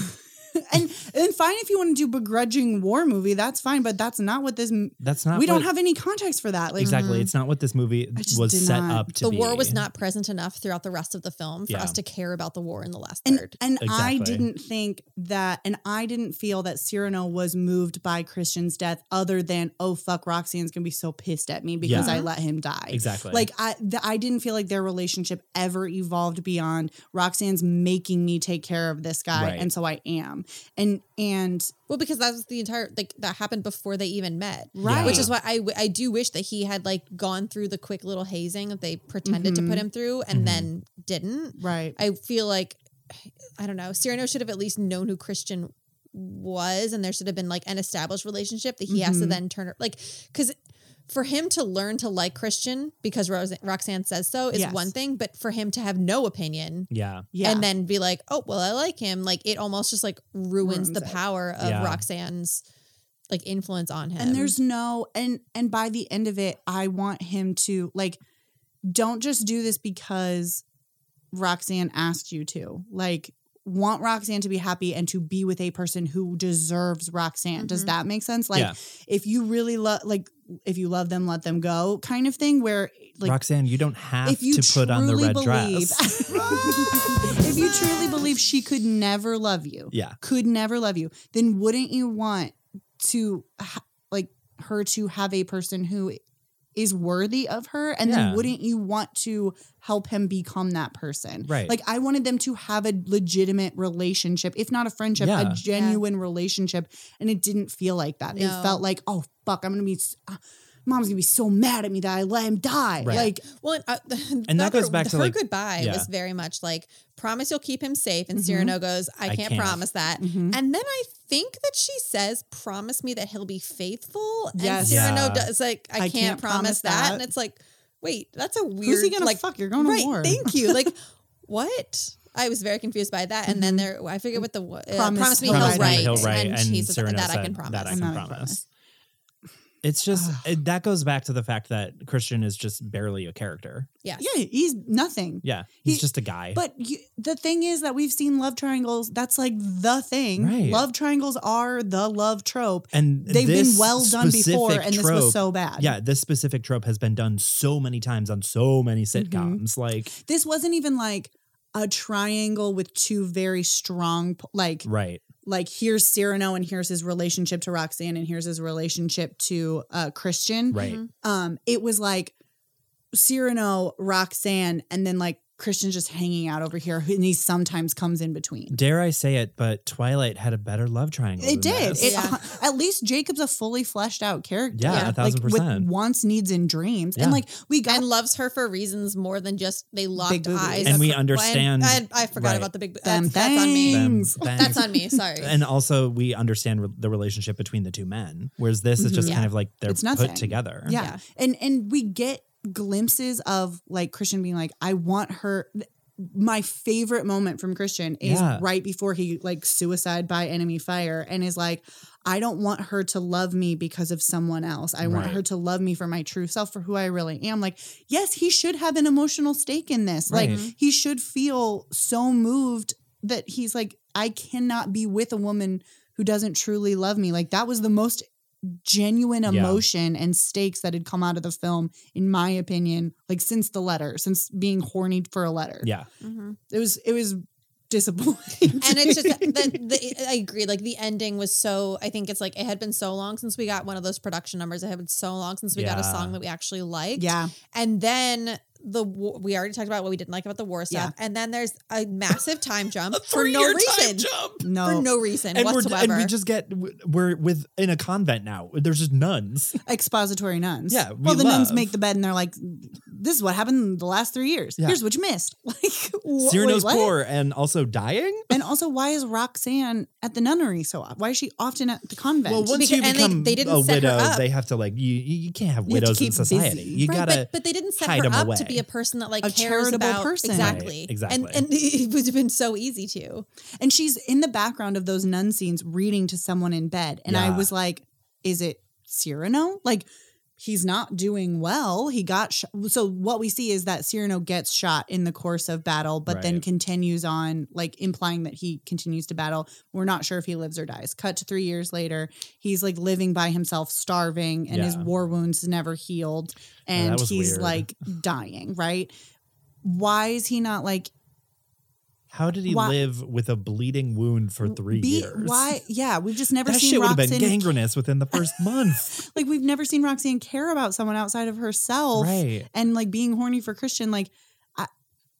Speaker 1: and and fine if you want to do begrudging war movie, that's fine. But that's not what this. m-
Speaker 2: That's not
Speaker 1: We don't
Speaker 2: what-
Speaker 1: have any context for that. Like
Speaker 2: Exactly. It's not what this movie
Speaker 1: just
Speaker 2: was
Speaker 1: did
Speaker 2: set
Speaker 1: not-
Speaker 2: up to
Speaker 3: the
Speaker 2: be.
Speaker 3: war was not present enough throughout the rest of the film for
Speaker 2: Yeah.
Speaker 3: us to care about the war in the last
Speaker 1: And,
Speaker 3: third.
Speaker 1: and I
Speaker 2: Exactly.
Speaker 1: didn't think that, and I didn't feel that Cyrano was moved by Christian's death, other than oh fuck, Roxanne's gonna be so pissed at me because
Speaker 2: Yeah.
Speaker 1: I let him die.
Speaker 2: Exactly.
Speaker 1: Like I, th- I didn't feel like their relationship ever evolved beyond Roxanne's making me take care of this guy,
Speaker 2: Right.
Speaker 1: and so I am. And and
Speaker 3: Well, because that was the entire like that happened before they even met,
Speaker 1: Right.
Speaker 3: Which is why I w- I do wish that he had like gone through the quick little hazing that they pretended to
Speaker 1: Mm-hmm.
Speaker 3: put him through and then didn't.
Speaker 1: right,
Speaker 3: I feel like I don't know. Cyrano should have at least known who Christian was, and there should have been like an established relationship that he has to
Speaker 1: Mm-hmm.
Speaker 3: then turn like because for him to learn to like Christian because Rose, Roxanne says so is
Speaker 1: Yes.
Speaker 3: one thing, but for him to have no opinion
Speaker 2: Yeah.
Speaker 1: yeah,
Speaker 3: and then be like, oh well, I like him. Like it almost just like ruins
Speaker 1: Ruins
Speaker 3: the
Speaker 1: it.
Speaker 3: power of
Speaker 2: Yeah.
Speaker 3: Roxanne's like influence on him.
Speaker 1: and there's no and and by the end of it i want him to like don't just do this because roxanne asked you to like want roxanne to be happy and to be with a person who deserves roxanne does that make sense like
Speaker 2: Mm-hmm. Yeah.
Speaker 1: if you really love like if you love them let them go kind of thing where like
Speaker 2: Roxanne, you don't have
Speaker 1: if you
Speaker 2: to put on the
Speaker 1: truly
Speaker 2: red
Speaker 1: believe,
Speaker 2: dress.
Speaker 1: [laughs] if you truly believe she could never love you,
Speaker 2: [laughs] Yeah.
Speaker 1: could never love you, then wouldn't you want to ha- like her to have a person who is worthy of her, and
Speaker 2: Yeah.
Speaker 1: then wouldn't you want to help him become that person?
Speaker 2: Right.
Speaker 1: Like I wanted them to have a legitimate relationship, if not a friendship,
Speaker 2: Yeah.
Speaker 1: a genuine relationship, and it didn't feel like that.
Speaker 3: No.
Speaker 1: It felt like, oh fuck, I'm gonna be. s- uh, Mom's gonna be so mad at me that I let him die.
Speaker 2: Right.
Speaker 1: Like
Speaker 3: well, uh, [laughs]
Speaker 2: And that
Speaker 3: her-
Speaker 2: goes back to,
Speaker 3: her
Speaker 2: like-
Speaker 3: goodbye
Speaker 2: yeah. Mm-hmm.
Speaker 3: was very much like promise you'll keep him safe, and Cyrano goes, I,
Speaker 2: I
Speaker 3: can't,
Speaker 2: can't."
Speaker 3: promise that.
Speaker 1: Mhm.
Speaker 3: And then I think that she says, promise me that he'll be faithful.
Speaker 1: Yes.
Speaker 3: And Cyrano
Speaker 2: Yeah.
Speaker 3: does like, I, can't, promise, that. And it's like, wait, that's a weird.
Speaker 1: Who's he gonna
Speaker 3: like,
Speaker 1: fuck? You're going to
Speaker 3: right,
Speaker 1: war.
Speaker 3: Thank
Speaker 1: [laughs]
Speaker 3: you. Like, what? I was very confused by that. And then there, I forget what the wo- uh, promise,
Speaker 1: Mm-hmm. Promise
Speaker 3: me
Speaker 1: he'll
Speaker 3: he'll
Speaker 1: Promise
Speaker 2: Promised
Speaker 1: me
Speaker 2: me
Speaker 3: write.
Speaker 2: that he'll write,
Speaker 3: And she says,
Speaker 2: Cyrano
Speaker 3: that I
Speaker 2: said,
Speaker 3: can promise.
Speaker 2: That I
Speaker 1: I'm
Speaker 2: can
Speaker 1: not
Speaker 2: promise.
Speaker 1: promise.
Speaker 2: It's just it, that goes back to the fact that Christian is just barely a character.
Speaker 3: Yes.
Speaker 1: Yeah, he's nothing.
Speaker 2: Yeah, he's
Speaker 1: He-
Speaker 2: just a guy.
Speaker 1: But you, the thing is that we've seen love triangles. That's like the thing.
Speaker 2: Right.
Speaker 1: Love triangles are the love trope.
Speaker 2: and
Speaker 1: They've been
Speaker 2: this
Speaker 1: well done before,
Speaker 2: specific
Speaker 1: and this
Speaker 2: trope-
Speaker 1: was so bad.
Speaker 2: Yeah, this specific trope has been done so many times on so many
Speaker 1: Mm-hmm.
Speaker 2: sitcoms. Like,
Speaker 1: This wasn't even like a triangle with two very strong, p- like,
Speaker 2: right?
Speaker 1: like here's Cyrano and here's his relationship to Roxanne and here's his relationship to uh, Christian.
Speaker 2: Right.
Speaker 1: um it was like Cyrano, Roxanne, and then like Christian's just hanging out over here, and he sometimes comes in between.
Speaker 2: Dare I say it? But Twilight had a better love triangle.
Speaker 1: It
Speaker 2: than
Speaker 1: did.
Speaker 2: this.
Speaker 1: It,
Speaker 3: Yeah.
Speaker 1: at least Jacob's a fully fleshed out character.
Speaker 2: Yeah, a thousand
Speaker 1: like,
Speaker 2: percent.
Speaker 1: With wants, needs, and dreams, and
Speaker 2: Yeah.
Speaker 1: like we got
Speaker 3: And loves her for reasons more than just they
Speaker 1: Big
Speaker 3: locked
Speaker 1: boobies.
Speaker 3: eyes.
Speaker 1: And
Speaker 2: we
Speaker 3: Well,
Speaker 2: understand-
Speaker 3: I, I forgot
Speaker 2: right.
Speaker 3: about the big. bo-
Speaker 1: them
Speaker 3: That's, that's on me.
Speaker 2: Them
Speaker 1: things.
Speaker 2: things.
Speaker 3: That's on me. Sorry.
Speaker 2: And also, we understand re- the relationship between the two men, whereas this is just
Speaker 3: Mhm.
Speaker 2: kind of like they're
Speaker 1: Mm-hmm. It's
Speaker 2: put
Speaker 1: nothing.
Speaker 2: together.
Speaker 1: yeah.
Speaker 3: Yeah.
Speaker 1: and and we get glimpses of like christian being like i want her th- my favorite moment from christian is
Speaker 2: Yeah.
Speaker 1: right before he like suicide by enemy fire and is like i don't want her to love me because of someone else i want
Speaker 2: Right.
Speaker 1: her to love me for my true self for who i really am like yes he should have an emotional stake in this like
Speaker 2: Right.
Speaker 1: he should feel so moved that he's like i cannot be with a woman who doesn't truly love me like that was the most genuine
Speaker 2: Yeah.
Speaker 1: emotion and stakes that had come out of the film, in my opinion, like since the letter, since being horny for a letter.
Speaker 2: Yeah.
Speaker 1: [laughs]
Speaker 3: Mhm.
Speaker 1: It was it was disappointing.
Speaker 3: And
Speaker 1: [laughs]
Speaker 3: it's just the, the, I agree. Like the ending was so. I think it's like it had been so long since we got one of those production numbers. It had been so long since we got a
Speaker 2: Yeah.
Speaker 3: song that we actually liked.
Speaker 1: yeah.
Speaker 3: And then the war, we already talked about what we didn't like about the war stuff. And then there's a massive time
Speaker 2: [laughs]
Speaker 3: jump for no
Speaker 2: Three-year time
Speaker 3: reason.
Speaker 2: jump.
Speaker 1: No.
Speaker 3: For no reason
Speaker 2: And we're
Speaker 3: whatsoever.
Speaker 2: and we just get we're with in a convent now. There's just nuns.
Speaker 3: [laughs]
Speaker 1: Expository nuns.
Speaker 2: Yeah, we
Speaker 1: well, the nuns
Speaker 2: love.
Speaker 1: make the bed and they're like, this is what happened in the last three years.
Speaker 2: Yeah.
Speaker 1: Here's what you missed. [laughs] Like, wh-
Speaker 2: Cyrano's
Speaker 1: wait, what?
Speaker 2: poor and also dying.
Speaker 1: And also, why is Roxanne at the nunnery so often? Why is she often at the convent?
Speaker 2: Well, once
Speaker 3: Because-
Speaker 2: you
Speaker 3: and they-
Speaker 2: become
Speaker 3: they didn't
Speaker 2: a
Speaker 3: set her
Speaker 2: widow,
Speaker 3: up.
Speaker 2: they have to like you. You you can't have
Speaker 1: You have to
Speaker 2: widows in
Speaker 1: keep
Speaker 2: society.
Speaker 1: busy.
Speaker 2: You gotta.
Speaker 3: but, but they didn't set
Speaker 2: hide
Speaker 3: her
Speaker 2: 'em
Speaker 3: up
Speaker 2: away.
Speaker 3: to be a person that like
Speaker 1: A
Speaker 3: cares
Speaker 1: charitable
Speaker 3: about
Speaker 1: person.
Speaker 3: exactly
Speaker 2: Right, exactly.
Speaker 3: and [laughs] and it would have been so easy to
Speaker 1: And she's in the background of those nun scenes reading to someone in bed. And
Speaker 2: Yeah.
Speaker 1: I was like, is it Cyrano? Like, he's not doing well. He got sh- so what we see is that Cyrano gets shot in the course of battle, but then
Speaker 2: Right.
Speaker 1: continues on, like implying that he continues to battle. We're not sure if he lives or dies. Cut to three years later, he's like living by himself, starving, and his
Speaker 2: Yeah.
Speaker 1: war wounds never healed, and
Speaker 2: was
Speaker 1: he's
Speaker 2: weird.
Speaker 1: like dying. Right? Why is he not like
Speaker 2: How did he
Speaker 1: Why-
Speaker 2: live with a bleeding wound for three
Speaker 1: be-
Speaker 2: years? [laughs]
Speaker 1: Why? Yeah, we've just never
Speaker 2: That
Speaker 1: seen
Speaker 2: shit would have been
Speaker 1: Roxanne
Speaker 2: gangrenous within the first
Speaker 3: [laughs]
Speaker 2: month.
Speaker 1: like we've never seen Roxanne care about someone outside of herself
Speaker 2: Right.
Speaker 1: and like being horny for Christian like I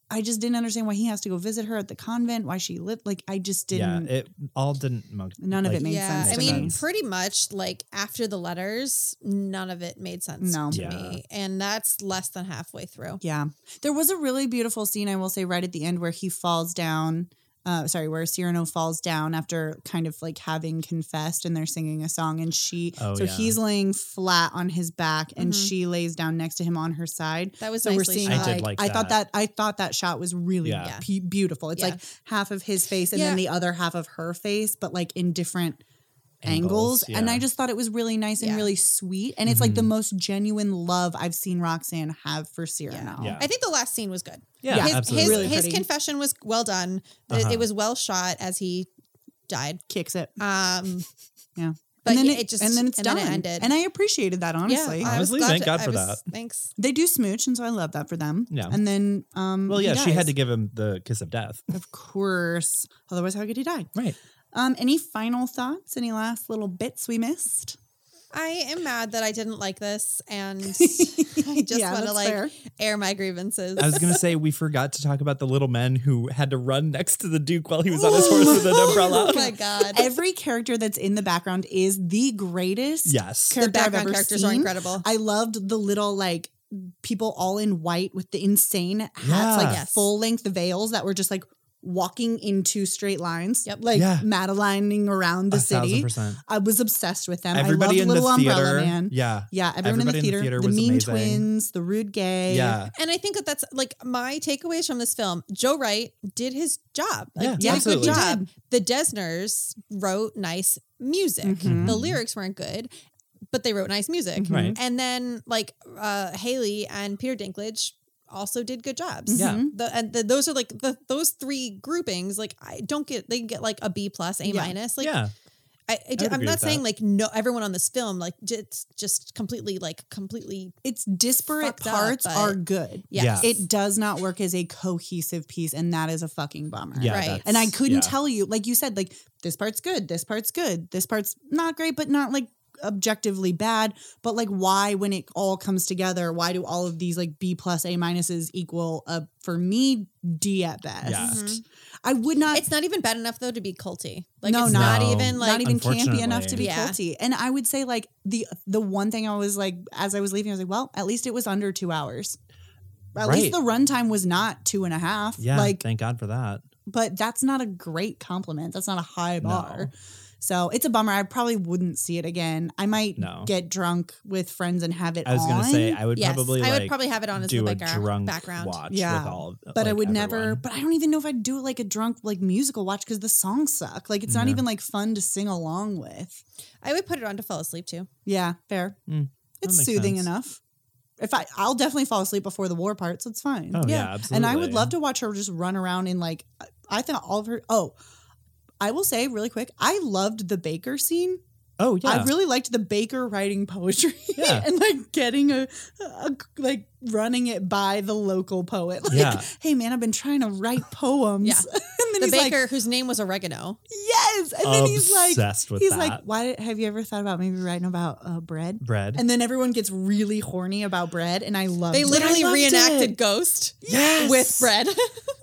Speaker 1: I just didn't understand why he has to go visit her at the convent why she lived like I just
Speaker 2: yeah,
Speaker 1: didn't
Speaker 2: it all didn't. mo-
Speaker 1: None of
Speaker 2: like,
Speaker 1: it made
Speaker 3: yeah,
Speaker 1: sense
Speaker 2: to
Speaker 3: I mean,
Speaker 2: me.
Speaker 3: pretty much like after the letters, none of it made sense
Speaker 1: No.
Speaker 3: to
Speaker 2: Yeah.
Speaker 3: me, and that's less than halfway through.
Speaker 1: yeah there was a really beautiful scene I will say right at the end where he falls down uh, sorry, where Cyrano falls down after kind of like having confessed and they're singing a song and she
Speaker 2: Oh,
Speaker 1: so
Speaker 2: yeah.
Speaker 1: he's laying flat on his back and
Speaker 3: Mhm.
Speaker 1: she lays down next to him on her side
Speaker 3: That was
Speaker 1: So we're
Speaker 3: nicely
Speaker 1: seeing
Speaker 2: I
Speaker 3: shot.
Speaker 1: like,
Speaker 2: did
Speaker 1: I,
Speaker 2: like
Speaker 1: thought that
Speaker 2: that.
Speaker 1: I thought that shot was really
Speaker 2: Yeah.
Speaker 1: be- beautiful. It's
Speaker 3: Yeah.
Speaker 1: like half of his face and
Speaker 3: Yeah.
Speaker 1: then the other half of her face, but like in different angles.
Speaker 2: Angles,
Speaker 1: And I
Speaker 2: yeah. Mm-hmm.
Speaker 1: just thought it was really nice and
Speaker 3: Yeah.
Speaker 1: really sweet. And it's like the most genuine love I've seen Roxanne have for Cyrano.
Speaker 2: Yeah.
Speaker 3: I think the last scene was good.
Speaker 2: Yeah,
Speaker 1: Yeah.
Speaker 3: his,
Speaker 2: absolutely.
Speaker 3: His,
Speaker 1: Really
Speaker 3: his
Speaker 1: pretty.
Speaker 3: confession was well done. It- It,
Speaker 2: Uh-huh.
Speaker 3: was well shot as he died.
Speaker 1: Kicks it.
Speaker 3: Um,
Speaker 1: Yeah.
Speaker 3: but
Speaker 1: and then
Speaker 3: yeah, it, just
Speaker 1: and then it's
Speaker 3: and
Speaker 1: done.
Speaker 3: Then it ended.
Speaker 1: And I appreciated that honestly.
Speaker 3: I was
Speaker 2: Honestly,
Speaker 3: glad
Speaker 2: thank
Speaker 3: to-
Speaker 2: God
Speaker 3: I
Speaker 2: for
Speaker 3: was-
Speaker 2: that.
Speaker 3: Thanks.
Speaker 1: they do smooch, and so I love that for them.
Speaker 2: Yeah.
Speaker 1: And then um
Speaker 2: Well,
Speaker 1: he
Speaker 2: yeah, she had to
Speaker 1: dies.
Speaker 2: give him the kiss of death.
Speaker 1: Of course. Otherwise, how could he die?
Speaker 2: Right.
Speaker 1: Um, any final thoughts? Any last little bits we missed?
Speaker 3: I am mad that I didn't like this,
Speaker 1: [laughs]
Speaker 3: and I just
Speaker 1: Yeah,
Speaker 3: want to
Speaker 1: that's
Speaker 3: like
Speaker 1: fair.
Speaker 3: air my grievances.
Speaker 2: I was gonna say we forgot to talk about the little men who had to run next to the Duke while he was on his horse
Speaker 1: [laughs]
Speaker 2: with an umbrella.
Speaker 3: [laughs] oh my god!
Speaker 1: every character that's in the background is the greatest.
Speaker 2: Yes.
Speaker 1: character
Speaker 3: The background
Speaker 1: I've ever
Speaker 3: characters
Speaker 1: seen.
Speaker 3: are incredible.
Speaker 1: I loved the little like people all in white with the insane hats,
Speaker 2: Yeah.
Speaker 1: like
Speaker 3: Yes.
Speaker 1: full length veils that were just like walking in two straight lines.
Speaker 3: Yep.
Speaker 1: like
Speaker 2: Yeah.
Speaker 1: Madelining around the
Speaker 2: A thousand
Speaker 1: city.
Speaker 2: percent.
Speaker 1: I was obsessed with them.
Speaker 2: Everybody
Speaker 1: I
Speaker 2: in
Speaker 1: loved
Speaker 2: the
Speaker 1: Little
Speaker 2: theater.
Speaker 1: Umbrella Man.
Speaker 2: Yeah.
Speaker 1: Yeah, everyone in the theater, the,
Speaker 2: was
Speaker 1: mean
Speaker 2: amazing.
Speaker 1: twins, the rude gay.
Speaker 2: Yeah.
Speaker 3: And I think that that's like my takeaways from this film. Joe Wright did his job. Like,
Speaker 2: Yeah,
Speaker 3: did
Speaker 2: absolutely.
Speaker 3: a good job. The Desners wrote nice music.
Speaker 1: Mhm.
Speaker 3: The lyrics weren't good, but they wrote nice music.
Speaker 2: Right.
Speaker 3: And then like uh Haley and Peter Dinklage also did good jobs.
Speaker 2: Yeah.
Speaker 1: Mhm.
Speaker 3: The, and the, those are like the those three groupings. Like I don't get they get like a B plus, A
Speaker 1: Yeah.
Speaker 3: minus. Like
Speaker 2: yeah.
Speaker 3: I, I,
Speaker 2: would
Speaker 3: am
Speaker 2: agree
Speaker 3: not
Speaker 2: with
Speaker 3: saying
Speaker 2: that.
Speaker 3: like no everyone on this film like just just completely like completely
Speaker 1: It's disparate
Speaker 3: Fucked up,
Speaker 1: parts
Speaker 3: but-
Speaker 1: are good.
Speaker 3: yes.
Speaker 2: Yeah.
Speaker 1: It does not work as a cohesive piece, and that is a fucking bummer.
Speaker 2: Yeah.
Speaker 3: Right.
Speaker 2: that's-
Speaker 1: And I couldn't
Speaker 2: yeah.
Speaker 1: tell you, like you said, like this part's good, this part's good, this part's not great, but not like objectively bad. But like, why when it all comes together, why do all of these like B plus A minuses equal a for me D at best?
Speaker 2: Yeah.
Speaker 1: I would not.
Speaker 3: It's not even bad enough though to be culty. Like
Speaker 1: No,
Speaker 3: it's
Speaker 1: no.
Speaker 3: not
Speaker 2: No.
Speaker 3: even like
Speaker 1: not even campy enough to be
Speaker 3: Yeah.
Speaker 1: culty. And I would say like the the one thing I was like as I was leaving, I was like, well, at least it was under two hours. At least
Speaker 2: Right.
Speaker 1: the runtime was not two and a half.
Speaker 2: Yeah.
Speaker 1: like
Speaker 2: thank God for that.
Speaker 1: but that's not a great compliment. That's not a high
Speaker 2: No.
Speaker 1: bar. So it's a bummer. I probably wouldn't see it again. I might
Speaker 2: No.
Speaker 1: get drunk with friends and have it.
Speaker 2: I was
Speaker 1: on,
Speaker 2: gonna say I would
Speaker 3: Yes,
Speaker 2: probably
Speaker 3: I would
Speaker 2: like,
Speaker 3: probably have it on as
Speaker 2: do
Speaker 3: the
Speaker 2: a
Speaker 3: background-
Speaker 2: drunk
Speaker 3: background.
Speaker 2: watch
Speaker 1: Yeah.
Speaker 2: with all.
Speaker 1: but I
Speaker 2: like,
Speaker 1: would never.
Speaker 2: everyone.
Speaker 1: But I don't even know if I'd do like a drunk like musical watch because the songs suck. Like it's not
Speaker 2: Yeah.
Speaker 1: even like fun to sing along with.
Speaker 3: I would put it on to fall asleep too.
Speaker 1: Yeah, fair.
Speaker 2: Mm,
Speaker 1: it's
Speaker 2: makes
Speaker 1: soothing
Speaker 2: sense.
Speaker 1: enough. If I, I'll definitely fall asleep before the war part, so it's fine.
Speaker 2: Oh, yeah,
Speaker 1: And I would
Speaker 2: absolutely.
Speaker 1: love to watch her just run around in like, I- I think all of her. Oh, I will say really quick, I loved the Baker scene.
Speaker 2: Oh yeah.
Speaker 1: I really liked the Baker writing poetry [laughs]
Speaker 2: Yeah.
Speaker 1: and like getting a, a- like running it by the local poet. [laughs] Like,
Speaker 2: Yeah.
Speaker 1: hey man, I've been trying to write poems.
Speaker 3: Yeah.
Speaker 1: [laughs] and then
Speaker 3: The
Speaker 1: he's
Speaker 3: baker
Speaker 1: like,
Speaker 3: whose name was oregano.
Speaker 1: yes. And then he's like,
Speaker 2: Obsessed with
Speaker 1: he's
Speaker 2: that.
Speaker 1: like, why have you ever thought about maybe writing about uh, bread?
Speaker 2: bread.
Speaker 1: And then everyone gets really horny about bread, and I love.
Speaker 3: They literally
Speaker 2: loved
Speaker 3: reenacted
Speaker 2: it.
Speaker 3: Ghost
Speaker 2: yes.
Speaker 3: with
Speaker 1: [laughs]
Speaker 3: bread.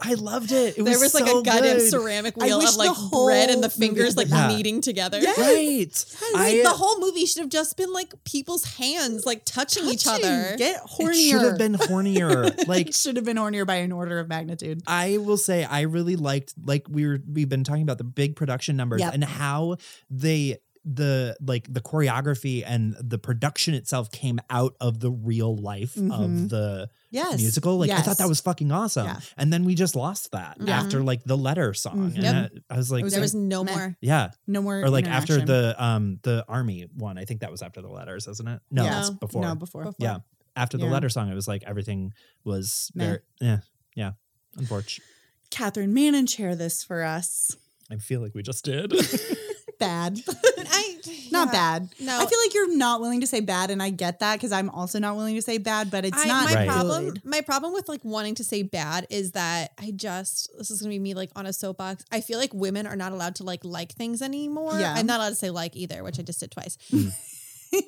Speaker 2: I loved it. It
Speaker 3: there was like
Speaker 2: so
Speaker 3: a goddamn
Speaker 2: good.
Speaker 3: ceramic
Speaker 1: I
Speaker 3: wheel
Speaker 1: wish
Speaker 3: of like
Speaker 1: the whole
Speaker 3: bread and the
Speaker 1: movie
Speaker 3: fingers
Speaker 1: had
Speaker 3: like
Speaker 2: that.
Speaker 3: kneading together.
Speaker 1: Yes. uh,
Speaker 2: Right.
Speaker 3: Like, the whole movie should have just been like people's hands like touching, each other.
Speaker 1: Get hornier.
Speaker 2: it should have been
Speaker 1: [laughs]
Speaker 2: hornier. like
Speaker 1: It should have been hornier by an order of magnitude.
Speaker 2: I will say I really liked like we were we've been talking about the big production numbers
Speaker 1: Yep.
Speaker 2: and how they the like the choreography and the production itself came out of the real life of the
Speaker 1: Mm-hmm. Yes.
Speaker 2: musical. Like I
Speaker 1: Yes.
Speaker 2: thought that was fucking awesome.
Speaker 1: Yeah. Mm-hmm.
Speaker 2: And then we just lost that after like the letter song. And
Speaker 3: Yep.
Speaker 2: that- I was like,
Speaker 3: there was no
Speaker 1: [laughs]
Speaker 3: more.
Speaker 2: yeah.
Speaker 1: no more
Speaker 2: Or like after
Speaker 1: interaction.
Speaker 2: the um the army one. I think that was after the letters, isn't it? No,
Speaker 1: Yeah.
Speaker 2: it's
Speaker 3: No.
Speaker 2: before.
Speaker 1: no before.
Speaker 2: Yeah. After the
Speaker 1: Yeah.
Speaker 2: letter song, it was like everything was
Speaker 1: Meh.
Speaker 2: very yeah. Yeah. Unfortunate.
Speaker 1: Catherine Manon chair this for us.
Speaker 2: I feel like we just did. [laughs]
Speaker 3: [laughs]
Speaker 1: Bad,
Speaker 3: I,
Speaker 1: not
Speaker 3: yeah.
Speaker 1: bad.
Speaker 3: No.
Speaker 1: I feel like you're not willing to say bad, and I get that because I'm also not willing to say bad, but it's
Speaker 3: I,
Speaker 1: not
Speaker 3: my
Speaker 2: Right.
Speaker 3: problem.
Speaker 1: good.
Speaker 3: My problem with like wanting to say bad is that I just this is gonna be me like on a soapbox. I feel like women are not allowed to like like things anymore.
Speaker 1: Yeah.
Speaker 3: I'm not allowed to say like either, which I just did twice.
Speaker 2: Mm.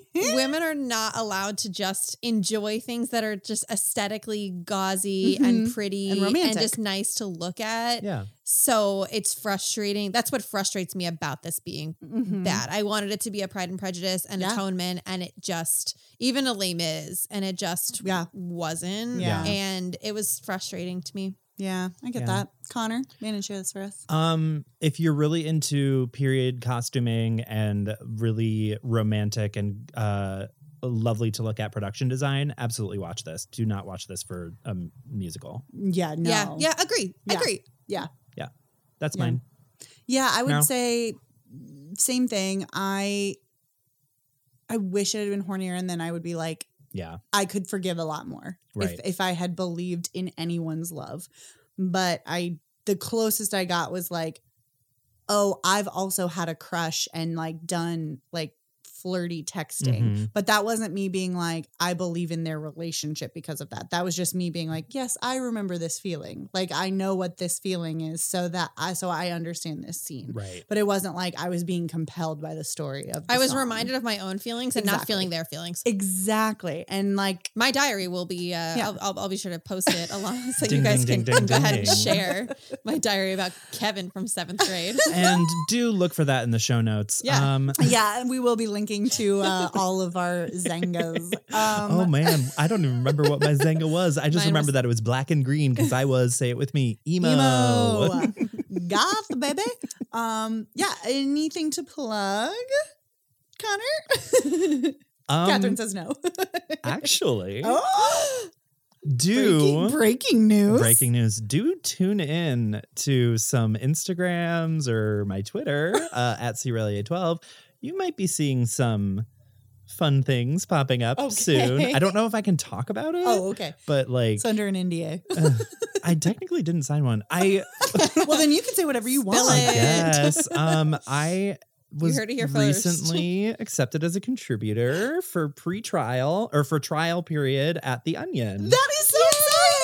Speaker 3: [laughs] women are not allowed to just enjoy things that are just aesthetically gauzy and pretty
Speaker 1: Mm-hmm. And romantic.
Speaker 3: just nice to look at.
Speaker 2: yeah.
Speaker 3: So it's frustrating. That's what frustrates me about this being bad. I wanted it to be a Pride and Prejudice and
Speaker 1: Mm-hmm. Yeah.
Speaker 3: Atonement, and it just even a lame is, and it just
Speaker 1: Yeah.
Speaker 3: wasn't.
Speaker 1: Yeah.
Speaker 3: and it was frustrating to me.
Speaker 1: Yeah, I get
Speaker 2: Yeah.
Speaker 1: that. Connor, Manon chair this for us.
Speaker 2: Um, if you're really into period costuming and really romantic and uh, lovely to look at production design, absolutely watch this. Do not watch this for a m- musical.
Speaker 1: Yeah, no.
Speaker 3: Yeah, yeah, agree,
Speaker 1: Yeah.
Speaker 3: agree.
Speaker 1: yeah.
Speaker 2: Yeah, that's
Speaker 1: Yeah.
Speaker 2: mine.
Speaker 1: Yeah, I would
Speaker 2: No?
Speaker 1: say same thing. I I wish it had been hornier and then I would be like
Speaker 2: Yeah,
Speaker 1: I could forgive a lot more
Speaker 2: Right.
Speaker 1: if if I had believed in anyone's love. But I the closest I got was like oh, I've also had a crush and like done like flirty texting.
Speaker 2: Mhm.
Speaker 1: But that wasn't me being like I believe in their relationship because of that. That was just me being like, yes, I remember this feeling. Like I know what this feeling is so that I so I understand this scene
Speaker 2: right.
Speaker 1: but it wasn't like I was being compelled by the story of. the
Speaker 3: I was
Speaker 1: song.
Speaker 3: reminded of my own feelings and not
Speaker 1: Exactly.
Speaker 3: feeling their feelings.
Speaker 1: exactly, and like
Speaker 3: My diary will be. Uh, I'll, I'll, I'll be sure to post it along [laughs] so
Speaker 2: Ding,
Speaker 3: you guys
Speaker 2: ding,
Speaker 3: can,
Speaker 2: ding,
Speaker 3: can
Speaker 2: ding,
Speaker 3: go
Speaker 2: ding,
Speaker 3: ahead and
Speaker 2: ding.
Speaker 3: share my diary about Kevin from
Speaker 1: [laughs]
Speaker 3: seventh grade.
Speaker 2: And do look for that in the show notes.
Speaker 3: Yeah.
Speaker 2: Um,
Speaker 1: yeah, and we will be linking to uh, all of our zengas. Um,
Speaker 2: oh man, I don't even remember what my zenga was. I just
Speaker 3: Mine
Speaker 2: remember
Speaker 3: was-
Speaker 2: that it was black and green because I was say it with me emo.
Speaker 1: [laughs] emo. goth baby. Um, yeah, anything to plug? Connor, [laughs]
Speaker 2: Um,
Speaker 1: Catherine says no.
Speaker 2: actually,
Speaker 1: oh,
Speaker 2: do
Speaker 1: [gasps] breaking, breaking news.
Speaker 2: Breaking news. Do tune in to some Instagrams or my Twitter
Speaker 1: [laughs]
Speaker 2: uh, at Cerelia12. You might be seeing some fun things popping up soon. I don't know if I can talk about it.
Speaker 1: Oh, okay.
Speaker 2: But like,
Speaker 1: It's under an NDA.
Speaker 2: I technically didn't sign one.
Speaker 1: [laughs]
Speaker 2: I,
Speaker 1: well, then you can say whatever you want.
Speaker 3: Spill
Speaker 2: I
Speaker 3: it.
Speaker 2: guess. Um, I was
Speaker 3: heard it here first.
Speaker 2: recently accepted as a contributor for pre-trial or for trial period at the Onion.
Speaker 1: That is so exciting.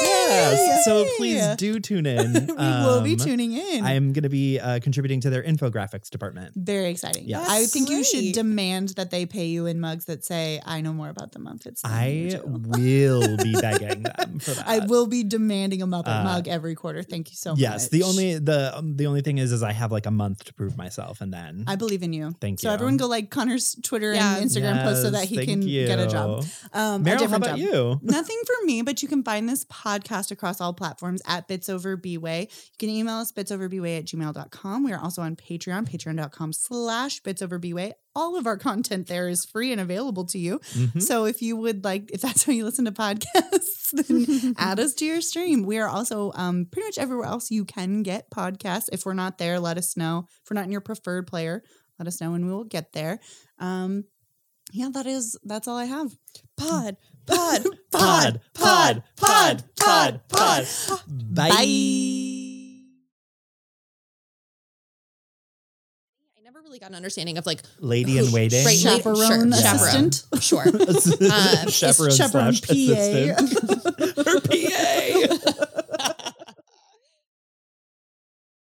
Speaker 2: yes. So please do
Speaker 1: [laughs]
Speaker 2: tune in.
Speaker 1: We will be
Speaker 2: Um,
Speaker 1: tuning in.
Speaker 2: I'm going to be uh, contributing to their infographics department.
Speaker 1: Very exciting.
Speaker 2: Yeah.
Speaker 1: I think you should
Speaker 3: Sweet.
Speaker 1: demand that they pay you in mugs that say, I know more about the Muppets. than you
Speaker 2: I uh,
Speaker 1: do."
Speaker 2: will
Speaker 1: [laughs]
Speaker 2: be begging them for that.
Speaker 1: Oh, I will be demanding a Muppet
Speaker 2: Uh,
Speaker 1: mug every quarter. Thank you so much.
Speaker 2: Yes. The only the um, the only thing is is I have like a month to prove myself, and then
Speaker 1: I believe in you.
Speaker 2: Thank
Speaker 1: so
Speaker 2: you.
Speaker 1: So everyone go like Connor's Twitter
Speaker 3: Yeah.
Speaker 1: and Instagram post so
Speaker 2: Yes,
Speaker 1: that he
Speaker 2: thank
Speaker 1: can get a job.
Speaker 2: you.
Speaker 1: Um, a
Speaker 2: Meryl, how
Speaker 1: different
Speaker 2: about
Speaker 1: job.
Speaker 2: you? [laughs]
Speaker 1: Nothing for me, but you can find this podcast across all platforms at bitsoverbway. You can email us bitsoverbway at gmail.com. We are also on Patreon, patreon.com slash bitsoverbway. All of our content there is free and available to you.
Speaker 2: Hmm? Mm-hmm.
Speaker 1: So if you would like, if that's how you listen to podcasts, [laughs] then add us to your stream. We are also um, pretty much everywhere else you can get podcasts. If we're not there, let us know. If we're not in your preferred player, let us know and we will get there. Um, yeah, that is that's all I have.
Speaker 3: Pod,
Speaker 2: [laughs]
Speaker 3: pod,
Speaker 2: Pod, pod, pod, pod, pod.
Speaker 1: Bye.
Speaker 3: I never really got an understanding of
Speaker 1: [laughs]
Speaker 3: like
Speaker 2: Lady in
Speaker 3: who-
Speaker 2: waiting.
Speaker 3: right,
Speaker 2: [laughs]
Speaker 3: lady- sure,
Speaker 1: Chaperone
Speaker 3: chaperone.
Speaker 1: assistant. Uh,
Speaker 3: Sure.
Speaker 2: chaperone
Speaker 1: Chaperone
Speaker 2: slash [laughs]
Speaker 1: [laughs] PA.
Speaker 2: assistant. Her PA.